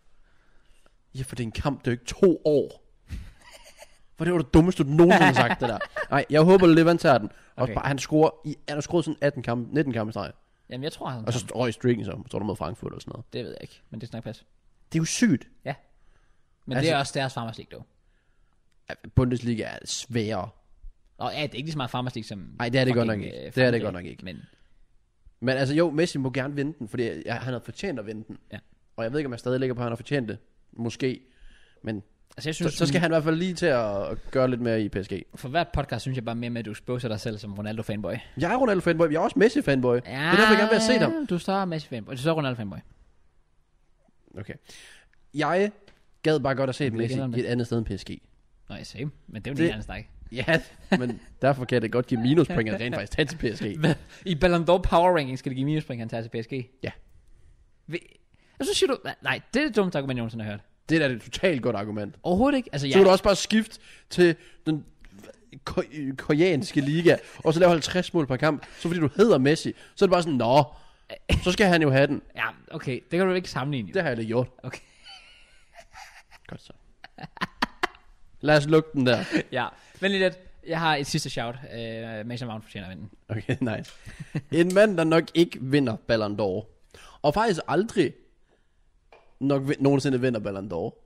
S2: Ja, for det er en kamp, det er jo ikke to år. For det var det dummeste, du nogensinde har sagt det der. Nej, jeg håber, Levan tager den. Og okay.
S1: Okay.
S2: bare, han scorer i, han har scoret sådan 18 kampe, 19 kampe i streg.
S1: Jamen, jeg tror, han
S2: Og så røg streaken så, så er du mod Frankfurt eller sådan noget.
S1: Det ved jeg ikke, men det snakker pas.
S2: Det er jo sygt.
S1: Ja. Men
S2: Altså-
S1: det er også deres Farmers League, dog.
S2: Ja, Bundesliga er sværere.
S1: Nå, ja, det er ikke lige så meget Farmers League som...
S2: Ej, det er det godt nok
S1: fucking,
S2: ikke.
S1: øh,
S2: Det er
S1: Farmers
S2: det
S1: League.
S2: godt nok ikke.
S1: Men
S2: Men altså jo, Messi må gerne vinde den, fordi jeg, han har fortjent at vinde den.
S1: Ja.
S2: Og jeg ved ikke, om jeg stadig ligger på, at han har fortjent det. Måske. Men
S1: altså, jeg
S2: så,
S1: synes,
S2: så, skal han i hvert fald lige til at gøre lidt mere i PSG.
S1: for hvert podcast synes jeg bare mere med, at du exposer dig selv som Ronaldo-fanboy.
S2: Jeg er Ronaldo-fanboy, jeg er også Messi-fanboy. det er derfor, jeg gerne vil have set ham.
S1: Du er så Messi-fanboy. Du er så Ronaldo-fanboy.
S2: Okay. Jeg gad bare godt at se
S1: vil ikke
S2: Messi
S1: ændre om
S2: i et andet sted end PSG.
S1: Nå, jeg same. Men det er jo
S2: Det-
S1: det... en anden snak.
S2: Ja, men derfor kan jeg da godt give minuspoint, at rent faktisk tage til PSG.
S1: Hvad? I Ballon d'Or Power Ranking skal det give minuspoint, han tager til PSG.
S2: Ja.
S1: Vi- Og så Altså, siger du, nej, det er det dummeste argument, jeg nogensinde har hørt.
S2: Det er da et totalt godt argument.
S1: Overhovedet ikke. Altså,
S2: Så vil
S1: jeg,
S2: du også bare skifte til den ko- øh, koreanske liga, og så lave 50 mål per kamp, så fordi du hedder Messi, så er det bare sådan, nå, så skal han jo have den.
S1: ja, okay, det kan du ikke sammenligne. jo.
S2: Det har jeg da gjort.
S1: Okay.
S2: Godt så. Lad os lukke den der.
S1: ja, men lige lidt. Jeg har et sidste shout. Øh, Mason Mount fortjener at vinde.
S2: Okay, nice. En mand, der nok ikke vinder Ballon d'Or, og faktisk aldrig nok vi- nogensinde vinder Ballon d'Or.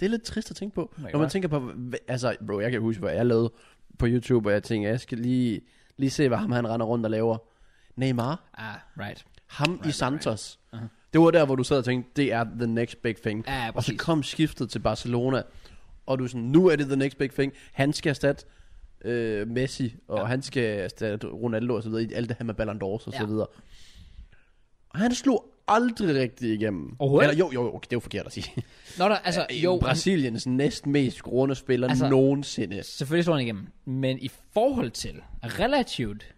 S2: Det er lidt trist at tænke på.
S1: my
S2: Når man
S1: God.
S2: tænker på, hva- altså bro, jeg kan huske, hvad jeg lavede på YouTube, og jeg tænkte, jeg skal lige, lige se, hvad ham han render rundt og laver. Neymar,
S1: Ah, right.
S2: ham i Santos. Det var der, hvor du sad og tænkte, det er the next big thing.
S1: Ja, ja,
S2: og så
S1: præcis.
S2: kom skiftet til Barcelona, og du er sådan, nu er det the next big thing. Han skal erstatte øh, Messi, og ja. han skal erstatte Ronaldo og så videre, i alt det her med Ballon d'Or og så
S1: Ja.
S2: videre. Og han slog aldrig rigtig igennem.
S1: Overhovedet?
S2: Eller, jo, jo, jo, okay, det er jo forkert at sige.
S1: Nå, der, altså, jo,
S2: Jo, Brasiliens næst mest grunde spiller altså,
S1: Altså-
S2: nogensinde.
S1: selvfølgelig slår han igennem. Men i forhold til relativt,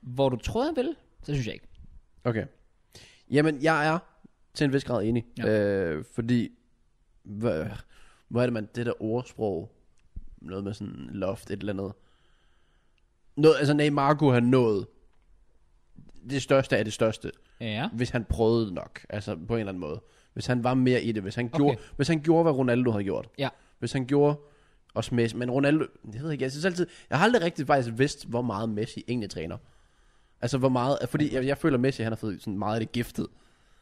S1: hvor du troede, han ville, så synes jeg ikke.
S2: Okay. Jamen, jeg er til en vis grad enig. Ja. Øh, fordi, hvad, hvad er det man, det der ordsprog, noget med sådan loft, et eller andet. Noget, altså Neymar kunne have nået det største af det største,
S1: Ja.
S2: hvis han prøvede nok, altså på en eller anden måde. Hvis han var mere i det, hvis han, okay. gjorde,
S1: Okay.
S2: hvis han gjorde, hvad Ronaldo havde gjort.
S1: Ja.
S2: Hvis han gjorde også Messi, men Ronaldo, jeg ved ikke, jeg synes altid, jeg har aldrig rigtig faktisk vidst, hvor meget Messi egentlig træner. Altså hvor meget, fordi jeg, jeg føler Messi, han har fået sådan meget af det giftet.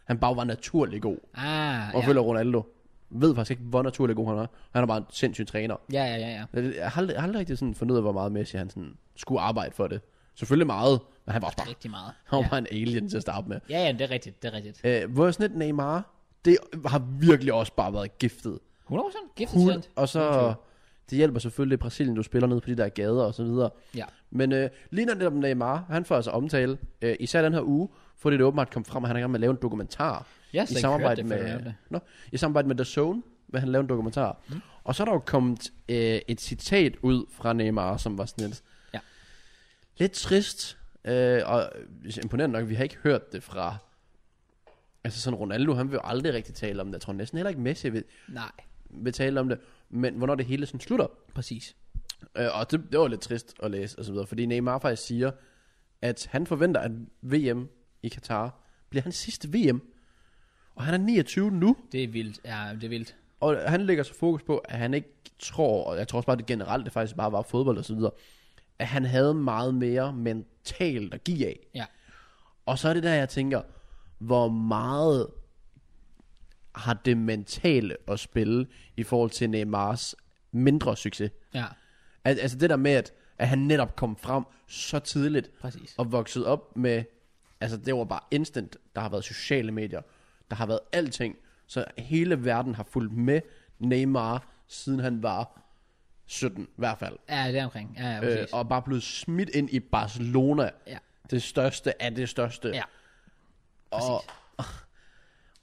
S2: Han bare var naturlig god.
S1: Ah,
S2: Og
S1: ja.
S2: føler Ronaldo, ved faktisk ikke, hvor naturlig god han er. Han er bare en sindssyg træner.
S1: Ja, ja, ja, ja.
S2: Jeg har aldrig, jeg har aldrig rigtig sådan fundet ud af, hvor meget Messi han sådan skulle arbejde for det. Selvfølgelig meget, men han var bare,
S1: Rigtig meget.
S2: han var
S1: ja.
S2: bare en alien til at starte med.
S1: ja, ja, det er rigtigt, det er rigtigt.
S2: Øh, hvor sådan et Neymar, det har virkelig også bare været giftet.
S1: 100% giftet
S2: Cool.
S1: talent.
S2: Og så, det hjælper selvfølgelig Brasilien, du spiller ned på de der gader og så videre.
S1: Ja.
S2: Men øh, lige når netop Neymar, han får altså omtale, øh, især den her uge, fordi det åbenbart kom frem, at han er i gang med at lave en dokumentar.
S1: Jeg har
S2: I
S1: slet ikke hørt
S2: samarbejde,
S1: det,
S2: med,
S1: før du nævnte det.
S2: Nå, I samarbejde med The Zone, hvad han lavede en dokumentar. Mm. Og så er der jo kommet øh, et citat ud fra Neymar, som var sådan lidt,
S1: Ja.
S2: lidt trist, øh, og øh, imponerende nok, vi har ikke hørt det fra, altså sådan Ronaldo, han vil jo aldrig rigtig tale om det. Jeg tror næsten heller ikke Messi vil,
S1: Nej,
S2: vil tale om det, men hvornår det hele sådan slutter.
S1: præcis.
S2: Øh, og det, det var lidt trist at læse og så videre, fordi Neymar faktisk siger, at han forventer, at VM i Katar bliver hans sidste VM. Og han er 29 nu,
S1: Det er vildt. Ja, det er vildt.
S2: og han lægger så fokus på, at han ikke tror, og jeg tror også bare, at det generelt det faktisk bare var fodbold og så videre, at han havde meget mere mentalt at give af.
S1: Ja.
S2: Og så er det der, jeg tænker, hvor meget har det mentale at spille i forhold til Neymars mindre succes?
S1: Ja,
S2: Al- altså det der med, at, at han netop kom frem så tidligt
S1: præcis.
S2: og voksede op med, altså det var bare instant, der har været sociale medier, der har været alting, så hele verden har fulgt med Neymar, siden han var 17 i hvert fald,
S1: Ja, det er omkring. Ja, ja,
S2: øh,
S1: præcis.
S2: og bare blevet smidt ind i Barcelona,
S1: Ja.
S2: det største af det største,
S1: Ja,
S2: og,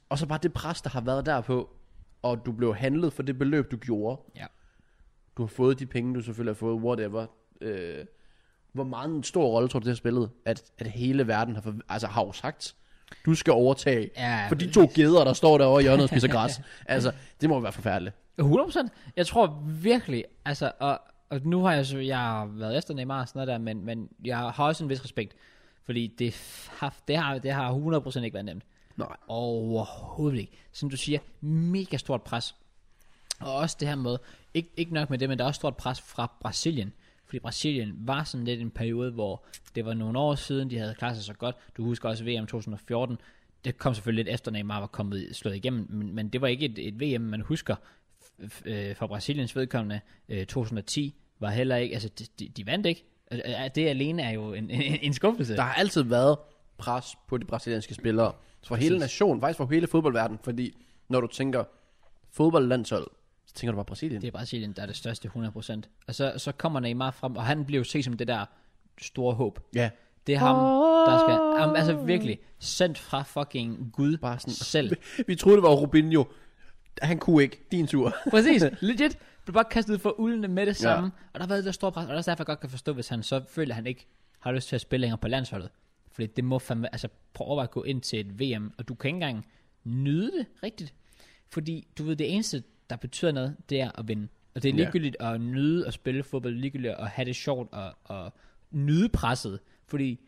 S2: og så bare det pres, der har været derpå, og du blev handlet for det beløb, du gjorde,
S1: ja.
S2: du har fået de penge, du selvfølgelig har fået, whatever. Øh, hvor meget en stor rolle tror du, det har spillet, at, at hele verden har, for, altså, har jo sagt, du skal overtage
S1: Ja,
S2: for de to geder, der står derovre i hjørnet og spiser græs. altså, det må være forfærdeligt.
S1: 100%. Jeg tror virkelig, altså, og, og nu har jeg så, jeg har været efter Neymar og sådan noget der, men, men jeg har også en vis respekt, fordi det, har, det, har, det har 100% ikke været nemt.
S2: Nej.
S1: Overhovedet ikke. Som du siger, mega stort pres. Og også det her med, ikke, ikke nok med det, men der er også stort pres fra Brasilien. Fordi Brasilien var sådan lidt en periode, hvor det var nogle år siden, de havde klaret sig så godt. Du husker også VM 2014. Det kom selvfølgelig lidt efter, Neymar var kommet slået igennem, men, men det var ikke et, et VM, man husker F- f- øh, for Brasiliens vedkommende. Øh, 2010 var heller ikke, altså de, de, de vandt ikke. Øh, øh, Det alene er jo en, en, en skuffelse.
S2: Der har altid været pres på de brasilianske spillere. Fra hele nationen, faktisk fra hele fodboldverdenen, fordi når du tænker fodboldlandshold, så tænker du bare Brasilien.
S1: Det er Brasilien, der er det største 100%. Og så, så kommer Neymar frem, og han bliver jo set som det der store håb.
S2: Ja.
S1: Det er ham, der skal... Ham, altså virkelig, sendt fra fucking Gud
S2: Bare
S1: Bare
S2: sådan-
S1: sådan. selv.
S2: Vi troede, det var Rubinho. Han kunne ikke. Din tur.
S1: Præcis, legit. Blev bare kastet ud for uldene med det samme. Ja. Og der har været det der store pres, og det er også derfor, jeg godt kan forstå, hvis han så føler, at han ikke har lyst til at spille længere på landsholdet. Fordi det må fandme... Altså, prøv at overveje at gå ind til et VM, og du kan ikke engang nyde det rigtigt. Fordi du ved, det eneste, der betyder noget, det er at vinde. Og det er
S2: Ja.
S1: ligegyldigt at nyde at spille fodbold, det er ligegyldigt at have det sjovt og, og nyde presset. Fordi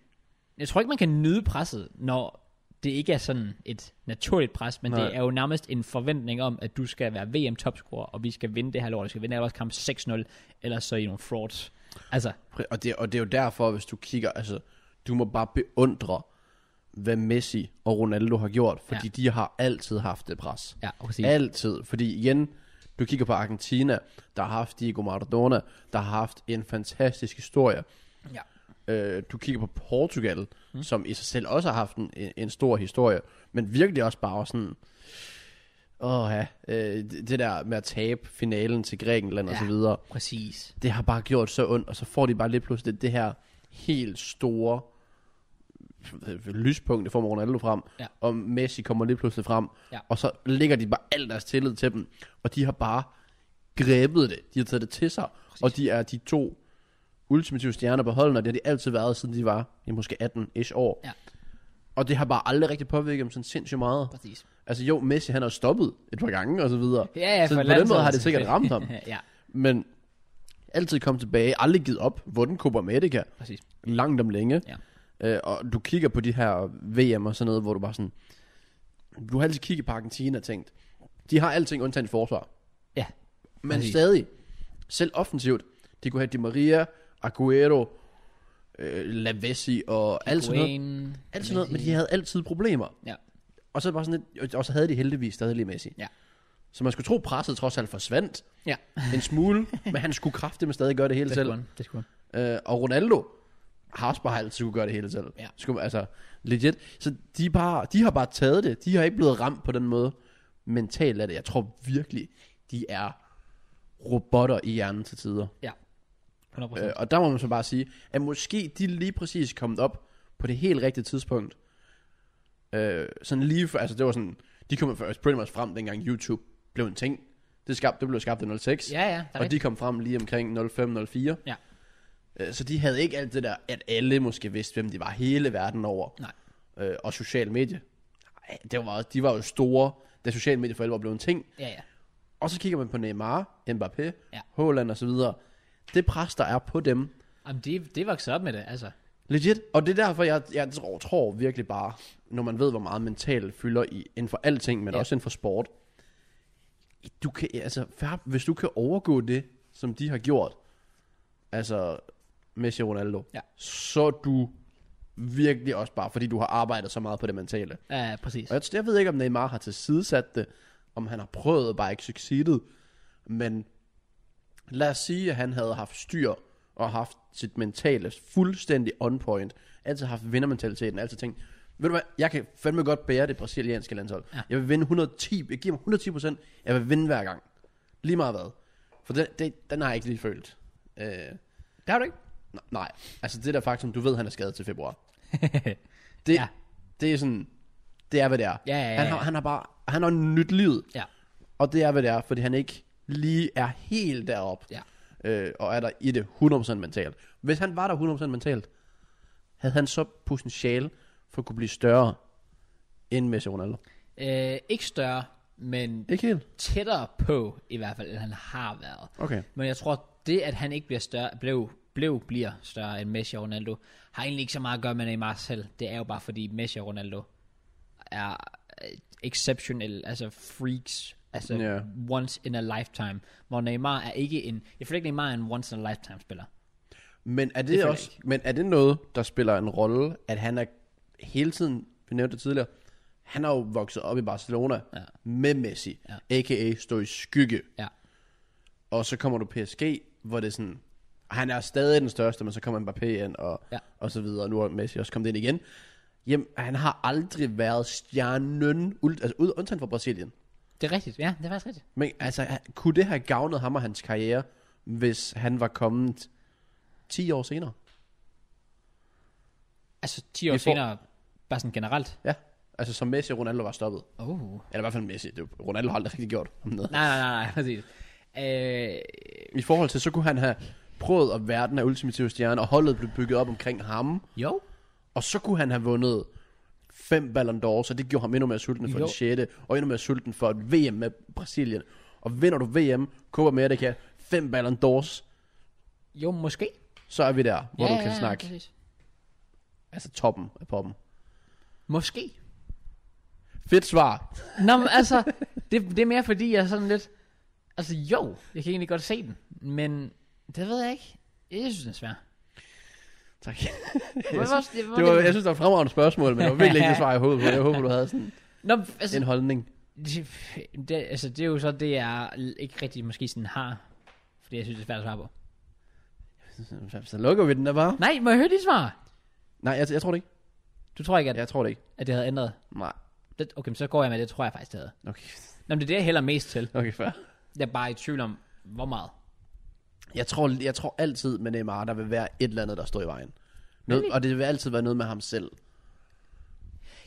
S1: jeg tror ikke, man kan nyde presset, når det ikke er sådan et naturligt pres, men Nej.
S2: Nej.
S1: det er jo nærmest en forventning om, at du skal være VM-topscorer, og vi skal vinde det her lort, vi skal vinde vores kamp 6-0, ellers så er I nogle frauds. Altså,
S2: Præ- Og det, og det er jo derfor, hvis du kigger, altså, du må bare beundre, hvad Messi og Ronaldo har gjort, fordi ja. de har altid haft det pres.
S1: ja, præcis.
S2: Altid. Fordi igen, du kigger på Argentina, der har haft Diego Maradona, der har haft en fantastisk historie.
S1: Ja.
S2: Øh, du kigger på Portugal, mm. som i sig selv også har haft en, en- en stor historie, men virkelig også bare sådan, åh ja, øh, det, det der med at tabe finalen til Grækenland ja. og så
S1: Ja.
S2: videre
S1: Præcis.
S2: det har bare gjort så ondt, og så får de bare lige pludselig det, det her helt store øh, lyspunkt, det får man Ronaldo frem,
S1: Ja.
S2: og Messi kommer lige pludselig frem,
S1: Ja.
S2: og så lægger de bare al deres tillid til dem, og de har bare grebet det, de har taget det til sig, Præcis. og de er de to ultimative stjerner på holdet, og det har de altid været, siden de var ja, måske 18-ish år.
S1: Ja.
S2: Og det har bare aldrig rigtig påvirket dem sådan sindssygt meget.
S1: Præcis.
S2: Altså jo, Messi han har stoppet et par gange og så videre.
S1: Ja, ja, for
S2: så på den
S1: landsholdet
S2: måde har det sikkert
S1: selvfølgelig.
S2: ramt ham.
S1: ja,
S2: Men altid kom tilbage, aldrig givet op, vundet Copa America,
S1: præcis.
S2: langt om længe.
S1: Ja.
S2: Øh, og du kigger på de her VM og sådan noget, hvor du bare sådan, du har altid kigget på Argentina og tænkt, de har alting undtagen forsvar.
S1: Ja,
S2: Men
S1: Præcis.
S2: stadig, selv offensivt, de kunne have Di Maria, Aguero, øh, Lavesi og alt sådan noget.
S1: Wayne,
S2: Alt sådan noget, men de havde altid problemer.
S1: Ja.
S2: Og så, bare sådan lidt, og så havde de heldigvis stadig lige Messi.
S1: Ja.
S2: Så man skulle tro, presset trods alt forsvandt
S1: Ja,
S2: en smule, men han skulle kraftigt med stadig gøre det hele
S1: det skulle
S2: selv.
S1: han. Det skulle han.
S2: Øh, og Ronaldo har også bare altid kunne gøre det hele selv.
S1: Ja.
S2: Skulle, altså, legit. Så de, er bare, de har bare taget det. De har ikke blevet ramt på den måde mentalt af det. Jeg tror virkelig, de er robotter i hjernen til tider.
S1: 100%.
S2: Øh, og der må man så bare sige, at måske de lige præcis kommet op på det helt rigtige tidspunkt. Øh, sådan lige for, altså det var sådan, de kom først pretty much frem, dengang YouTube blev en ting. Det, skab, det blev skabt i 06,
S1: ja, ja, der er
S2: og de kom frem lige omkring 05-04.
S1: Ja.
S2: Øh, så de havde ikke alt det der, at alle måske vidste, hvem de var hele verden over.
S1: Nej.
S2: Øh, og social medie. Ej, Det var, også- de var jo store, da social medie for alvor blev en ting.
S1: Ja, ja.
S2: Og så kigger man på Neymar, Mbappé,
S1: Ja.
S2: ja. Haaland og så videre. Det pres, der er på dem,
S1: Jamen, det, det er vokset op med det, altså.
S2: Legit. Og det er derfor, jeg, jeg tror, tror virkelig bare, når man ved, hvor meget mentalt fylder i, inden for alting, men
S1: Ja.
S2: ja. også inden for sport. Du kan, altså, fair- hvis du kan overgå det, som de har gjort, altså Messi og Ronaldo,
S1: Ja.
S2: så er du virkelig også bare, fordi du har arbejdet så meget på det mentale.
S1: Ja, præcis.
S2: Og jeg, jeg ved ikke, om Neymar har tilsidesat det, om han har prøvet og bare ikke succeset, men lad os sige, at han havde haft styr og haft sit mentale fuldstændig on point, altid haft vindermentaliteten, altid tænkt, ved du hvad, jeg kan fandme godt bære det brasilianske landshold.
S1: Ja.
S2: Ja. Jeg vil vinde 110, jeg giver mig 110 procent, jeg vil vinde hver gang. Lige meget hvad. For den, det, den har jeg ikke lige følt. Øh,
S1: Det har du ikke?
S2: nej, nej, altså det der faktum, du ved, han er skadet til februar. Det,
S1: Ja.
S2: ja. det er sådan, det er hvad det er.
S1: Ja, ja, ja,
S2: Han, har,
S1: ja.
S2: han har bare, han har nyt livet.
S1: Ja.
S2: Og det er hvad det er, fordi han ikke lige er helt deroppe.
S1: Ja.
S2: Øh, og er der i det 100% mentalt. Hvis han var der 100% mentalt, havde han så potentiale for at kunne blive større end Messi og Ronaldo.
S1: Øh, ikke større, men
S2: Ikke helt?
S1: tættere på, i hvert fald, end han har været.
S2: Okay.
S1: Men jeg tror, det, at han ikke bliver større, blev, blev, bliver større end Messi og Ronaldo, har egentlig ikke så meget at gøre med Neymar selv. Det er jo bare, fordi Messi og Ronaldo er øh, exceptionelle, altså freaks, altså
S2: Ja.
S1: once in a lifetime, hvor Neymar er ikke en, jeg føler ikke, Neymar er en once in a lifetime spiller.
S2: Men er det,
S1: føler
S2: det
S1: jeg
S2: også, men er det noget, der spiller en rolle, at han er hele tiden, vi nævnte det tidligere, han har jo vokset op i Barcelona
S1: Ja.
S2: med Messi, ja. a.k.a. stå i skygge.
S1: Ja.
S2: Og så kommer du PSG, hvor det er sådan, han er stadig den største, men så kommer Mbappé ind, og,
S1: Ja.
S2: ja. og så videre, og nu er Messi også kommet ind igen. Jamen, han har aldrig været stjernen, ult- altså ud, undtagen for Brasilien.
S1: Det er rigtigt, ja, det er faktisk rigtigt.
S2: Men altså, han- kunne det have gavnet ham og hans karriere, hvis han var kommet 10 år senere?
S1: Altså 10 år
S2: Jeg får-
S1: senere, bare sådan generelt.
S2: Ja, altså som Messi og Ronaldo var stoppet.
S1: Oh.
S2: Eller i hvert fald Messi, det, er jo- Ronaldo har aldrig rigtig gjort ham noget.
S1: Nej, nej, nej, nej, præcis. Øh,
S2: I forhold til, så kunne han have prøvet at være den her ultimative stjerne, og holdet blev bygget op omkring ham.
S1: jo,
S2: Og så kunne han have vundet fem Ballon d'Or, så det gjorde ham endnu mere sulten for
S1: Jo.
S2: jo. den 6. Og endnu mere sulten for et VM med Brasilien. Og vinder du VM, Copa America, fem Ballon d'Ors,
S1: jo, måske.
S2: så er vi der, hvor
S1: ja,
S2: du kan
S1: ja,
S2: snakke.
S1: Ja, præcis.
S2: Altså toppen af poppen.
S1: måske.
S2: Fedt svar.
S1: Nå, men altså, det, det er mere fordi, jeg er sådan lidt... Altså jo, jeg kan egentlig godt se den, men det ved jeg ikke. Jeg synes, den er svær.
S2: Tak.
S1: Det var, også- det var,
S2: Det var,
S1: lidt-
S2: jeg synes, det var et fremragende spørgsmål, men det var virkelig ikke det svar, jeg håbede på. Jeg håber, du havde sådan
S1: Nå, men altså,
S2: en holdning.
S1: det, det, altså, det er jo så det, jeg ikke rigtig måske sådan har, fordi jeg synes, det er svært at svare på.
S2: Så lukker vi den der bare.
S1: Nej, må jeg høre dit svar?
S2: Nej, jeg, jeg tror det ikke.
S1: Du tror ikke, at,
S2: Jeg tror det ikke.
S1: at det havde ændret?
S2: Nej.
S1: Det, okay, men så går jeg med, det tror jeg faktisk, det havde.
S2: Okay,
S1: Nå, men det er det, jeg hælder mest til.
S2: okay fair.
S1: Jeg er bare i tvivl om, hvor meget.
S2: Jeg tror, jeg tror altid med Neymar, der vil være et eller andet, der står i vejen. Noget,
S1: Really?
S2: Og det vil altid være noget med ham selv.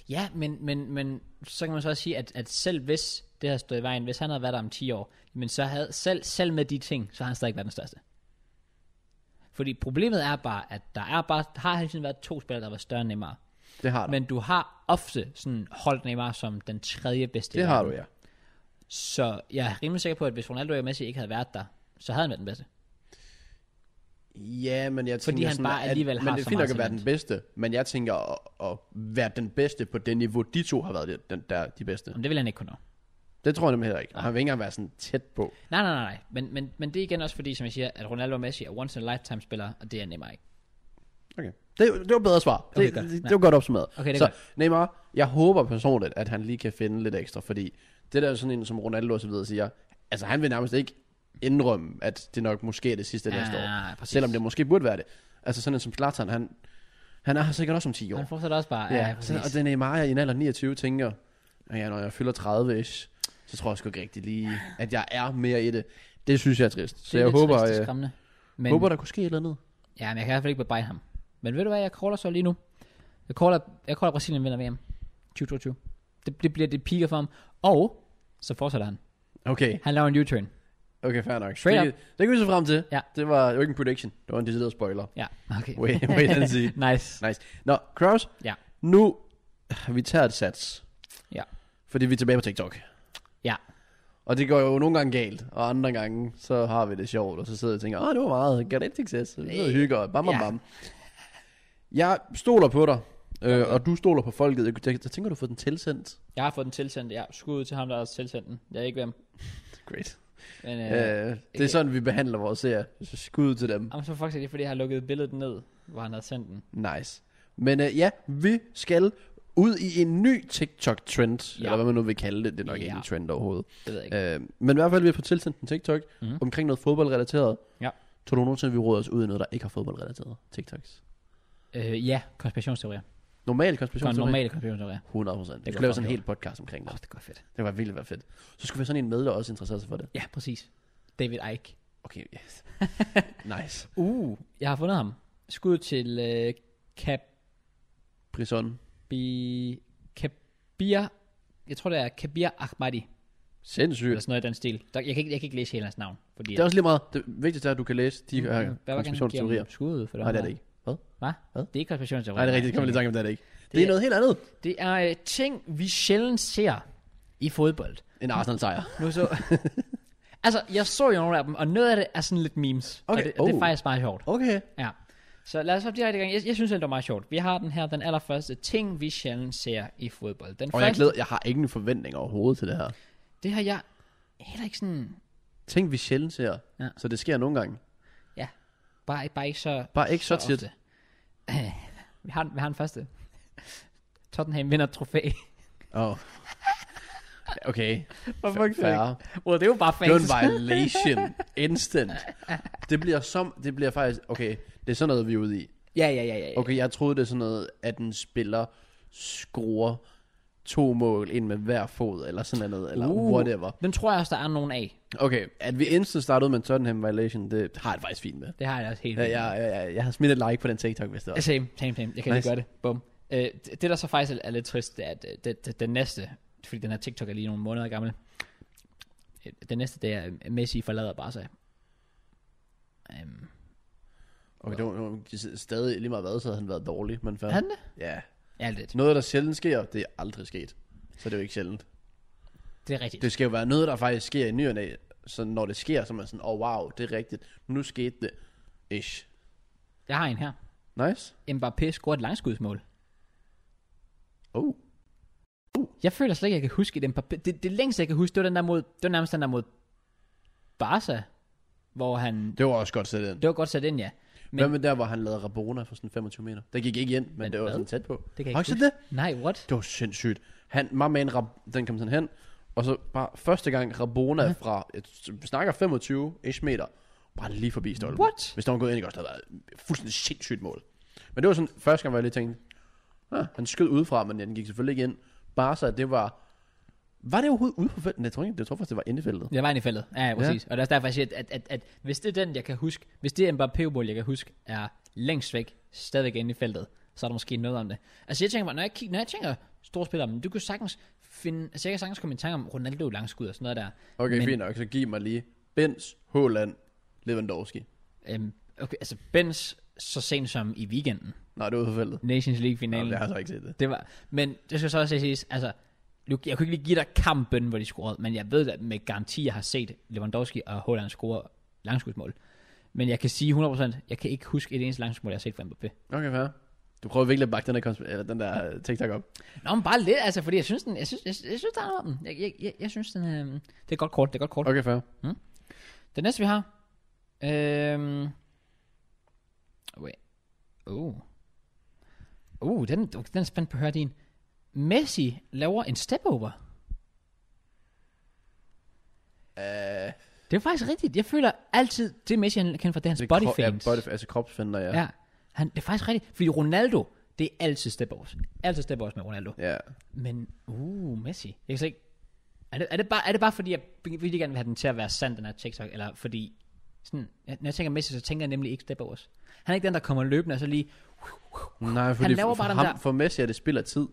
S1: Ja, men, men, men så kan man så også sige, at, at selv hvis det havde stået i vejen, hvis han havde været der om 10 år, men så havde, selv, selv med de ting, så har han stadig været den største. Fordi problemet er bare, at der er bare, der har hele tiden været to spillere, der var større end Neymar.
S2: Det har du.
S1: Men du har ofte sådan holdt Neymar som den tredje bedste. i
S2: det har
S1: verden.
S2: du, ja.
S1: Så jeg er rimelig sikker på, at hvis Ronaldo og Messi ikke havde været der, så havde han været den bedste.
S2: Ja, men jeg tænker
S1: Fordi han
S2: sådan,
S1: bare alligevel
S2: at,
S1: har
S2: Men det
S1: så
S2: er fint
S1: meget
S2: nok at være den
S1: talent.
S2: bedste, men jeg tænker at, at være den bedste på det niveau, de to har været det, den, der, de bedste.
S1: Men det ville han ikke kunne nå.
S2: Det tror jeg nemlig heller ikke. Han vil ikke engang være sådan tæt på.
S1: Nej, nej, nej, nej. Men, men, men det er igen også fordi, som jeg siger, at Ronaldo og Messi er once in a lifetime spillere, og det er Neymar ikke.
S2: Okay. Det, det var bedre svar.
S1: Okay,
S2: det,
S1: godt.
S2: det, det var godt opsummeret.
S1: Okay, det er
S2: så
S1: godt.
S2: Neymar, jeg håber personligt, at han lige kan finde lidt ekstra, fordi det der er sådan en som Ronaldo og så videre siger, altså han vil nærmest ikke indrømme, at det nok måske er det sidste ja, næste år.
S1: ja, præcis.
S2: Selvom det måske burde være det. Altså sådan en som Zlatan, han, han er her sikkert også om 10 år.
S1: Han fortsætter også bare.
S2: ja,
S1: Ja,
S2: ja
S1: præcis.
S2: sådan, og den er mig i en alder af 29 tænker, at ja, når jeg fylder 30 ish, så tror jeg sgu ikke rigtig lige, at jeg er mere i det. Det synes jeg er trist. Så
S1: er
S2: jeg
S1: lidt
S2: håber, øh,
S1: trist og
S2: jeg,
S1: skræmmende. Men,
S2: håber, der kunne ske et eller andet.
S1: Ja, men jeg kan i hvert fald ikke bebrejde ham. Men ved du hvad, jeg caller så lige nu. Jeg caller, jeg caller Brasilien vinder VM 2022. Det, det bliver det piker for ham. Og så fortsætter han.
S2: Okay,
S1: Han laver en U-turn.
S2: okay, fair nok.
S1: Straight
S2: det, det kan vi se frem til.
S1: Ja.
S2: Det var jo ikke en prediction. Det var en decideret spoiler.
S1: Ja, okay.
S2: Wait, wait and see.
S1: nice.
S2: Nice. Nå, Kraus.
S1: Ja.
S2: Nu, vi tager et sats.
S1: Ja.
S2: Fordi vi er tilbage på TikTok.
S1: Ja.
S2: Og det går jo nogle gange galt, og andre gange, så har vi det sjovt, og så sidder jeg og tænker, åh, det var meget, got it success, og sidder og hygger, og bam, bam,
S1: Ja.
S2: bam. Jeg stoler på dig, øh, og du stoler på folket. Jeg, jeg, jeg tænker, du har fået den tilsendt.
S1: Jeg har fået den tilsendt. Ja, skud til ham, der har tilsendt den. Jeg er ikke hvem.
S2: Great.
S1: Men,
S2: Øh,
S1: øh,
S2: det er sådan, vi behandler vores seere. Så skud til dem.
S1: Jamen, så faktisk er det, fordi jeg har lukket billedet ned, hvor han havde sendt den.
S2: Nice. Men øh, ja, vi skal ud i en ny TikTok-trend,
S1: Ja.
S2: eller hvad man nu vil kalde det. Det er nok ikke
S1: Ja.
S2: en trend overhovedet.
S1: Det ved jeg ikke.
S2: Øh, men i hvert fald, vi har fået tilsendt en TikTok
S1: Mhm.
S2: mm. omkring noget fodboldrelateret.
S1: Ja.
S2: Tror du nogensinde, vi råder os ud i noget, der ikke har fodboldrelateret TikToks?
S1: Øh, ja, konspirationsteorier.
S2: Normal
S1: Kon-
S2: konspiration.
S1: normale konspirationsteorier.
S2: 100 procent. Vi
S1: Det
S2: skulle
S1: kunne
S2: lave sådan en
S1: jeg
S2: hel podcast omkring
S1: Åh,
S2: det.
S1: det går fedt.
S2: Det var vildt være fedt. Så skulle vi have sådan en med, der også interesserer sig for det.
S1: Ja, præcis. David Icke.
S2: Okay, yes. nice.
S1: Uh, jeg har fundet ham. Skud til øh,
S2: Prison.
S1: Kabi... Kabir... Jeg tror, det er Kabir Ahmadi. Eller
S2: Sindssygt.
S1: sådan noget i den stil. Der, jeg, kan ikke, jeg kan ikke læse hele hans navn. Fordi
S2: Det er også lige meget. Det vigtigste er, at du kan læse de
S1: Mm-hmm. Hvad var
S2: her
S1: det, han giver
S2: konspirationsteorier.
S1: ham Skud for det.
S2: Nej, det er
S1: var-
S2: det ikke. Hvad?
S1: Hvad?
S2: Hvad?
S1: Det er ikke konspirationsteorier.
S2: Nej, det er rigtigt. Det kommer lidt i tanke om, det er det ikke. Det, det
S1: Det-
S2: er noget helt andet
S1: Det er øh, ting, vi sjældent ser i fodbold.
S2: end Arsenal-sejr.
S1: Nu så... altså, jeg så jo nogle af dem, og noget af det er sådan lidt memes.
S2: Okay,
S1: Og det, og det er
S2: oh.
S1: faktisk meget sjovt.
S2: Okay.
S1: Ja. Så lad os hoppe direkte i gang. Jeg, jeg synes, det var meget sjovt. Vi har den her, den allerførste ting, vi sjældent ser i fodbold. Den
S2: Og jeg,
S1: første,
S2: glæder, jeg har ingen forventninger overhovedet til det her.
S1: det har jeg heller ikke sådan,
S2: Tænk, vi sjældent ser.
S1: Ja.
S2: Ja. Så det sker nogle gange.
S1: bare, bare ikke så
S2: Bare ikke så,
S1: så
S2: tit.
S1: ofte. Vi har, vi har den første. Tottenham vinder trofæ.
S2: Oh. Okay.
S1: Hvor
S2: Fa- Fair.
S1: Well, det er jo bare
S2: Det var en
S1: fans.
S2: violation. Instant. Det bliver som, det bliver faktisk, okay, det er sådan noget, vi er ude i.
S1: Ja, ja, ja, ja. ja.
S2: Okay, jeg troede, det er sådan noget, at en spiller skruer to mål ind med hver fod, eller sådan noget, eller
S1: Uh.
S2: uh. whatever.
S1: Den tror jeg også, der er nogen af.
S2: Okay, at vi instant startede med en Tottenham violation, det har jeg det faktisk fint med.
S1: Det har jeg også helt
S2: Jeg, jeg, jeg, jeg har smidt et like på den TikTok, hvis det var.
S1: Same, same, same. Jeg kan nice. lige
S2: Nice.
S1: gøre det. Bum. Øh, det, det, der så faktisk er, er lidt trist, det er, at øh, det, det, den næste, fordi den her TikTok er lige nogle måneder gammel, Øh, den næste, det er, øh, Messi forlader Barca. Um,
S2: Okay, det var, det var stadig lige meget hvad, så havde han været dårlig, men fair.
S1: ja. Han det?
S2: Ja.
S1: Ja, lidt.
S2: Noget, der sjældent sker, det er aldrig sket. Så det er jo ikke sjældent.
S1: Det er rigtigt. Det.
S2: Det skal jo være noget, der faktisk sker i ny og næ. Så når det sker, så er man sådan, åh oh, wow, det er rigtigt. Nu skete det. Ish.
S1: Jeg har en her.
S2: Nice.
S1: Mbappé scorer et langskudsmål.
S2: Oh.
S1: Jeg føler slet ikke, jeg kan huske et Mbappé. Det, det længste, jeg kan huske, det var, den der mod, det var nærmest den der mod Barca, hvor han...
S2: Det var også godt sat ind.
S1: Det var godt sat ind, ja.
S2: Men... Hvad med der, hvor han lavede Rabona for sådan 25 meter? Der gik ikke ind, men,
S1: Men
S2: men det var
S1: hvad?
S2: sådan tæt på.
S1: Det kan jeg
S2: Har
S1: ikke
S2: ikke set det?
S1: Nej, what?
S2: Det var sindssygt. Han, my man, Rab, den kom sådan hen. Og så bare første gang Rabona ja. fra, jeg t- snakker 25 ish meter, bare lige forbi stolpen.
S1: What?
S2: Hvis der var gået ind, ikke også, det havde været et fuldstændig sindssygt mål. Men det var sådan, første gang, hvor jeg lige tænkte, ah, han skød udefra, men den gik selvfølgelig ikke ind. Bare så, at det var, var det overhovedet ude på feltet? Nej, jeg tror ikke, jeg tror faktisk, det var inde i feltet.
S1: Det var en i feltet. Ja, ja, præcis. Ja. Og det er også derfor, jeg siger, at, at, at, at hvis det er den, jeg kan huske, hvis det Mbappé-mål, jeg kan huske, er længst væk, stadigvæk inde i feltet, så er der måske noget om det. Altså jeg tænker mig, når jeg, kig, når jeg tænker store spillere, men du kunne sagtens finde, altså jeg kan sagtens komme i tanke om Ronaldo langskud og sådan noget der.
S2: Okay,
S1: Men-
S2: men... fint nok, så giv mig lige Benz, Håland, Lewandowski.
S1: Øhm, okay, altså Benz så sent som i weekenden,
S2: Nej, det var ude på feltet.
S1: Nations
S2: Nå,
S1: League-finalen.
S2: jeg har så ikke set det.
S1: Det var, men det skal så også siges, altså, nu- jeg kunne ikke lige give dig kampen, hvor de scorede, men jeg ved da med garanti, jeg har set Lewandowski og Holland score langskudsmål. Men jeg kan sige 100%, jeg kan ikke huske et eneste langskudsmål, jeg har set fra Mbappé.
S2: Okay, fair. Du prøver virkelig at bakke den der, konsp- eller den der øh, TikTok op.
S1: Nå, men bare lidt, altså, fordi jeg synes, den, jeg synes, jeg, synes- jeg synes der er noget om den. Jeg, jeg, jeg, jeg synes, den, øh, det er et godt kort, det er et godt kort.
S2: Okay, fair.
S1: Den næste, vi har. Øhm... Wait. Uh. Uh, den, den er spændt på at høre din. Messi laver en step over.
S2: Uh,
S1: Det er faktisk rigtigt. Jeg føler altid, det Messi han kendt for, det er hans
S2: Det er
S1: body
S2: kro-
S1: fans.
S2: Ja, body, altså kropsfender, ja.
S1: ja. Han, det er faktisk rigtigt. Fordi Ronaldo, det er altid step overs. Altid step overs med Ronaldo.
S2: ja.
S1: Men, uh, Messi. Jeg kan slet ikke... Er det, er det, bare, er det bare fordi, jeg virkelig gerne vil have den til at være sand, den her TikTok? Eller fordi... Sådan, jeg- når jeg tænker Messi, så tænker jeg nemlig ikke step overs. Han er ikke den, der kommer løbende og så lige...
S2: Nej, fordi
S1: laver
S2: for, for,
S1: bare den
S2: ham,
S1: der-
S2: for Messi er det spiller tid.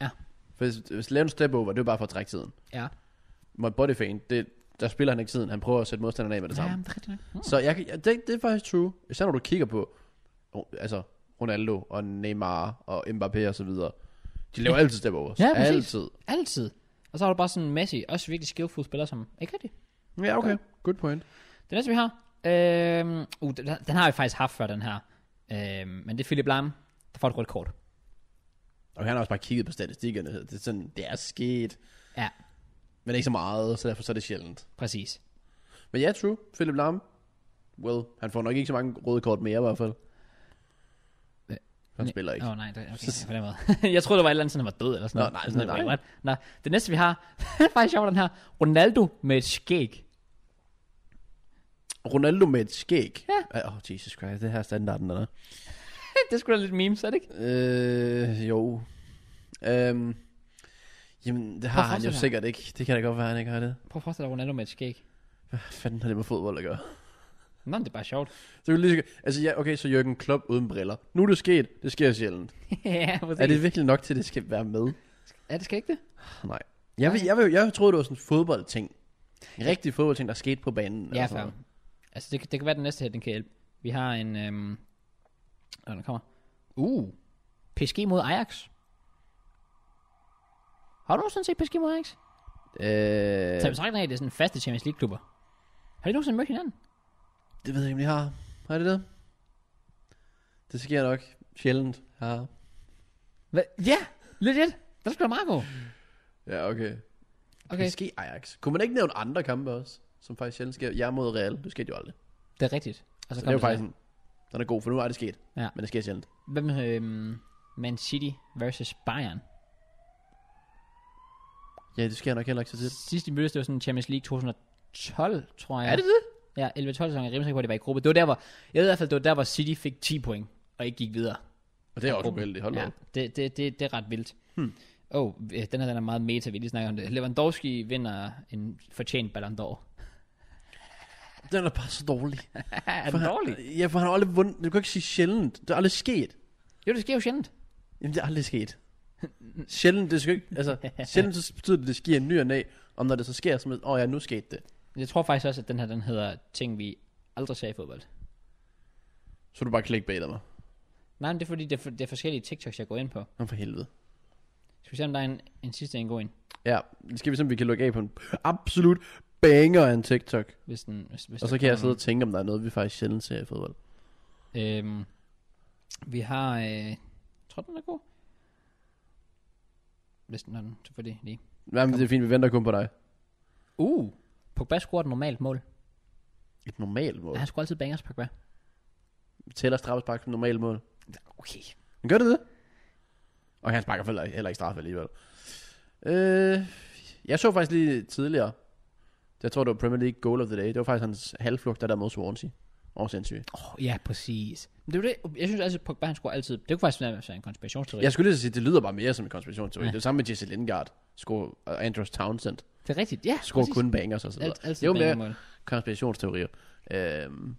S1: Ja.
S2: For hvis, hvis lave en step over, det er jo bare for at trække tiden.
S1: Ja,
S2: Mod body feint, det, der spiller han ikke tiden. Han prøver at sætte modstanderen af med det
S1: ja
S2: samme.
S1: men det er rigtigt. nok. Mm.
S2: Så jeg, kan- ja, det, det er faktisk true. Især når du kigger på oh, altså Ronaldo og Neymar og Mbappé og så videre. De laver altid step overs.
S1: Ja, præcis.
S2: altid.
S1: Altid. Og så har du bare sådan Messi, også virkelig skillful spiller, som ikke rigtig.
S2: Ja, okay. Good point.
S1: Det næste, vi har. Øhm, uh, den, den har vi faktisk haft før, den her. Øhm, men det er Philip Lahm, der får et rødt kort.
S2: Og han har også bare kigget på statistikkerne. Det er sådan, det er sket.
S1: Ja.
S2: Men ikke så meget, så derfor så er det sjældent.
S1: Præcis.
S2: Men ja, true. Philip Lahm. Well, han får nok ikke så mange røde kort mere i hvert fald.
S1: Hva?
S2: Han
S1: Ne-
S2: spiller ikke.
S1: Åh oh, nej, det, okay, ja, på den måde. jeg troede, der var et eller andet, sådan, han var død eller sådan
S2: Nå,
S1: noget.
S2: nej,
S1: sådan,
S2: nej,
S1: noget, Nå, det næste, vi har, det er faktisk sjovt, den her. Ronaldo med et skæg.
S2: Ronaldo med et skæg.
S1: Ja.
S2: Åh, oh, Jesus Christ, det her er standarden, der er.
S1: det skulle sgu da lidt memes, er det ikke?
S2: Øh, jo. Øhm, jamen, det har
S1: Hvorfor
S2: han jo
S1: så der?
S2: sikkert ikke. Det kan da godt være, han ikke har det.
S1: Prøv at forestille dig Ronaldo med et skæg.
S2: Hvad fanden har det med fodbold at gøre?
S1: Nå, men det er bare sjovt.
S2: Så kan vi lige, så- altså, ja, okay, så Jørgen Klopp uden briller. Nu er det sket. Det sker sjældent.
S1: ja, præcis.
S2: Er det virkelig nok til, at det skal være med?
S1: er det skal ikke det?
S2: Nej. Jeg, vil, jeg, vil, jeg troede, det var sådan en fodboldting. En rigtig fodboldting, der skete på banen.
S1: Ja,
S2: eller sådan
S1: fair.
S2: noget.
S1: Altså, det, kan- det kan være den næste her, den kan hjælpe. Vi har en, øhm, Åh, den kommer. Uh, PSG mod Ajax. Har du nogensinde set PSG mod Ajax?
S2: Øh,
S1: Så jeg betragter af, at det er sådan faste Champions League-klubber. Har de nogensinde mødt hinanden?
S2: det ved jeg ikke, om de har. Har det det? Det sker nok sjældent. Ja,
S1: Hva? Ja, legit. Der skulle da meget god.
S2: ja okay.
S1: Okay,
S2: PSG Ajax. Kunne man ikke nævne andre kampe også, som faktisk sjældent sker? Jeg mod Real, det skete jo aldrig. Så
S1: det er rigtigt. Og så,
S2: det Altså, er jo
S1: kom
S2: faktisk en, den er god, for nu er det sket.
S1: Ja.
S2: Men det sker sjældent.
S1: Hvem øhm, Man City versus Bayern.
S2: Ja, det sker nok heller ikke så tit.
S1: Altså, Sidst de mødtes, det var sådan Champions League 2012, tror jeg.
S2: Er det det?
S1: Ja, 11-12 sæsonen, jeg er rimelig sikker på, at det var i gruppe. Det var der, hvor, jeg ved i hvert fald, det var der, hvor City fik 10 point, og ikke gik videre.
S2: Og det er også
S1: Gruppen.
S2: uheldigt, hold da
S1: Ja,
S2: op.
S1: det, det, det, det er ret vildt. Hmm. Oh, øh, den her den er meget meta, vi lige snakker om det. Lewandowski vinder en fortjent Ballon d'Or.
S2: Den er bare så dårlig.
S1: er
S2: For
S1: den
S2: han-
S1: dårlig?
S2: Ja, for han har aldrig vundet. Du kan ikke sige sjældent. Det er aldrig sket.
S1: Jo, det sker jo sjældent.
S2: Jamen, det er aldrig sket. sjældent, det skal ikke... Altså, sjældent så betyder det, at det sker en ny og næ. Og når det så sker, så er det, åh oh, ja, nu skete det.
S1: Jeg tror faktisk også, at den her, den hedder ting, vi aldrig sagde i fodbold.
S2: Så er du bare clickbaiter mig.
S1: Nej, men det er fordi, det er, for, det er forskellige TikToks, jeg går ind på.
S2: Nå, for helvede.
S1: Skal vi se, om der er en, en sidste en god en?
S2: Ja, skal vi se, om vi kan lukke af på en absolut banger af en TikTok.
S1: Hvis den, hvis, hvis
S2: Og
S1: der
S2: så kan jeg sidde
S1: kommer
S2: og tænke, om der er noget, vi faktisk sjældent ser i fodbold.
S1: nogen. Øhm, vi har... Øh, tror du, den er god? Hvis den er den, så får det lige.
S2: Nej, men det er fint, vi venter kun på dig.
S1: Uh! Pogba scorer et normalt mål.
S2: Et normalt mål.
S1: Ja, han scorer altid bangers, Pogba.
S2: Tæller straffespark som normalt mål.
S1: Okay.
S2: Men gør det det? Og han sparker heller, heller ikke straffe alligevel. Øh, jeg så faktisk lige tidligere. Jeg tror, det var Premier League Goal of the Day. Det var faktisk hans halvflugt, der der mod Swansea. Åh, sindssygt.
S1: Åh, oh, ja, præcis. Men det er jo det, jeg synes altid, Pogba han scorer altid. Det kunne faktisk være en konspirationsteori.
S2: Jeg skulle lige så sige, det lyder bare mere som en konspirationsteori.
S1: Ja.
S2: Det er samme med Jesse Lingard. Score, og Andrews Townsend.
S1: Det er rigtigt, ja.
S2: Score
S1: præcis.
S2: kun bangers og så videre.
S1: Alt, altid
S2: Jo,
S1: jo,
S2: men jeg-
S1: bangermål.
S2: konspirationsteorier. Øhm,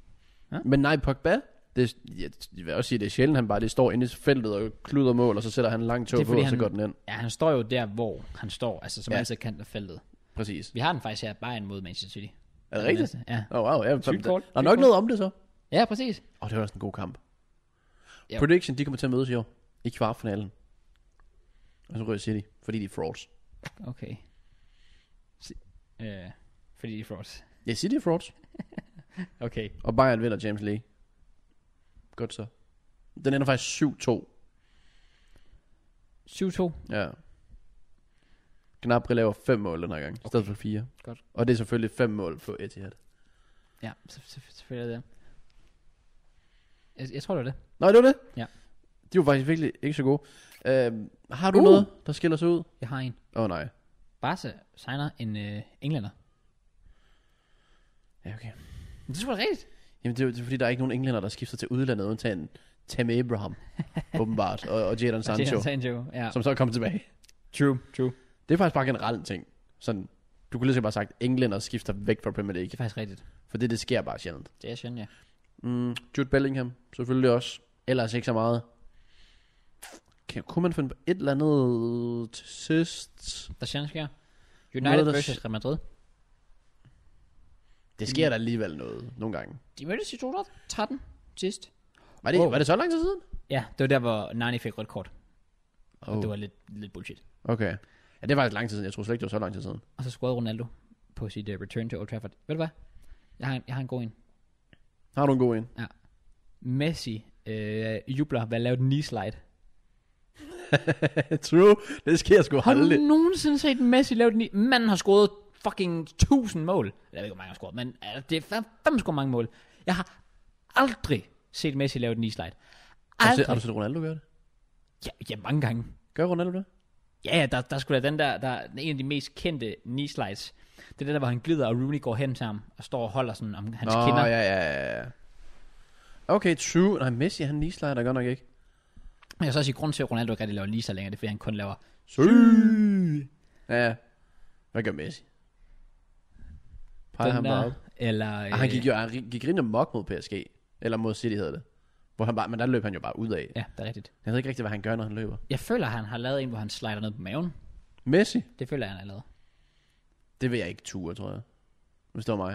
S1: Ja.
S2: Men nej, Pogba, det, jeg, jeg vil også sige, det er sjældent, han bare det står inde i feltet og kluder mål, og så sætter han en lang
S1: Det
S2: tog
S1: er,
S2: på,
S1: fordi
S2: og så
S1: han-
S2: går den ind.
S1: Ja, han står jo der, hvor han står. Altså, som
S2: Ja.
S1: ja. altid kant af feltet.
S2: Præcis.
S1: Vi har den faktisk her, Bayern mod Manchester City.
S2: Er det rigtigt?
S1: Ja.
S2: Åh, oh, wow. Ja,
S1: Sygt kort,
S2: der, der er
S1: sygt
S2: nok
S1: kort.
S2: noget om det så. Åh,
S1: ja, præcis.
S2: oh, det var også en god kamp.
S1: Ja.
S2: Prediction, de kommer til at mødes i år. I kvartfinalen. Og så ryger City, fordi de er frauds.
S1: Okay. Si- øh, fordi de er frauds.
S2: Ja, City er frauds.
S1: Okay.
S2: Og Bayern vinder James League. Godt så. Den ender faktisk 7-2.
S1: 7-2.
S2: Ja. Gnabry laver fem mål den her gang, okay. i stedet for fire.
S1: Godt.
S2: Og det er selvfølgelig fem mål på Etihad.
S1: Ja, så, så, selvfølgelig er det. Jeg, jeg tror, det var det.
S2: Nå, det var det?
S1: Ja.
S2: De var faktisk virkelig ikke så gode. Øhm, har du
S1: Uh!
S2: noget, der skiller sig ud?
S1: Jeg har en.
S2: Åh oh, nej.
S1: Barca signer en øh, englænder.
S2: Ja, okay.
S1: Men det er sgu da rigtigt.
S2: Jamen, det er, jo- det er fordi, der er ikke nogen englænder, der skifter til udlandet, undtagen Tam Abraham, åbenbart, og, og Jadon
S1: Og
S2: Sancho,
S1: Jadon Sancho, ja.
S2: som så er kommet tilbage.
S1: True, true.
S2: Det er faktisk bare generelt en ting. Sådan, du kunne lige så godt bare have sagt, englænder skifter væk fra Premier
S1: Det er
S2: League,
S1: faktisk rigtigt.
S2: for det, det sker bare sjældent.
S1: Det er sjældent, ja.
S2: Mm, Jude Bellingham, selvfølgelig også. Ellers ikke så meget. Kan, kunne man finde på et eller andet til sidst?
S1: Der sjældent sker.
S2: Noget,
S1: United
S2: der
S1: versus Real Madrid.
S2: Det sker der alligevel noget, nogle gange.
S1: De mødtes i 2013 sidst.
S2: Var det,
S1: Wow.
S2: var det så lang tid siden?
S1: Ja, det var der, hvor Nani fik rødt kort. Og
S2: Oh.
S1: det var lidt, lidt bullshit.
S2: Okay. Ja, det var faktisk lang tid siden. Jeg tror slet ikke, det var så lang tid siden.
S1: Og så scorede Ronaldo på sit uh, return til Old Trafford. Ved du hvad? Jeg har en, jeg har en god en.
S2: Har du en god en?
S1: Messi øh, jubler ved at lave et knee slide.
S2: True. Det sker sgu
S1: Har
S2: aldrig.
S1: du nogensinde set Messi lave et knee? Manden har scoret fucking 1000 mål. Eller Jeg ved ikke, hvor mange han har scoret, men øh, det er fem- fem scoret mange mål. Jeg har aldrig set Messi lave et knee slide.
S2: Har du, set,
S1: Aldrig.
S2: har du set Ronaldo gøre det?
S1: Ja, ja, mange gange.
S2: Gør Ronaldo det?
S1: Ja, ja, der, der skulle da den der, der er en af de mest kendte knee slides. Det er den der, hvor han glider, og Rooney går hen til ham, og står og holder sådan om hans
S2: Nå,
S1: kinder.
S2: ja, ja, ja, ja. Okay, true. Nej, Messi, han nislejer der godt nok ikke.
S1: Men jeg vil så sige, grund til, at Ronaldo ikke rigtig laver lige så længere, det er, fordi han kun laver...
S2: Syg. Ja. Hvad gør Messi? Peger
S1: den
S2: ham
S1: der,
S2: bare op.
S1: Eller...
S2: Øh. Han gik jo han gik rinde mok mod PSG. Eller mod City hedder det. Hvor han bare, men der løb han jo bare ud af.
S1: Ja, det er rigtigt.
S2: Jeg ved ikke rigtig, hvad han gør, når han løber.
S1: Jeg føler, han har lavet en, hvor han slider ned på maven.
S2: Messi?
S1: Det føler jeg, han har lavet.
S2: Det vil jeg ikke ture, tror jeg. Hvis det var mig.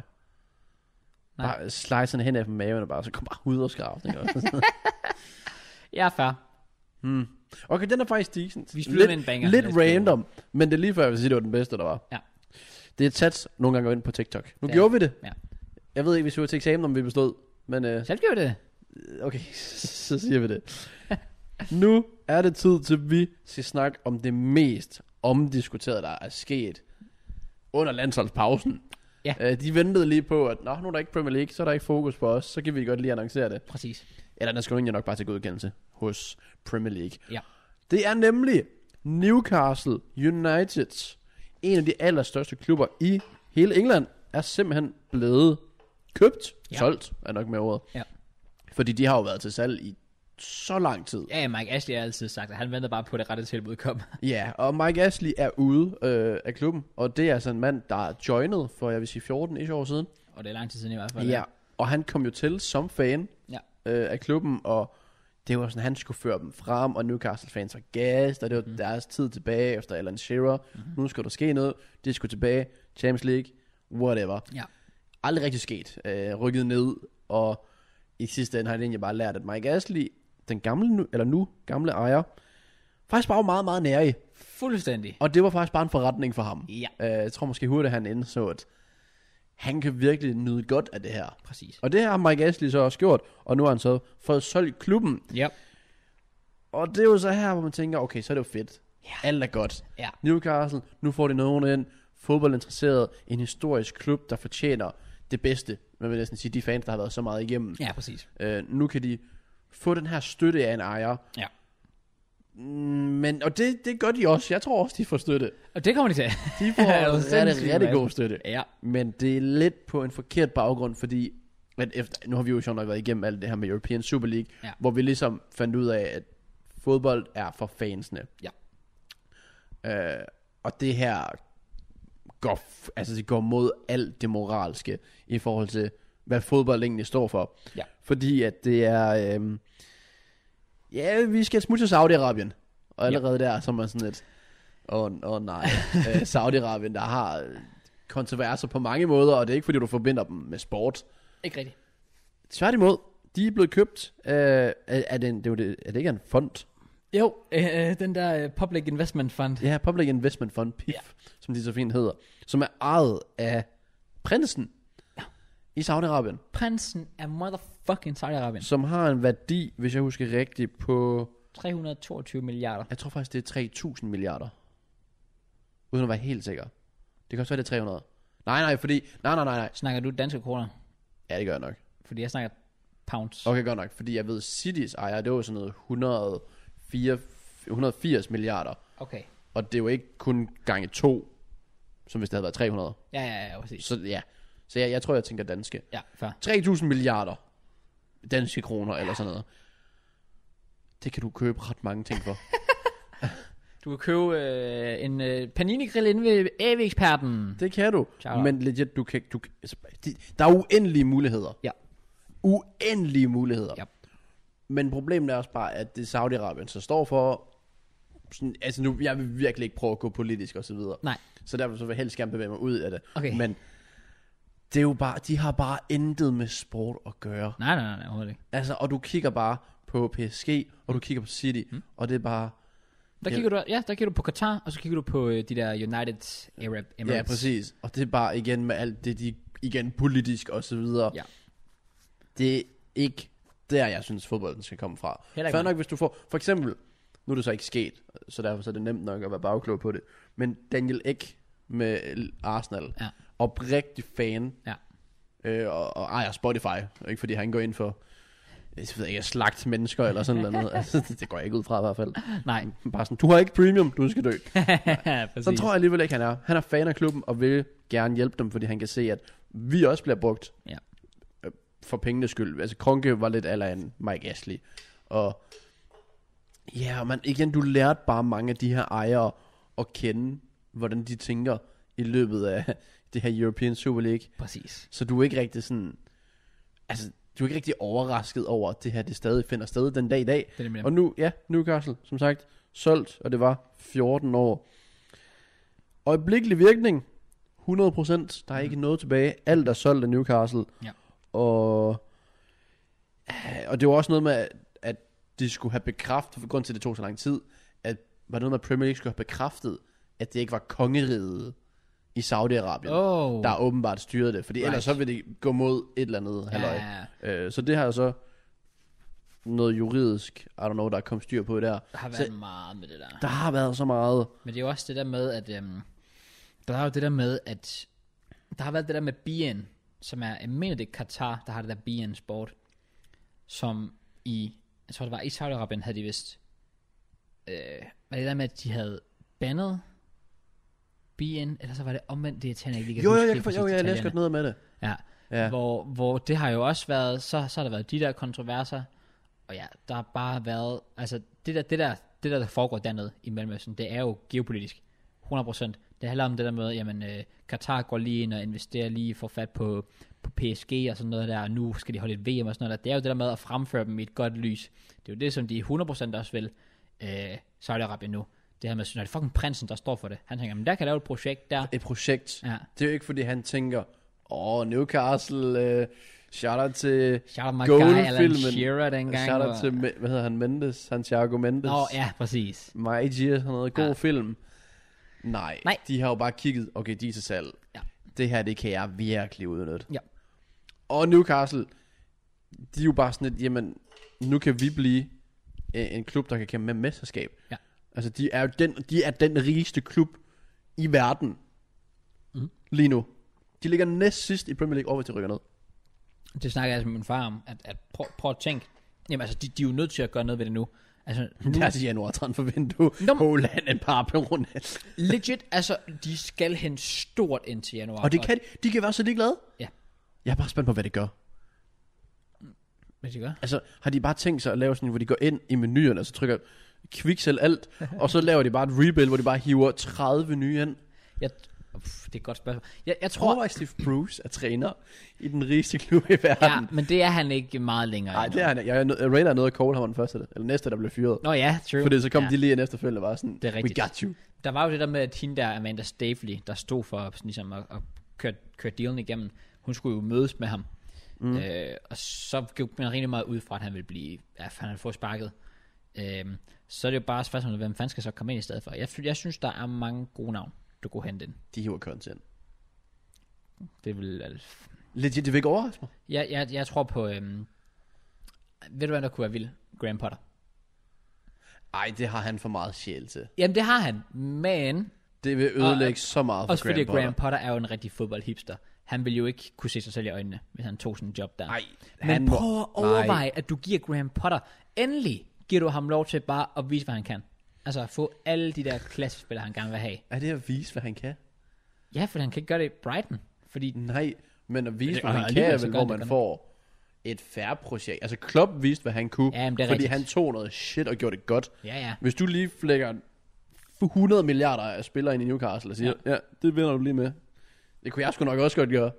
S1: Nej.
S2: Nej. Bare slice sådan hen af dem maven og bare, så kom bare ud og skrab.
S1: Ja, fair.
S2: Hmm. okay, den er faktisk decent.
S1: Vi slutter med en banger.
S2: Lidt
S1: Let's go.
S2: random, men det er lige før, jeg vil sige, det var den bedste, der var.
S1: Ja.
S2: Det er et sats, nogle gange går ind på TikTok. Nu
S1: Ja.
S2: gjorde vi det.
S1: Ja.
S2: Jeg ved ikke, hvis vi var til eksamen, om vi bestod. Men øh,
S1: Selv gør det.
S2: okay, så siger vi det. nu er det tid til, at vi skal snakke om det mest omdiskuterede, der er sket under landsholdspausen.
S1: Ja.
S2: Øh, de ventede lige på, at Nå, nu er der ikke Premier League, så er der ikke fokus på os, så kan vi godt lige annoncere det.
S1: Præcis.
S2: Eller den skal jo egentlig nok bare til godkendelse hos Premier League.
S1: Ja.
S2: Det er nemlig Newcastle United, en af de allerstørste klubber i hele England, er simpelthen blevet købt,
S1: Ja.
S2: ja. solgt er nok med ordet.
S1: Ja.
S2: Fordi de har jo været til salg i så lang tid.
S1: Ja, Mike Ashley har altid sagt, at han venter bare på at det rette tilbud kom.
S2: Ja, og Mike Ashley er ude øh, af klubben, og det er altså en mand, der er joinet for, jeg vil sige, 14 ish år siden.
S1: Og det er lang tid siden i hvert fald.
S2: Ja, og han kom jo til som fan
S1: Ja.
S2: øh, af klubben, og det var sådan, han skulle føre dem frem, og Newcastle-fans var gas, og det var
S1: Mhm.
S2: mm. deres tid tilbage efter Alan Shearer. Mm. Nu skulle der ske noget, det skulle tilbage, Champions League, whatever.
S1: Ja.
S2: Aldrig rigtig sket. Øh, rykket ned, og i sidste ende har jeg egentlig bare lært, at Mike Ashley, den gamle, nu, eller nu gamle ejer, faktisk bare var meget, meget nære i.
S1: Fuldstændig.
S2: Og det var faktisk bare en forretning for ham.
S1: Ja,
S2: Øh, jeg tror måske hurtigt, han indså, at han kan virkelig nyde godt af det her.
S1: præcis.
S2: Og det har Mike Ashley så også gjort, og nu har han så fået solgt klubben.
S1: Ja.
S2: Og det er jo så her, hvor man tænker, okay, så er det jo fedt. Ja. Alt er godt.
S1: Ja.
S2: Newcastle, nu får de nogen ind. Fodboldinteresseret, en historisk klub, der fortjener det bedste. Man vil næsten sige, de fans, der har været så meget igennem.
S1: Ja, præcis.
S2: Øh, nu kan de få den her støtte af en ejer.
S1: Ja.
S2: Mm, Men, og det, det gør de også. Jeg tror også, de får støtte.
S1: Og det kommer de til.
S2: De får
S1: Ja, det er jo
S2: rigtig,
S1: sindssygt,
S2: rigtig
S1: mand.
S2: god støtte.
S1: ja.
S2: Men det er lidt på en forkert baggrund, fordi at efter, nu har vi jo sjovt nok været igennem alt det her med European Super League,
S1: Ja.
S2: hvor vi ligesom fandt ud af, at fodbold er for fansene.
S1: Ja.
S2: Øh, og det her går, f- altså det går mod alt det moralske i forhold til, hvad fodbold egentlig står for.
S1: Ja.
S2: Fordi at det er, øhm, ja, vi skal smutte til Saudi-Arabien. Og allerede der, så er man sådan lidt, åh oh, oh, nej, øh, Saudi-Arabien, der har øh, kontroverser på mange måder, og det er ikke fordi, du forbinder dem med sport.
S1: Ikke rigtigt.
S2: Tværtimod, de er blevet købt øh, af, af den, det er, jo det, er det ikke en fond?
S1: Jo, øh, den der øh, Public Investment Fund.
S2: Ja, Public Investment Fund, PIF,
S1: Ja.
S2: ja. som de så fint hedder, som er ejet af prinsen i Saudi-Arabien,
S1: Prinsen af motherfucking Saudi-Arabien.
S2: som har en værdi, hvis jeg husker rigtigt, på,
S1: 322 milliarder.
S2: jeg tror faktisk, det er 3.000 milliarder. Uden at være helt sikker. Det kan også være, det er 300. Nej, nej, fordi, nej, nej, nej, nej.
S1: Snakker du danske kroner?
S2: Ja, det gør jeg nok.
S1: Fordi jeg snakker pounds.
S2: Okay, godt nok, fordi jeg ved, Citys ejer, det var sådan noget 104, 180 milliarder.
S1: Okay.
S2: Og det er jo ikke kun gange to, som hvis det havde været 300.
S1: Ja, ja, ja, præcis.
S2: Så ja, Så jeg, jeg tror, jeg tænker danske.
S1: Ja, fair.
S2: 3.000 milliarder danske kroner eller sådan noget. Det kan du købe ret mange ting for.
S1: Du kan købe øh, en øh, panini-grill inde ved AV-eksperten.
S2: Det kan du.
S1: Shout out.
S2: Men legit, du kan, du, kan- altså, de, der er uendelige muligheder.
S1: Ja.
S2: Uendelige muligheder.
S1: Ja.
S2: Men problemet er også bare, at det er Saudi-Arabien, så står for... Sådan, altså nu, jeg vil virkelig ikke prøve at gå politisk og så videre.
S1: Nej.
S2: Så derfor så vil jeg helst gerne bevæge mig ud af det.
S1: Okay.
S2: Men det er jo bare, de har bare intet med sport at gøre.
S1: Nej, nej, nej, nej, overhovedet ikke.
S2: Altså, og du kigger bare på PSG, og du kigger på City, mm. og det er bare...
S1: Der
S2: Ja.
S1: kigger, du, ja, der kigger du på Qatar, og så kigger du på øh, de der United Arab Emirates.
S2: Ja, præcis. Og det er bare igen med alt det, de igen politisk og så videre.
S1: Ja.
S2: Det er ikke der, jeg synes, fodbolden skal komme fra.
S1: Heller ikke
S2: Fair
S1: mig.
S2: nok, hvis du får... For eksempel, nu er det så ikke sket, så derfor så er det nemt nok at være bagklog på det. Men Daniel Ek med Arsenal,
S1: Ja.
S2: oprigtig fan,
S1: Ja.
S2: øh, og, og ejer Spotify. Ikke fordi han går ind for, jeg ved ikke, at slagte mennesker eller sådan noget. Altså, det, det går jeg ikke ud fra i hvert fald.
S1: Nej,
S2: Bare sådan, du har ikke premium, du skal dø.
S1: præcis.
S2: Så tror jeg alligevel ikke, han er. Han er fan af klubben og vil gerne hjælpe dem, fordi han kan se, at vi også bliver brugt
S1: Ja.
S2: øh, for pengenes skyld. Altså, Kronke var lidt aller en Mike Ashley. Og ja, og man, igen, du lærte bare mange af de her ejere at kende, hvordan de tænker i løbet af det her European Super League.
S1: Præcis.
S2: Så du er ikke rigtig sådan... Altså, du er ikke rigtig overrasket over, at det her det stadig finder sted den dag i dag.
S1: Det er nemlig
S2: Og nu, ja, Newcastle, som sagt, solgt, og det var 14 år. Øjeblikkelig virkning, 100%, der er ikke noget tilbage. Alt er solgt af Newcastle.
S1: Mhm. Ja.
S2: Og, øh, og det var også noget med, at- at de skulle have bekræftet, for grund til, at det tog så lang tid, at var det noget med, at Premier League skulle have bekræftet, at det ikke var kongeriget i Saudi-Arabien,
S1: Oh.
S2: der åbenbart styrede det. Fordi right. ellers
S1: Right.
S2: så ville det gå mod et eller andet
S1: ja,
S2: halløj.
S1: ja, ja.
S2: Øh, så det har jeg så noget juridisk, I don't know, der er kommet styr på der.
S1: Der har været så... meget med det der.
S2: Der har været så meget.
S1: Men det er jo også det der med, at... Øhm, der er jo det der med, at... Der har været det der med BN, som er... Jeg mener, det er Katar, der har det der BN Sport, som i... Jeg tror, det var i Saudi-Arabien, havde de vist... Øh, var det der med, at de havde bandet BN, eller så var det omvendt, det er Titanic, jeg ikke
S2: Jo, jo,
S1: huske
S2: jeg,
S1: helt
S2: kan,
S1: præcis
S2: jo, jeg læste
S1: detaljerne.
S2: godt noget med det.
S1: Ja.
S2: Ja.
S1: ja. Hvor, hvor det har jo også været, så, så har der været de der kontroverser, og ja, der har bare været, altså det der, det der, det der, der foregår dernede i Mellemøsten, det er jo geopolitisk, 100%. Det handler om det der med, jamen øh, Katar går lige ind og investerer lige for fat på, på PSG og sådan noget der, og nu skal de holde et VM og sådan noget der. Det er jo det der med at fremføre dem i et godt lys. Det er jo det, som de 100% også vil, øh, Saudi-Arabien nu. Det her med, når det er fucking prinsen, der står for det. Han tænker, men der kan jeg lave et projekt der.
S2: Et projekt.
S1: Ja.
S2: Det er jo ikke, fordi han tænker, åh, oh, Newcastle, øh, shout out til
S1: Shout out my guy, Alan
S2: Goal-filmen.
S1: Shearer dengang.
S2: shout out
S1: hvor-
S2: til, Me- hvad hedder han, Mendes, Santiago Mendes.
S1: Nå, ja, præcis.
S2: My G, sådan noget. God
S1: Ja.
S2: film. Nej,
S1: Nej.
S2: de har jo bare kigget, okay, de er til salg.
S1: Ja.
S2: Det her, det kan jeg virkelig udnytte.
S1: Ja.
S2: Og Newcastle, de er jo bare sådan lidt, jamen, nu kan vi blive øh, en klub, der kan kæmpe med mesterskab.
S1: Ja.
S2: Altså, de er jo den, de er den rigeste klub i verden
S1: Mhm.
S2: lige nu. De ligger næst sidst i Premier League over til rykker ned.
S1: Det snakker jeg altså med min far om, at, at prøv, prøv at tænke. Jamen altså, de, de er jo nødt til at gøre noget ved det nu. Altså, nu
S2: Der er til januar transfervindue.
S1: Nå, men-
S2: Håland, en par på rundt.
S1: legit, altså, de skal hen stort ind til januar.
S2: Og det kan de, de kan være så ligeglade.
S1: Ja.
S2: Jeg er bare spændt på, hvad det gør.
S1: Hvad de gør?
S2: Altså, har de bare tænkt sig at lave sådan, hvor de går ind i menuerne, og så trykker kviksel alt, og så laver de bare et rebuild, hvor de bare hiver 30 nye ind.
S1: Jeg, Uff, det er et godt spørgsmål. Jeg, jeg tror...
S2: Overvej Steve Bruce er træner i den rigeste klub i
S1: Ja,
S2: verden.
S1: men det er han ikke meget længere.
S2: Nej,
S1: endnu.
S2: det er han. Jeg, jeg, jeg Raider er nødt at call ham var den første, der- eller næste, der blev fyret.
S1: Nå ja, true.
S2: Fordi så kom
S1: ja.
S2: de lige ind efterfølgende og var sådan,
S1: Det er rigtigt.
S2: we got you.
S1: Der var jo det der med, at hende der, Amanda Stavely, der stod for sådan ligesom at, at køre, køre dealen igennem, hun skulle jo mødes med ham. Mm. Øh, og så gik man rigtig meget ud fra, at han ville blive, ja, han ville få sparket. Øh, så er det jo bare spørgsmålet, hvem fanden skal så komme ind i stedet for. Jeg, jeg synes, der er mange gode navn, du kunne hente ind.
S2: De hiver Kørens ind.
S1: Det vil, altså,
S2: Legit, det vil ikke overraske mig.
S1: jeg, jeg, jeg tror på, øhm, ved du hvad, der kunne være vild? Graham Potter.
S2: Ej, det har han for meget sjæl til.
S1: Jamen det har han, men
S2: Det vil ødelægge så meget for
S1: også fordi
S2: Graham Potter.
S1: Graham Potter er jo en rigtig fodboldhipster. Han ville jo ikke kunne se sig selv i øjnene, hvis han tog sådan en job der.
S2: Nej,
S1: Men
S2: han må-
S1: prøv at overveje, at du giver Graham Potter, endelig giver du ham lov til bare at vise, hvad han kan. Altså at få alle de der klassespillere, han gerne vil have.
S2: Er det at vise, hvad han kan?
S1: Ja, for han kan ikke gøre det i Brighton. Fordi
S2: Nej, Men at vise,
S1: det-
S2: hvad
S1: og
S2: han kan,
S1: alligevel
S2: er
S1: så
S2: vel,
S1: gør
S2: hvor
S1: han det
S2: man
S1: godt.
S2: får et færre projekt. Altså, Klopp viste, hvad han kunne,
S1: Ja, men det er
S2: fordi
S1: rigtigt.
S2: han tog noget shit og gjorde det godt.
S1: Ja, ja.
S2: Hvis du lige flækker 100 milliarder af spillere ind i Newcastle og siger, ja, ja det vinder du lige med. Det kunne jeg sgu nok også godt gøre.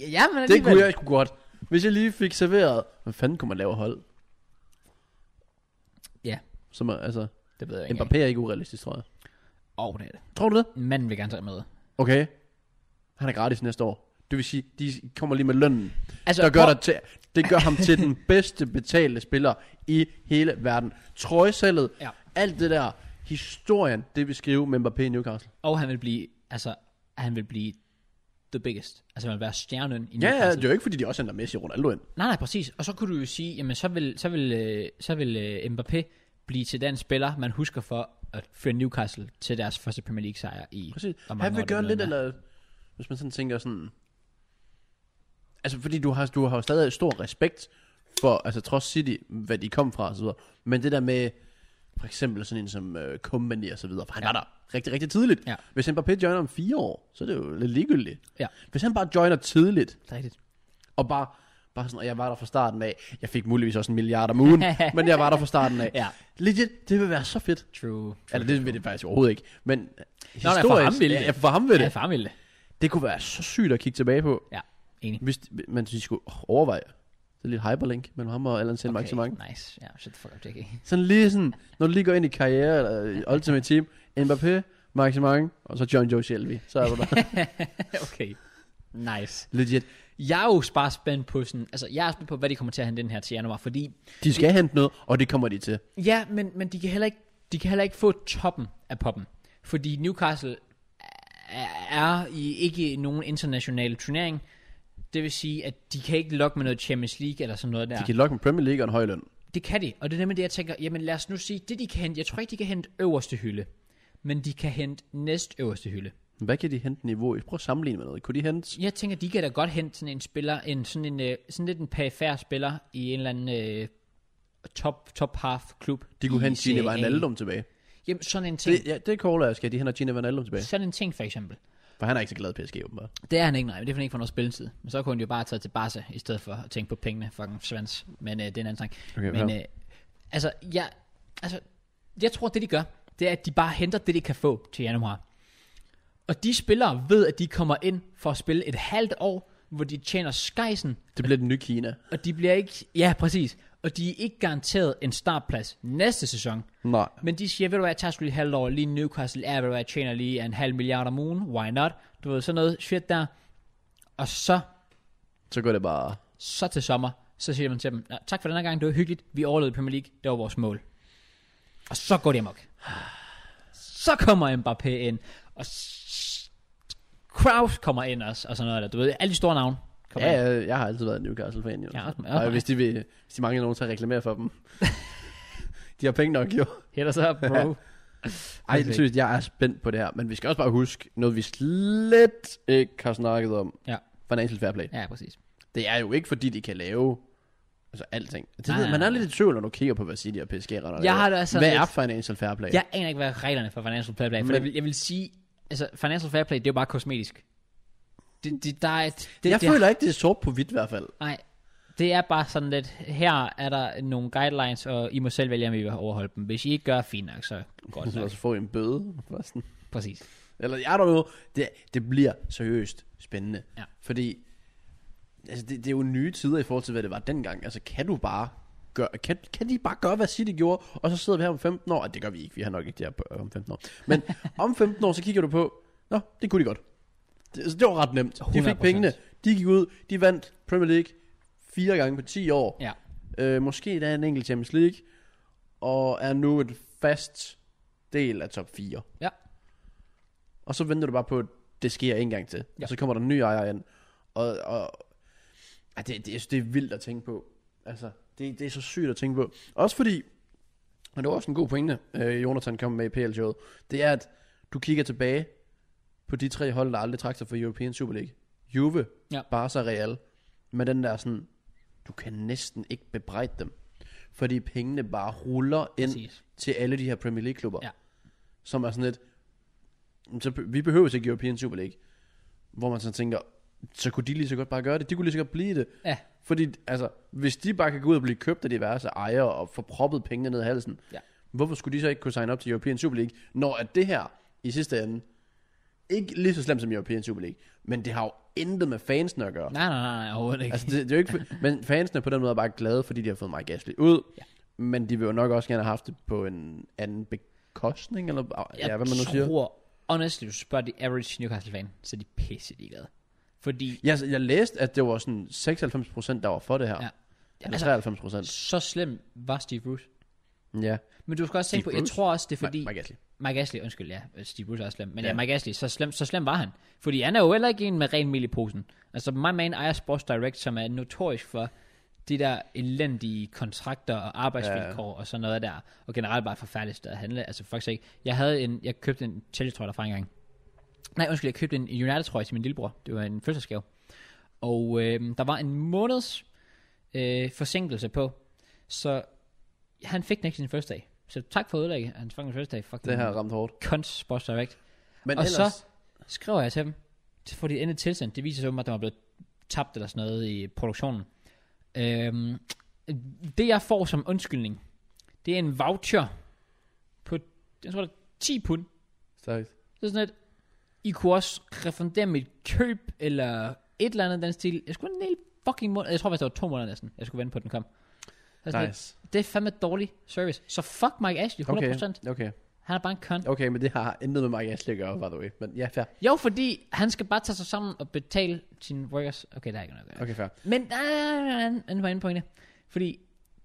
S1: Ja, men
S2: Det kunne jeg sgu godt. Hvis jeg lige fik serveret, hvad fanden kunne man lave af hold?
S1: Ja.
S2: Som er, altså,
S1: Det ved jeg ikke.
S2: Mbappé er ikke urealistisk, tror jeg.
S1: Åh, oh, det er det.
S2: Tror du det?
S1: Manden vil gerne tage med.
S2: Okay. Han er gratis næste år. Det vil sige, de kommer lige med lønnen.
S1: Altså,
S2: der gør
S1: hvor-
S2: dig til, det gør ham til den bedste betalte spiller i hele verden. Trøjsalget,
S1: Ja.
S2: alt det der, historien, det vi skrive med Mbappé i Newcastle.
S1: Og han vil blive, altså, han vil blive the biggest. Altså, han vil være stjernen i
S2: Ja, ja,
S1: Newcastle.
S2: det er jo ikke, fordi de også henter Messi og Ronaldo ind.
S1: Nej, nej, præcis. Og så kunne du jo sige, jamen så vil, så vil, øh, så vil øh, Mbappé blive til den spiller, man husker for at føre Newcastle til deres første Premier League sejr i.
S2: Præcis.
S1: hvor mange
S2: Han
S1: år
S2: vil
S1: det
S2: gøre
S1: nu
S2: lidt,
S1: end er.
S2: eller hvis man sådan tænker sådan... Altså, fordi du har, du har jo stadig stor respekt for, altså trods City, hvad de kom fra og så videre. Men det der med, for eksempel sådan en som uh, Company og så videre, for han ja. var der rigtig, rigtig tidligt.
S1: Ja.
S2: Hvis Mbappé joiner om fire år, så er det jo lidt ligegyldigt.
S1: Ja.
S2: Hvis han bare joiner tidligt,
S1: Det er rigtigt.
S2: og bare, bare sådan, og jeg var der fra starten af, jeg fik muligvis også en milliard om ugen, men jeg var der fra starten af.
S1: Ja.
S2: Legit, det vil være så fedt.
S1: True. true.
S2: Eller det vil det faktisk overhovedet ikke, men
S1: for
S2: historisk,
S1: ham vil det.
S2: Ja, for ham vil det.
S1: Ja, far vil det.
S2: Det kunne være så sygt at kigge tilbage på.
S1: Ja, enig.
S2: Hvis man de skulle overveje. Det er lidt hyperlink mellem ham og Allan Sindmark okay.
S1: Okay, nice. Ja, shut the fuck up, JK.
S2: Sådan lige sådan, når du lige går ind i karriere, eller i Ultimate Team, Mbappé, Maximang, og så John Joe Shelby. Så er du der.
S1: okay. Nice.
S2: Legit.
S1: Jeg er jo bare spændt på sådan, altså jeg er spændt på, hvad de kommer til at hente den her til januar, fordi
S2: De skal hente noget, og det kommer de til.
S1: Ja, men, men de, kan heller ikke, de kan heller ikke få toppen af poppen. Fordi Newcastle er- er i ikke nogen international turnering. Det vil sige, at de kan ikke lokke med noget Champions League eller sådan noget der.
S2: De kan lokke en Premier League og en høj løn.
S1: Det kan de, og det er nemlig det, jeg tænker, jamen lad os nu sige, det de kan hente, jeg tror ikke, de kan hente øverste hylde, men de kan hente næst øverste hylde.
S2: Hvad kan de hente niveau i? Prøv at sammenligne med noget. Kunne de hente...
S1: Jeg tænker, de kan da godt hente sådan en spiller, en, sådan, en, øh, sådan lidt en perifær spiller i en eller anden øh, top, top half klub.
S2: De kunne
S1: i
S2: hente Gine
S1: Serie A.
S2: Wijnaldum tilbage.
S1: Jamen sådan en ting.
S2: Det, ja, det caller jeg skal. De henter Gine Wijnaldum tilbage.
S1: Sådan en ting for eksempel.
S2: For han er ikke så glad i PSG, åbenbart.
S1: Det er han ikke, nej. Det er fordi han ikke får noget spilletid. Men så kunne han jo bare tage til Barca, i stedet for at tænke på pengene. Fucking svans. Men øh, det er en anden snak.
S2: Okay,
S1: Men
S2: ja.
S1: øh, altså, jeg, altså, jeg tror, det de gør, det er, at de bare henter det, de kan få til januar. Og de spillere ved, at de kommer ind for at spille et halvt år, hvor de tjener skejsen,
S2: Det bliver den nye Kina.
S1: og de bliver ikke... Ja, præcis. Og de er ikke garanteret en startplads næste sæson.
S2: Nej.
S1: Men de siger, ved du hvad, jeg tager sgu lige et halvt år, lige Newcastle er, ved du hvad, jeg tjener lige en halv milliard om ugen, why not? Du ved, sådan noget shit der. Og så,
S2: Så går det bare...
S1: så til sommer, så siger man til dem, "Nå, tak for den her gang, det var hyggeligt, vi overlevede Premier League, det var vores mål. Og så går det amok. Så kommer Mbappé ind, og s- Kraus kommer ind også, og sådan noget der. Du ved, alle de store navne kommer
S2: Ja,
S1: ind.
S2: ja, jeg har altid været en Newcastle-fan, jo.
S1: Ja, også- også
S2: og
S1: mig.
S2: hvis de, vil, hvis de mangler nogen til at reklamere for dem. de har penge nok, jo.
S1: Hælder så op, bro.
S2: Ej, det synes jeg er spændt på det her. Men vi skal også bare huske noget, vi slet ikke har snakket om.
S1: Ja.
S2: Financial Fair Play.
S1: ja, præcis.
S2: Det er jo ikke, fordi de kan lave altså alting. Det,
S1: Nej,
S2: nej,
S1: nej,
S2: man er
S1: nej.
S2: lidt i tvivl, når du kigger på, hvad City og PSG render.
S1: Jeg har det også sådan
S2: Hvad er
S1: lidt-
S2: Financial Fair Play?
S1: Jeg aner ikke, hvad reglerne for Financial Fair Play er, for
S2: Men-
S1: jeg, vil, jeg vil sige, altså Financial Fair Play, det er jo bare kosmetisk. Det, det, der er, et- det,
S2: jeg
S1: det,
S2: føler ikke, det er sort på hvidt i hvert fald.
S1: Nej, det er bare sådan lidt, her er der nogle guidelines, og I må selv vælge, om I vil overholde dem. Hvis I ikke gør, fint nok, så godt
S2: Så
S1: nok.
S2: altså få en bøde. Forresten.
S1: Præcis.
S2: Eller jeg er der jo. Det, det bliver seriøst spændende.
S1: Ja.
S2: Fordi altså, det, det, er jo nye tider i forhold til, hvad det var dengang. Altså kan du bare gøre, kan, kan de bare gøre, hvad City gjorde, og så sidder vi her om 15 år. Ah, Det gør vi ikke, vi har nok ikke det her på, øh, om 15 år. Men om 15 år, så kigger du på, nå, det kunne de godt. Det, altså, det var ret nemt. De fik
S1: 100%.
S2: pengene, de gik ud, de vandt Premier League fire gange på 10 år.
S1: Ja,
S2: Øh, måske der er en enkelt Champions League, og er nu et fast del af top 4.
S1: ja,
S2: Og så venter du bare på, at det sker en gang til. Ja.
S1: Ja.
S2: Og så kommer der en ny ejer ind. Og, og ej, det, det, jeg synes, det er vildt at tænke på. Altså, det, det er så sygt at tænke på. Også fordi, og det var også en god pointe, øh, Jonathan kom med i pl showet det er, at du kigger tilbage på de tre hold, der aldrig trak sig fra European Super League. Juve,
S1: Ja.
S2: ja. Barca og Real. Med den der sådan, du kan næsten ikke bebrejde dem. Fordi pengene bare ruller ind
S1: præcis.
S2: til alle de her Premier League-klubber.
S1: Ja.
S2: Som er sådan lidt, "Men så, be- vi behøver ikke European Super League. Hvor man så tænker, så kunne de lige så godt bare gøre det. De kunne lige så godt blive det.
S1: Ja.
S2: Fordi, altså, hvis de bare kan gå ud og blive købt af diverse ejere og få proppet pengene ned i halsen,
S1: Ja.
S2: hvorfor skulle de så ikke kunne signe op til European Super League, når at det her i sidste ende, ikke lige så slemt som European Super League, men det har jo intet med fansene at gøre.
S1: Nej, nej, nej, nej, overhovedet ikke.
S2: Altså, det, det er jo ikke, for- men fansene på den måde er bare glade, fordi de har fået Mike Gasly ud. Ja. Men de vil jo nok også gerne have haft det på en anden bekostning, eller ja, hvad man nu
S1: tror,
S2: siger.
S1: honestly, hvis du spørger de average Newcastle-fan, så er de pisse ligeglade. Fordi,
S2: Jeg, jeg læste, at det var sådan 96%, der var for det her.
S1: Ja.
S2: Ja.
S1: Jamen,
S2: Eller
S1: altså-
S2: 93 procent.
S1: så slem var Steve Bruce.
S2: Ja.
S1: Men du skal også tænke på,
S2: Steve
S1: jeg
S2: Bruce?
S1: tror også, det er fordi...
S2: Mike Gasly.
S1: Mike Ashley, undskyld, ja, øh, Steve Bruce er også slem, men ja, ja
S2: Ja.
S1: Mike Ashley, så slem, så slem var han. Fordi han er jo heller ikke en med ren mel i posen. Altså, my man ejer Sports Direct, som er notorisk for de der elendige kontrakter og arbejdsvilkår ja. og sådan noget der, og generelt bare forfærdeligt sted at handle. Altså, faktisk ikke. Jeg havde en, jeg købte en Chelsea trøje derfra engang. Nej, undskyld, jeg købte en United trøje til min lillebror. Det var en fødselsgave. Og øh, der var en måneds øh, forsinkelse på, så han fik den ikke sin første dag. Så tak for at ødelægge hans fucking første dag. Fucking
S2: Det her ramt hårdt.
S1: Kunst Sports Direct.
S2: Men
S1: Og
S2: ellers,
S1: så skriver jeg til dem, så får de endelig tilsendt. Det viser sig åbenbart, at der var blevet tabt eller sådan noget i produktionen. Øhm, det jeg får som undskyldning, det er en voucher på, jeg tror det er 10 pund.
S2: Stærkt.
S1: Så sådan et, I kunne også refundere mit køb, eller et eller andet i den stil. Jeg skulle en hel fucking måned, jeg tror faktisk det var to måneder næsten, jeg skulle vente på, at den kom. Så sådan et,
S2: Nice.
S1: det er fandme dårlig service. Så fuck Mike Ashley, 100%.
S2: Okay.
S1: Okay.
S2: okay,
S1: Han er bare en køn.
S2: okay, men det har intet med Mike Ashley at gøre, by the way. Men ja, fair.
S1: Jo, fordi han skal bare tage sig sammen og betale sine workers. Okay, der er ikke noget. Okay.
S2: Okay, fair.
S1: Men øh, en anden pointe. Fordi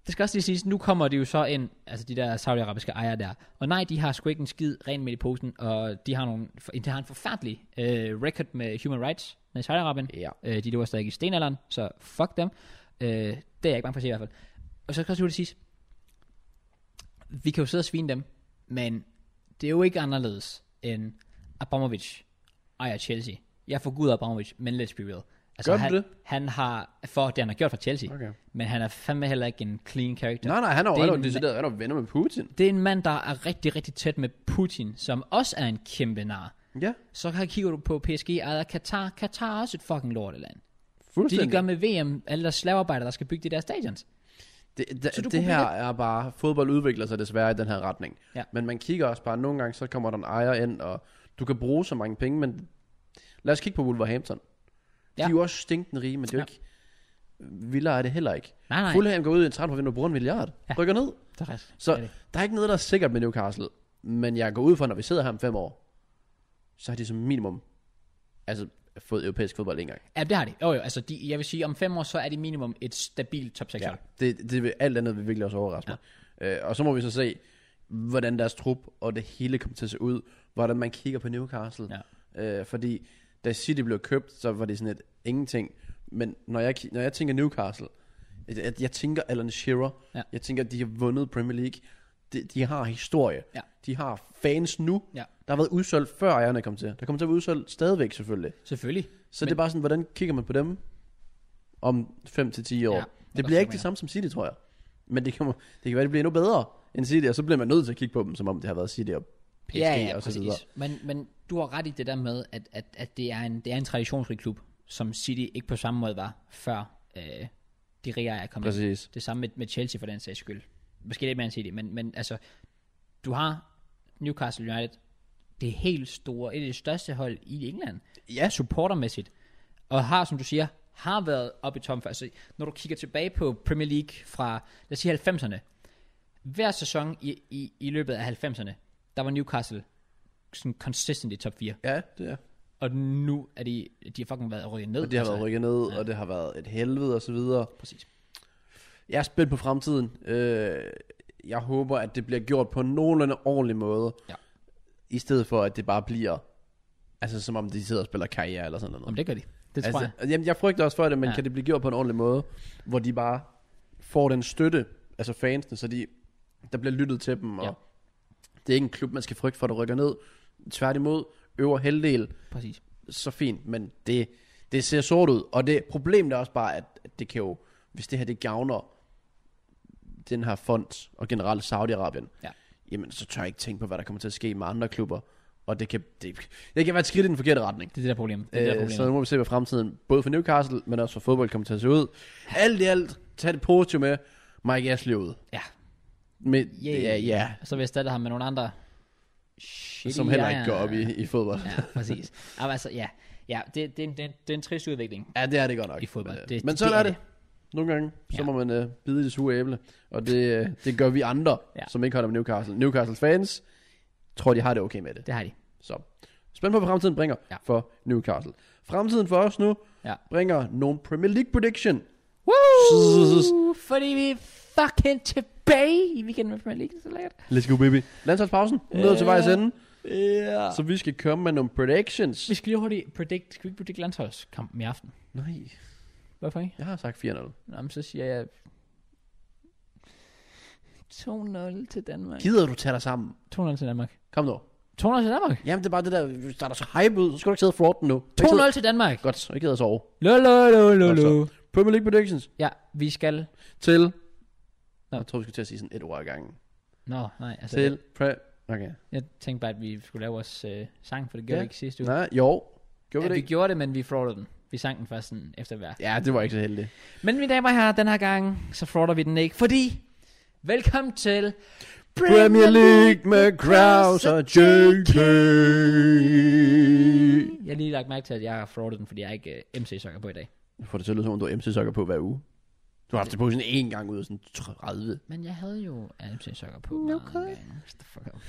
S1: det skal også lige siges, nu kommer det jo så ind, altså de der saudiarabiske ejere der. Og nej, de har sgu ikke en skid rent med i posen, og de har, nogle, de har en forfærdelig øh, record med human rights med Saudi-Arabien.
S2: Ja.
S1: Øh, de lever stadig i stenalderen, så fuck dem. Øh, det er jeg ikke bange for at sige i hvert fald. Og så skal jeg også lige sige, vi kan jo sidde og svine dem, men det er jo ikke anderledes end Abramovich ejer Chelsea. Jeg forguder Abramovich, men let's be real. Altså,
S2: Gør du
S1: han,
S2: det?
S1: han har, for det han har gjort for Chelsea,
S2: Okay.
S1: men han er fandme heller ikke en clean character.
S2: Nej, nej, han er jo
S1: Det er
S2: han er
S1: en-
S2: jo decideret, han er jo venner med Putin.
S1: Det er en mand, der er rigtig, rigtig tæt med Putin, som også er en kæmpe nar.
S2: Ja,
S1: Så her kigger du på PSG ejet af Katar. Katar er også et fucking lorteland. Det
S2: fuldstændig.
S1: de gør med VM, alle deres slavearbejdere, der skal bygge de der stadions.
S2: Det, det,
S1: Så du
S2: det
S1: kunne
S2: her er bare, fodbold udvikler sig desværre i den her retning.
S1: Ja.
S2: Men man kigger også bare, nogle gange så kommer der en ejer ind, og du kan bruge så mange penge, men lad os kigge på Wolverhampton.
S1: Ja.
S2: Ja. De er jo også stinkende rige, men det er jo
S1: Ja.
S2: ikke, vildere er det heller ikke.
S1: Nej, nej.
S2: Fulham går ud i en træt på vindue og bruger en milliard,
S1: Ja.
S2: ja. rykker ned.
S1: Det er rigtigt.
S2: Så
S1: Det er det.
S2: der er ikke noget, der er sikkert med Newcastle, men jeg går ud fra, når vi sidder her om fem år, så har de som minimum, altså fået europæisk fodbold en gang.
S1: Ja, det har de. Jo, jo, altså de, jeg vil sige, om fem år, så er de minimum et stabilt top 6 ja.
S2: Det, det vil, alt andet vil virkelig også overraske mig. Øh, og så må vi så se, hvordan deres trup og det hele kommer til at se ud. Hvordan man kigger på Newcastle. Ja. Øh, fordi da City blev købt, så var det sådan et ingenting. Men når jeg, ki- når jeg tænker Newcastle, jeg, jeg tænker Alan Shearer.
S1: Ja.
S2: Jeg tænker, at de har vundet Premier League. De, de har historie.
S1: Ja.
S2: De har fans nu.
S1: Ja.
S2: Der har været udsolgt, før ejerne kom til. Der kommer til at være udsolgt stadigvæk, selvfølgelig.
S1: Selvfølgelig.
S2: Så Men, det er bare sådan, hvordan kigger man på dem om 5 til 10 år?
S1: Ja,
S2: Ja,
S1: jeg
S2: det bliver
S1: forstår,
S2: ikke
S1: hvad
S2: det samme som City, tror jeg. Men det kan, det kan være, det bliver endnu bedre end City, og så bliver man nødt til at kigge på dem, som om det har været City og PSG
S1: ja, ja,
S2: og så
S1: præcis.
S2: videre.
S1: Men, men du har ret i det der med, at, at, at det, er en, det er en traditionsrig klub, som City ikke på samme måde var, før øh, de rige er kommet. ind.
S2: Præcis.
S1: Det samme med, med Chelsea for den sags skyld. Måske lidt mere end City, men, men altså, du har Newcastle United, det helt store, et af de største hold i England,
S2: Ja,
S1: supportermæssigt, og har, som du siger, har været oppe i toppen før. Altså, når du kigger tilbage på Premier League fra, lad os sige 90'erne, hver sæson i, i, i løbet af 90'erne, der var Newcastle sådan consistent i top 4.
S2: ja det er.
S1: Og nu er de, de har fucking været rykket ned. Altså,
S2: Og det har været rykket ned, ja. og det har været et helvede og så videre.
S1: Præcis.
S2: Jeg er spændt på fremtiden. Øh, jeg håber, at det bliver gjort på en nogenlunde ordentlig måde.
S1: Ja.
S2: I stedet for, at det bare bliver, altså som om de sidder og spiller karriere eller sådan noget.
S1: Om det gør de. Det tror
S2: altså,
S1: jeg.
S2: jeg. Jamen, jeg frygter også for det, men
S1: Ja.
S2: ja. kan det blive gjort på en ordentlig måde, hvor de bare får den støtte, altså fansene, så de, der bliver lyttet til dem, og
S1: Ja.
S2: ja. det er ikke en klub, man skal frygte for, der rykker ned. Tværtimod, øver halvdel,
S1: Præcis.
S2: så fint, men det, det ser sort ud. Og det problemet er også bare, at at det kan jo, hvis det her det gavner den her fond, og generelt Saudi-Arabien,
S1: Ja.
S2: jamen så tør jeg ikke tænke på, hvad der kommer til at ske med andre klubber, Og det kan, det, det kan være et skridt i den forkerte retning.
S1: Det er det der problem. Det er det der
S2: Øh,
S1: problem.
S2: så nu må vi se, hvad fremtiden, både for Newcastle, men også for fodbold, kommer til at se ud. Alt i alt, tag det positivt med. Mike Ashley ud.
S1: Ja.
S2: Men,
S1: Yeah.
S2: ja, ja,
S1: Og så vil jeg erstatte ham med nogle andre shitty
S2: som heller ikke
S1: ejere.
S2: går op i, i fodbold.
S1: Ja, præcis. Jamen, altså, ja. Ja, det, det, er en, det, er en- det er en trist udvikling.
S2: Ja, det er det godt nok.
S1: I fodbold.
S2: Men,
S1: Det-
S2: men
S1: det-
S2: sådan
S1: det
S2: er
S1: er
S2: det. Nogle gange, så
S1: Ja.
S2: må man øh, bide i det sure æble. Og det, øh, det gør vi andre, ja.
S1: Ja.
S2: som ikke holder med Newcastle. Newcastle fans tror, de har det okay med det.
S1: Det har de.
S2: Så spænd på, hvad fremtiden bringer ja.
S1: Ja.
S2: for Newcastle. Fremtiden for os nu
S1: Ja.
S2: bringer nogle Premier League prediction.
S1: Woo! Fordi vi er fucking tilbage i weekenden med Premier League, så lækkert.
S2: Let's go, baby. Landsholdspausen, ned til
S1: Øh,
S2: vejs ende.
S1: Ja.
S2: Så vi skal komme med nogle predictions.
S1: Vi skal lige hurtigt predict, skal vi ikke predict landsholdskampen i aften?
S2: Nej,
S1: Hvorfor ikke?
S2: jeg har sagt 4-0.
S1: Nå, men så siger jeg 2-0 til Danmark.
S2: Gider du tage dig sammen?
S1: 2-0 til Danmark.
S2: Kom nu.
S1: 2-0 til Danmark.
S2: Jamen, det er bare det der, hvis der er så hype ud, så skal du ikke sidde og fraude den nu.
S1: 2-0 til Danmark.
S2: Godt, så ikke sidde og sove.
S1: Lolo, lolo,
S2: Godt så.
S1: lolo.
S2: Premier League predictions.
S1: Ja, vi skal...
S2: Til...
S1: Nå.
S2: Jeg tror, vi skal til at sige sådan et ord ad gangen.
S1: Nå, nej, altså...
S2: Til... Pre... Okay.
S1: Jeg tænkte bare, at vi skulle lave vores øh, sang, for det gjorde
S2: Ja.
S1: vi ikke sidste uge.
S2: Nej, jo. Gjorde
S1: ja,
S2: vi det
S1: vi
S2: ikke?
S1: gjorde det, men vi fraudede den. Vi sang den først sådan efter hver.
S2: Ja, det var ikke så heldigt.
S1: Men mine damer og herrer, den her gang, så frauder vi den ikke, fordi... Velkommen til...
S2: Premier League med Kraus
S1: Kraus
S2: og JK.
S1: Jeg har lige lagt mærke til, at jeg har fraudet den, fordi jeg er ikke øh, MC-sokker på i dag.
S2: Jeg får det til at lyde, som om du har MC-sokker på hver uge. Du har haft det på sådan en gang ud af sådan 30.
S1: Men jeg havde jo MC-sokker på no mange gange. Shut the fuck up.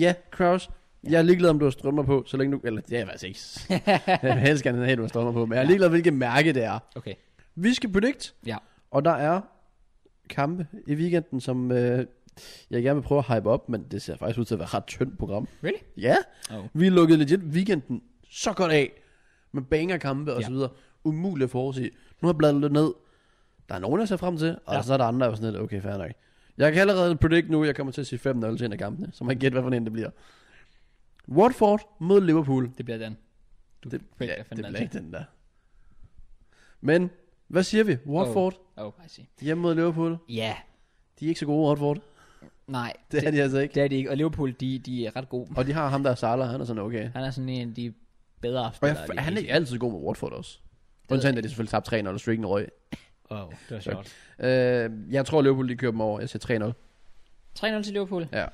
S2: Ja, Kraus. Jeg er ligeglad, om du har strømmer på, så længe du... Eller det er jeg faktisk ikke. jeg vil helst gerne have, at du har strømmer på, men jeg er ligeglad, hvilket mærke det er.
S1: Okay.
S2: Vi skal predict.
S1: Ja.
S2: Og der er kampe i weekenden, som øh, jeg gerne vil prøve at hype op, men det ser faktisk ud til at være et ret tyndt program.
S1: Really?
S2: Ja.
S1: Oh.
S2: Vi lukkede legit weekenden så godt af med bangerkampe og
S1: Ja.
S2: så videre. Umuligt at forudse. Nu har jeg bladet lidt ned. Der er nogen, jeg ser frem til, og ja.
S1: Ja.
S2: så er der andre, der er sådan lidt, okay, fair nok. Jeg kan allerede predict nu, jeg kommer til at sige 5-0 til en af kampene, så man gætter, hvad for en det bliver. Watford mod Liverpool.
S1: Det bliver den. Du
S2: Det, ja,
S1: fik
S2: det
S1: fandt
S2: bliver
S1: den.
S2: ikke den der. Men, hvad siger vi? Watford
S1: Oh, I see.
S2: hjemme mod Liverpool.
S1: Ja.
S2: De er ikke så gode, Watford.
S1: Nej.
S2: Det er de altså ikke.
S1: det er de ikke. Og Liverpool, de, de er ret gode.
S2: Og de har ham, der er Salah, han er sådan okay.
S1: Han er sådan en af de bedre
S2: Og jeg,
S1: spillere. lige
S2: han er
S1: pt.
S2: ikke altid god med Watford også.
S1: ved
S2: Undtagen,
S1: jeg
S2: at de selvfølgelig tabte 3-0 og streaken røg.
S1: Wow, det var
S2: Sorry.
S1: sjovt.
S2: Øh, jeg tror, Liverpool lige kører dem over. Jeg siger 3-0.
S1: 3-0 til Liverpool.
S2: Ja.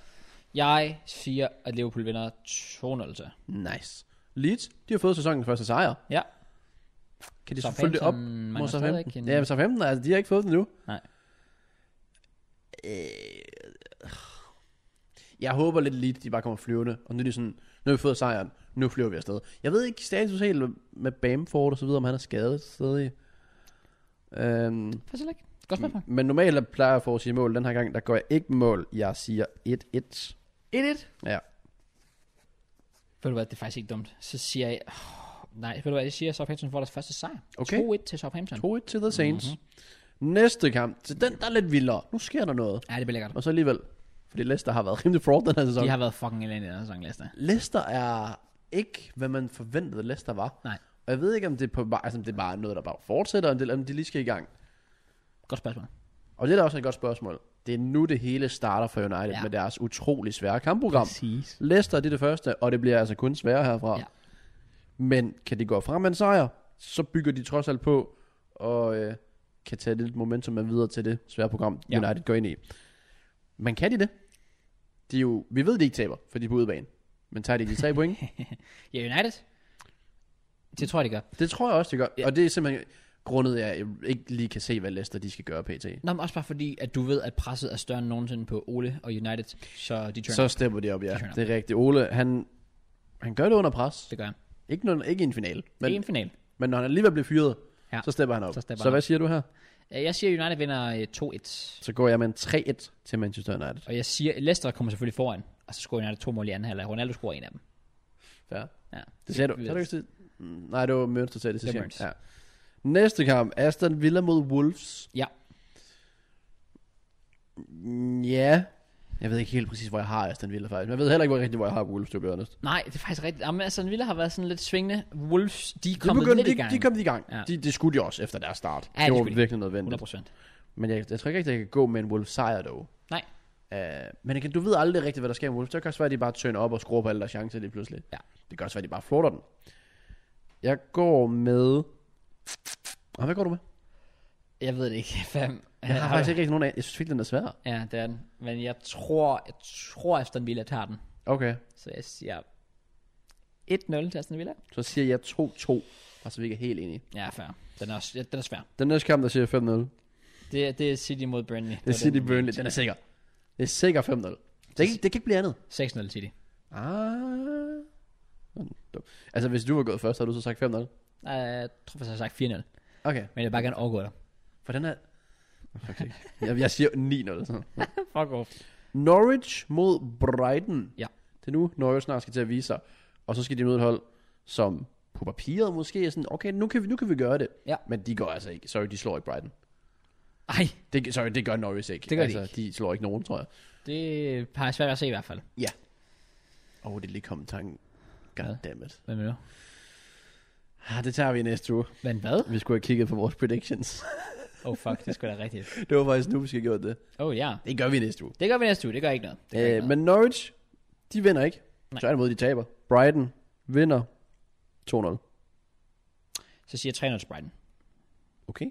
S1: Jeg siger, at Liverpool vinder 2-0 til.
S2: Nice. Leeds, de har fået sæsonens første sejr.
S1: Ja.
S2: Kan de så følge det op mod Southampton? Ja,
S1: Ja,
S2: men Southampton, altså, de har ikke fået den nu.
S1: Nej.
S2: Øh, jeg håber lidt lidt, de bare kommer flyvende. Og nu er de sådan, nu har vi fået sejren, nu flyver vi afsted. Jeg ved ikke status helt med Bamford og så videre, om han er skadet stadig. Øhm,
S1: Faktisk ikke. Godt spørgsmål.
S2: men normalt der plejer jeg for at sige mål. Den her gang, der går jeg ikke med mål. Jeg siger 1-1.
S1: 1-1.
S2: Ja.
S1: Ved du hvad, det er faktisk ikke dumt. Så siger jeg... Oh, nej, ved du hvad, jeg siger, at Southampton får deres første sejr.
S2: Okay.
S1: 2-1 til Southampton.
S2: 2-1 til The Saints. Mm-hmm.
S1: Mhm.
S2: Næste kamp. Så den, der er lidt vildere. Nu sker der noget.
S1: Ja, det bliver lækkert.
S2: Og så alligevel. Fordi Leicester har været rimelig fraud den her sæson.
S1: De
S2: Har...
S1: har været fucking elendige i den her sæson, Leicester.
S2: Leicester er ikke, hvad man forventede Leicester var.
S1: Nej.
S2: Og jeg ved ikke, om det, er på, vej- altså, om det er bare noget, der bare fortsætter, eller om de lige skal i gang.
S1: Godt spørgsmål.
S2: Og det er da også et godt spørgsmål. Det er nu, det hele starter for United ja.
S1: Ja.
S2: med deres utrolig svære kampprogram.
S1: Præcis.
S2: Leicester det er det første, og det bliver altså kun sværere herfra. Ja.
S1: Ja.
S2: Men kan de gå frem med en sejr, så bygger de trods alt på, og øh, kan tage lidt momentum med videre til det svære program, ja.
S1: Ja.
S2: United går ind i. Men kan de det? De er jo, vi ved, de ikke taber, for de er på udebane. Men tager de de tre point?
S1: Ja, United. Det tror jeg, de gør.
S2: Det tror jeg også, de gør. Ja.
S1: Ja.
S2: Og det er simpelthen grundet, af, at jeg ikke lige kan se, hvad Leicester de skal gøre pt.
S1: Nå, men også bare fordi, at du ved, at presset er større end nogensinde på Ole og United, så de turner.
S2: Så stemmer de op, ja.
S1: De turner.
S2: Det er rigtigt. Ole, han, han gør det under pres.
S1: Det gør han.
S2: Ikke, når, ikke i en final,
S1: Men... En
S2: men,
S1: final.
S2: men når han alligevel bliver fyret, ja.
S1: Ja.
S2: så stepper han op.
S1: Så stepper
S2: så
S1: han
S2: hvad
S1: op.
S2: siger du her?
S1: Øh, Jeg siger, at United vinder øh, 2-1.
S2: Så går jeg med en 3-1 til Manchester United.
S1: Og jeg siger, at Leicester kommer selvfølgelig foran, og så scorer United to mål i anden halvleg. Ronaldo scorer en af dem.
S2: Ja.
S1: Ja.
S2: Det sagde du.
S1: vi
S2: Så er
S1: ved
S2: det ikke det- Mm, Nej, det var Mønster, der sagde det
S1: Det
S2: sidste
S1: var
S2: gang. Ja. Næste kamp, Aston Villa mod Wolves.
S1: Ja.
S2: Mm, Ja. Jeg ved ikke helt præcis, hvor jeg har Aston Villa faktisk. Men jeg ved heller ikke hvor rigtigt, hvor jeg har Wolves, to be honest.
S1: Nej, det er faktisk rigtigt. Jamen, altså, Villa har været sådan lidt svingende. Wolves, de er
S2: De,
S1: kommet
S2: begyndte,
S1: lidt i
S2: de,
S1: gang.
S2: de kom i gang. Ja.
S1: Ja.
S2: De, det skulle de også efter deres start.
S1: Ja,
S2: det
S1: det
S2: var
S1: skulle de.
S2: virkelig nødvendigt.
S1: 100 procent.
S2: Men jeg, jeg tror ikke rigtig, jeg kan gå med en Wolves sejr dog.
S1: Nej.
S2: Uh, men igen, du ved aldrig rigtigt, hvad der sker med Wolves. Det kan også være, at de bare tønder op og skruer på alle deres chancer lige pludselig.
S1: Ja.
S2: Det kan også være, at de bare flotter den. Jeg går med... Ah, hvad går du med?
S1: Jeg ved det ikke. Fem.
S2: Jeg har faktisk ikke rigtig nogen af. Jeg synes virkelig, den er svær.
S1: Ja, det er den. Men jeg tror, jeg tror Aston Villa tager den.
S2: Okay.
S1: Så jeg siger 1-0 til Aston Villa.
S2: Så siger jeg 2-2. Altså, vi ikke er helt enige.
S1: Ja, fair. Den er, også, ja, den er svær.
S2: Den næste kamp, der siger jeg 5-0. Det
S1: Det, er- det er City mod Burnley.
S2: er City Burnley. Den er sikker. Det er sikker 5-0. Det, kan ikke- det kan ikke blive andet.
S1: 6-0 City.
S2: Ah. Dum. Altså, hvis du var gået først, havde du så sagt 5-0.
S1: Nej, jeg tror faktisk, jeg har sagt 4-0.
S2: Okay.
S1: Men jeg vil bare gerne overgå dig.
S2: For den er... Okay. Jeg, jeg siger 9-0. Sådan.
S1: Fuck off.
S2: Norwich mod Brighton.
S1: Ja.
S2: Det er nu, Norwich snart skal til at vise sig. Og så skal de møde et hold, som på papiret måske er sådan, okay, nu kan vi, nu kan vi gøre det.
S1: Ja.
S2: Men de gør altså ikke. Sorry, de slår ikke Brighton.
S1: Ej,
S2: Det, sorry, det gør Norwich ikke.
S1: Det gør de
S2: altså, de slår ikke nogen, tror jeg.
S1: det har jeg svært ved at se i hvert fald.
S2: Åh, oh, det er lige kommet tanken. Goddammit.
S1: Hvad med nu?
S2: Ah, det tager vi i næste uge.
S1: Men hvad?
S2: Vi skulle have kigget på vores predictions.
S1: Oh fuck, det skulle da rigtigt.
S2: det var faktisk nu, vi skal have gjort det.
S1: Oh ja.
S2: Det gør vi i næste uge.
S1: Det gør vi næste uge, det gør ikke noget. Det gør ikke
S2: Øh,
S1: noget.
S2: men Norwich, de vinder ikke.
S1: Nej.
S2: Tværtimod, de taber. Brighton vinder 2-0.
S1: Så siger jeg 3-0 til Brighton.
S2: Okay.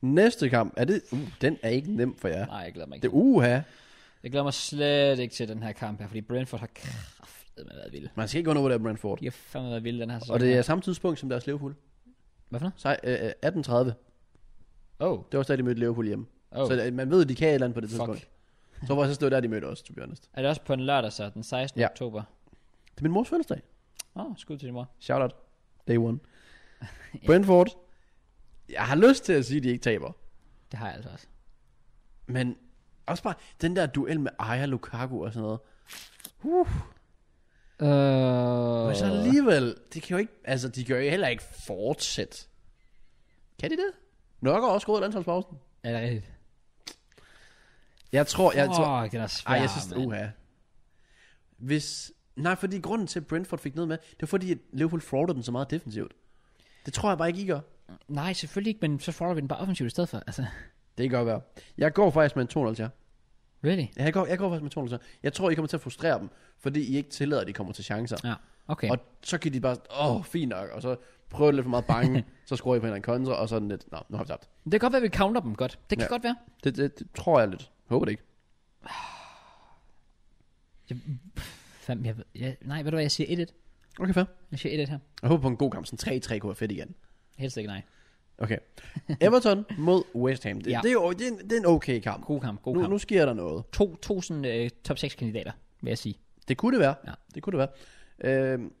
S2: Næste kamp, er det... Uh, den er ikke nem for jer.
S1: Nej, jeg glæder mig ikke.
S2: Det er uha.
S1: Jeg glæder mig slet ikke til den her kamp her, fordi Brentford har kraftedeme været vilde.
S2: Man skal ikke undervurdere Brentford.
S1: De har fandme været vilde den her sæson.
S2: Og det
S1: her.
S2: er samme tidspunkt som deres Liverpool.
S1: Hvad for noget?
S2: Sej, øh, øh, 18.30.
S1: Oh,
S2: Det var også der, de mødte Liverpool hjemme.
S1: oh.
S2: Så øh, man ved, de kan et eller andet på det
S1: Fuck.
S2: tidspunkt. Så var jeg så det var der, de mødte os, to be honest.
S1: Er det også på en lørdag så, den 16.
S2: Ja.
S1: Ja. oktober?
S2: Det er min mors fødselsdag.
S1: Åh, oh, skud til din mor.
S2: Shout out. Day one. Brentford. Jeg har lyst til at sige, at de ikke taber.
S1: Det har jeg altså også.
S2: Men også bare den der duel med Aya Lukaku og sådan noget.
S1: Øh...
S2: Men så alligevel, det kan jo ikke, altså de kan jo heller ikke fortsætte. Kan de det? Nok har også gået landsholdspausen.
S1: Er det rigtigt?
S2: Jeg tror, jeg tror,
S1: Åh, den er svær,
S2: ej, jeg synes, uh.
S1: mand.
S2: uha. Hvis, nej, fordi grunden til, at Brentford fik noget med, det var fordi, at Liverpool fraudede den så meget defensivt. Det tror jeg bare ikke, I gør.
S1: Nej, selvfølgelig ikke, men så får vi den bare offensivt i stedet for. Altså,
S2: Det kan godt være. Jeg går faktisk med en 2 til jer.
S1: really?
S2: Jeg går, jeg går faktisk med 2 til jer. Jeg tror, I kommer til at frustrere dem, fordi I ikke tillader, at de kommer til chancer.
S1: Ja, okay.
S2: Og så kan de bare, åh, oh, fint nok, og så prøver de lidt for meget bange, så skruer I på en eller anden kontra, og sådan lidt, nå, nu har vi tabt.
S1: Det kan godt være, at vi counter dem godt. Det kan
S2: Ja.
S1: ja. godt være.
S2: Det, det, det tror jeg lidt. Håber det ikke.
S1: Jeg, fam, jeg, ved- jeg, nej, ved du hvad, jeg siger 1-1.
S2: Okay, fair.
S1: Jeg siger 1-1 her.
S2: Jeg håber på en god kamp. Sådan 3-3 kunne være fedt igen.
S1: Helt sikkert nej.
S2: Okay. Everton mod West Ham. Det, ja.
S1: Ja.
S2: det, er, jo- det, er en, det er en okay kamp.
S1: God kamp, god
S2: nu,
S1: kamp.
S2: nu sker der noget.
S1: 2.000 øh, top 6 kandidater, vil jeg sige.
S2: Det kunne det være.
S1: Ja.
S2: Det kunne det være. Øhm,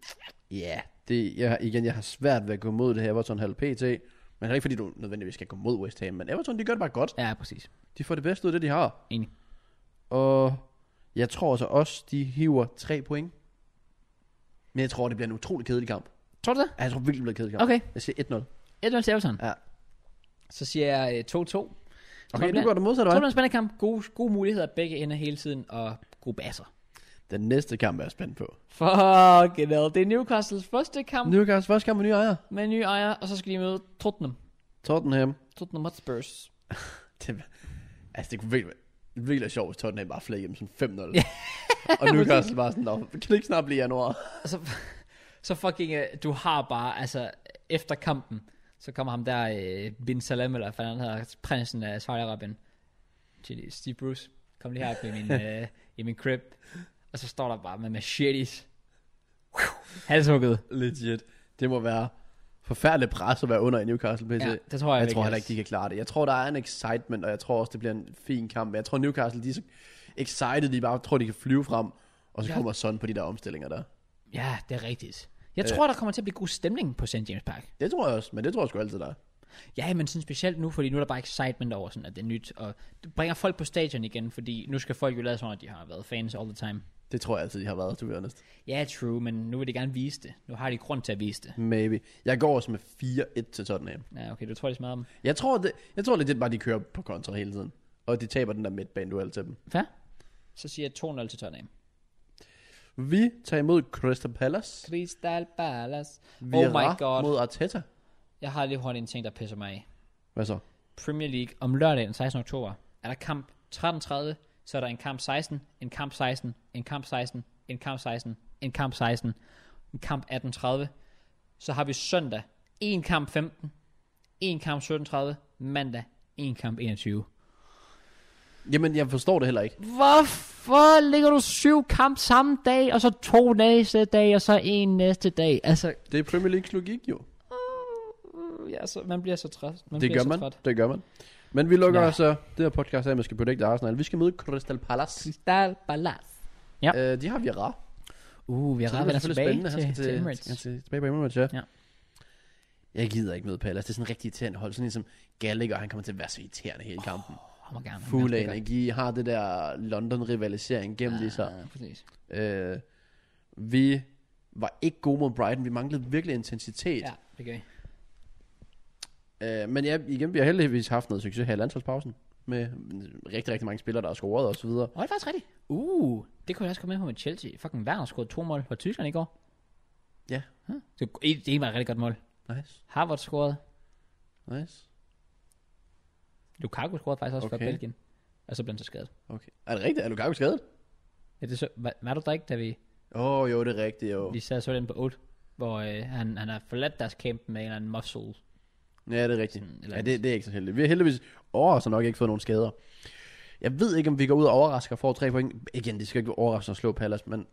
S2: Ja, det, jeg, igen, jeg har svært ved at gå mod det her Everton halv PT. Men det er ikke fordi, du nødvendigvis skal gå mod West Ham. Men Everton, de gør det bare godt.
S1: Ja, præcis.
S2: De får det bedste ud af det, de har.
S1: Enig.
S2: Og jeg tror så også, de hiver tre point. Men jeg tror, det bliver en utrolig kedelig kamp.
S1: Tror du det?
S2: Ja, Jeg tror virkelig, det bliver en kedelig kamp.
S1: Okay.
S2: Jeg siger 1-0.
S1: 1-0 til Everton.
S2: Ja.
S1: Så siger jeg øh, 2-2.
S2: Okay, nu
S1: bliver-
S2: går det modsatte
S1: Så
S2: vej.
S1: er det en spændende kamp. Gode, gode muligheder begge ender hele tiden, og gode basser.
S2: Den næste kamp er jeg spændt på.
S1: Fuck it all. Det er Newcastles første kamp nu.
S2: Newcastle første kamp med nye ejer.
S1: med nye ejer, og så skal de møde Tottenham.
S2: Tottenham.
S1: Tottenham Hotspurs.
S2: Det, altså, det kunne virkelig, det virkelig være sjovt, hvis Tottenham bare flækkede dem sådan 5-0. og Newcastle bare sådan, "Nå, kan det ikke snart blive januar?
S1: Og så, Altså, så fucking, øh, du har bare, altså, efter kampen, så kommer ham der, øh, Bin Salem, eller hvad han hedder, prinsen af Saudi-Arabien, til Steve Bruce, kom lige herop i min, øh, i min crib, og så står der bare med machetes. Halshugget.
S2: Legit. Det må være forfærdelig pres at være under i Newcastle PC.
S1: Ja,
S2: Ja,
S1: det tror jeg,
S2: jeg tror
S1: virkelig
S2: heller ikke, de kan klare det. Jeg tror, der er en excitement, og jeg tror også, det bliver en fin kamp. Men jeg tror, Newcastle, de er så excited, de bare tror, de kan flyve frem. Og så
S1: Ja.
S2: kommer sådan på de der omstillinger der.
S1: Ja, det er rigtigt. Jeg
S2: Øh.
S1: tror, der kommer til at blive god stemning på St. James Park.
S2: Det tror jeg også, men det tror jeg sgu altid, der er.
S1: Ja, men sådan specielt nu, fordi nu er der bare excitement over, sådan, at det er nyt, og det bringer folk på stadion igen, fordi nu skal folk jo lade som om, at de har været fans all the time.
S2: Det tror jeg altid, de har været, to be honest.
S1: Ja, true, men nu vil de gerne vise det. Nu har de grund til at vise det.
S2: Maybe. Jeg går også med 4-1 til Tottenham.
S1: Ja, okay, du tror, de smadrer dem.
S2: Jeg tror, det, jeg tror legit bare, de kører på kontra hele tiden. Og de taber den der midtbaneduel til dem.
S1: Hvad? Så siger jeg 2-0 til Tottenham.
S2: Vi tager imod Crystal Palace.
S1: Crystal Palace.
S2: Vi
S1: Oh my god.
S2: mod Arteta.
S1: Jeg har lige hurtigt en ting, der pisser mig af.
S2: Hvad så?
S1: Premier League om lørdagen 16. oktober er der kamp 13.30 så er der en kamp 16, en kamp 16, en kamp 16, en kamp 16, en kamp 16, en kamp 18.30. Så har vi søndag, en kamp 15, en kamp 17.30, mandag, en kamp 21.
S2: Jamen, jeg forstår det heller ikke.
S1: Hvorfor ligger du syv kamp samme dag, og så to næste dag, og så en næste dag? Altså,
S2: Det er Premier Leagues logik jo.
S1: ja, så, man bliver så træt. Man
S2: Det
S1: bliver
S2: gør
S1: så
S2: man.
S1: Træt.
S2: Det gør man. Men vi lukker
S1: Ja.
S2: ja. så det her podcast af, at man skal predict Arsenal. Vi skal møde Crystal Palace.
S4: Crystal Palace.
S2: Ja. Øh, de har vi rar.
S1: Uh, vi har
S2: Så det
S1: ret
S2: bliver
S1: været tilbage
S2: selvfølgelig spændende.
S1: til,
S2: Han skal
S1: til, til
S2: til,
S1: Emirates.
S2: til, til, tilbage på Emirates, ja.
S1: Ja.
S2: ja. Jeg gider ikke møde Palace. Det er sådan en rigtig irriterende hold. Sådan ligesom Gallagher, han kommer til at være så irriterende hele kampen. Oh,
S1: Han må gerne- han
S2: Fuld af
S1: spiller.
S2: energi. Har det der London-rivalisering gennem lige så.
S1: Ja, præcis.
S2: Øh, vi var ikke gode mod Brighton. Vi manglede virkelig intensitet.
S1: Ja, det gør vi.
S2: Ja. Øh, men ja, igen, vi har heldigvis haft noget succes her i landsholdspausen. Med rigtig, rigtig mange spillere, der har scoret og så videre.
S1: Og det er faktisk rigtigt. Uh, det kunne jeg også komme med på med Chelsea. Fucking Werner scorede to mål for Tyskland i går.
S2: Ja.
S1: Huh? Det, det ene var et rigtig godt mål.
S2: Nice,
S1: Harvard scorede.
S2: nice.
S1: Lukaku scorede faktisk også okay. for
S2: Okay.
S1: Belgien. Og så blev han så skadet.
S2: Okay. Er det rigtigt? Er Lukaku skadet?
S1: Ja, det så, var, var, du der ikke, da vi,
S2: Åh, oh, jo, det er rigtigt, jo.
S1: vi sad og så den på 8? Hvor øh, han, han har forladt deres camp med en eller anden muscle.
S2: Ja, det er rigtigt.
S1: Sådan, eller
S2: Ja, det, det er ikke så heldigt. Vi har heldigvis overraskende nok ikke fået nogen skader. Jeg ved ikke, om vi går ud og overrasker og får tre point. Igen, det skal ikke overraske at slå Pallas, men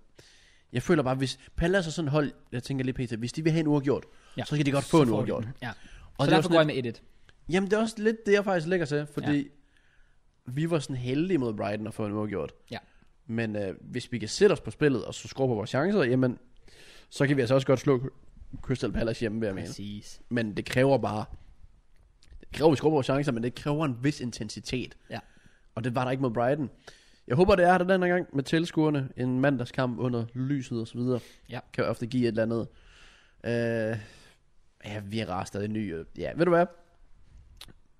S2: jeg føler bare, hvis Pallas er sådan et hold, jeg tænker lige Peter, hvis de vil have en uafgjort, ja. så skal de godt få en
S1: får
S2: uafgjort.
S1: den. Ja.
S2: Og
S1: Og så
S2: det er
S1: derfor
S2: også
S1: går jeg med 1-1.
S2: Jamen, det er også lidt det, jeg faktisk lægger til, fordi ja. vi var sådan heldige mod Brighton at få en uafgjort.
S1: Ja.
S2: Men øh, hvis vi kan sætte os på spillet og så score på vores chancer, jamen, så kan vi altså også godt slå Crystal Palace hjemme, vil jeg mene.
S1: Præcis.
S2: Men det kræver bare... Det kræver, at vi skruer vores chancer, men det kræver en vis intensitet.
S1: Ja.
S2: Og det var der ikke mod Brighton. Jeg håber, det er der den her gang med tilskuerne. En mandagskamp under lyset og så videre.
S1: Ja.
S2: Kan ofte give et eller andet. Øh, ja, vi er rest stadig ny. og- Ja, ved du hvad?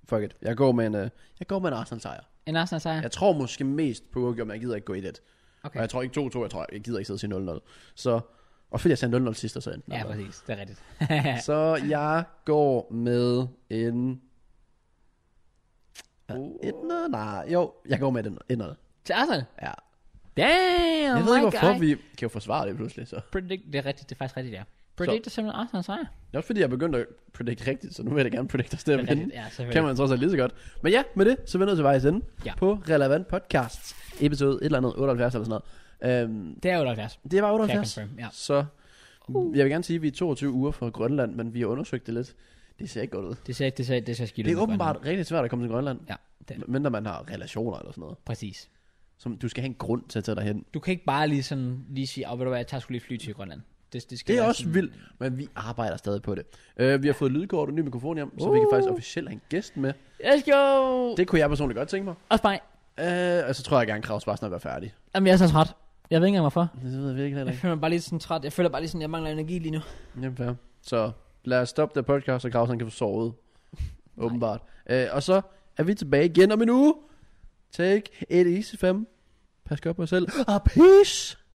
S2: Fuck it. Jeg går med en, øh, jeg går med en Arsenal sejr.
S1: En Arsenal sejr.
S2: Jeg tror måske mest på uafgjort, men jeg gider ikke gå i det.
S1: Okay.
S2: Og jeg tror ikke 2-2, jeg tror, jeg gider ikke sidde og sige 0-0. Så, og fordi jeg sagde 0-0 sidst, og så endte den
S1: Ja,
S2: allerede.
S1: præcis. Det er rigtigt.
S2: Så jeg går med en... Uh. Et noget? Nej, jo, jeg går med en, en noget.
S1: til Arsenal.
S2: Ja.
S1: Damn,
S2: Jeg ved ikke,
S1: my
S2: hvorfor
S1: guy.
S2: vi kan jo forsvare det pludselig. Så.
S1: Predict, det er rigtigt, det er faktisk rigtigt, det er. Predict er simpelthen Arsenal sejr.
S2: Det er også fordi, jeg begyndte at predict rigtigt, så nu vil jeg da gerne predict os til at
S1: Det er rigtigt,
S2: vinde.
S1: ja,
S2: Kan
S1: selvfølgelig.
S2: man trods alt lige så godt. Men ja, med det, så vender vi til vejs ende
S1: Ja.
S2: på Relevant Podcast. Episode et eller andet, 78 eller sådan noget. Øhm,
S1: Det er 78.
S2: det var
S1: Kan jeg
S2: 78.
S1: confirm, ja. Uh.
S2: Så jeg vil gerne sige, at vi er 22 uger fra Grønland, men vi har undersøgt det lidt. Det ser ikke godt ud.
S1: Det ser, det ser, det ser skidt
S2: Det er
S1: ud,
S2: åbenbart rigtig svært at komme til Grønland.
S1: Ja, det,
S2: Men når man har relationer eller sådan noget.
S1: præcis.
S2: Som, du skal have en grund til at tage dig hen.
S1: Du kan ikke bare lige sådan lige sige, oh, ved du hvad, jeg tager sgu lige fly til Grønland. Det, det, skal
S2: Det er
S1: være
S2: også
S1: sådan,
S2: vildt, men vi arbejder stadig på det. Uh, vi har fået lydkort og ny mikrofon hjem, så vi kan
S1: Uh.
S2: faktisk officielt have en gæst med.
S1: Let's go! Det.
S2: Det kunne jeg personligt godt tænke mig.
S1: Også mig.
S2: Uh, og så tror jeg gerne, at Kraus bare snart er færdig.
S1: Jamen, jeg er så træt. Jeg ved ikke engang hvorfor.
S2: Det ved jeg virkelig heller
S1: Jeg
S2: ikke.
S1: føler mig bare lige sådan træt. Jeg føler bare lige sådan, jeg mangler energi lige nu.
S2: Jamen, fair. Så lad os stoppe det podcast, så Kraus han kan få sovet. Åbenbart. Uh, og så er vi tilbage igen om en uge. Take it easy, fam. Pas godt på jer selv. Og Ah, peace!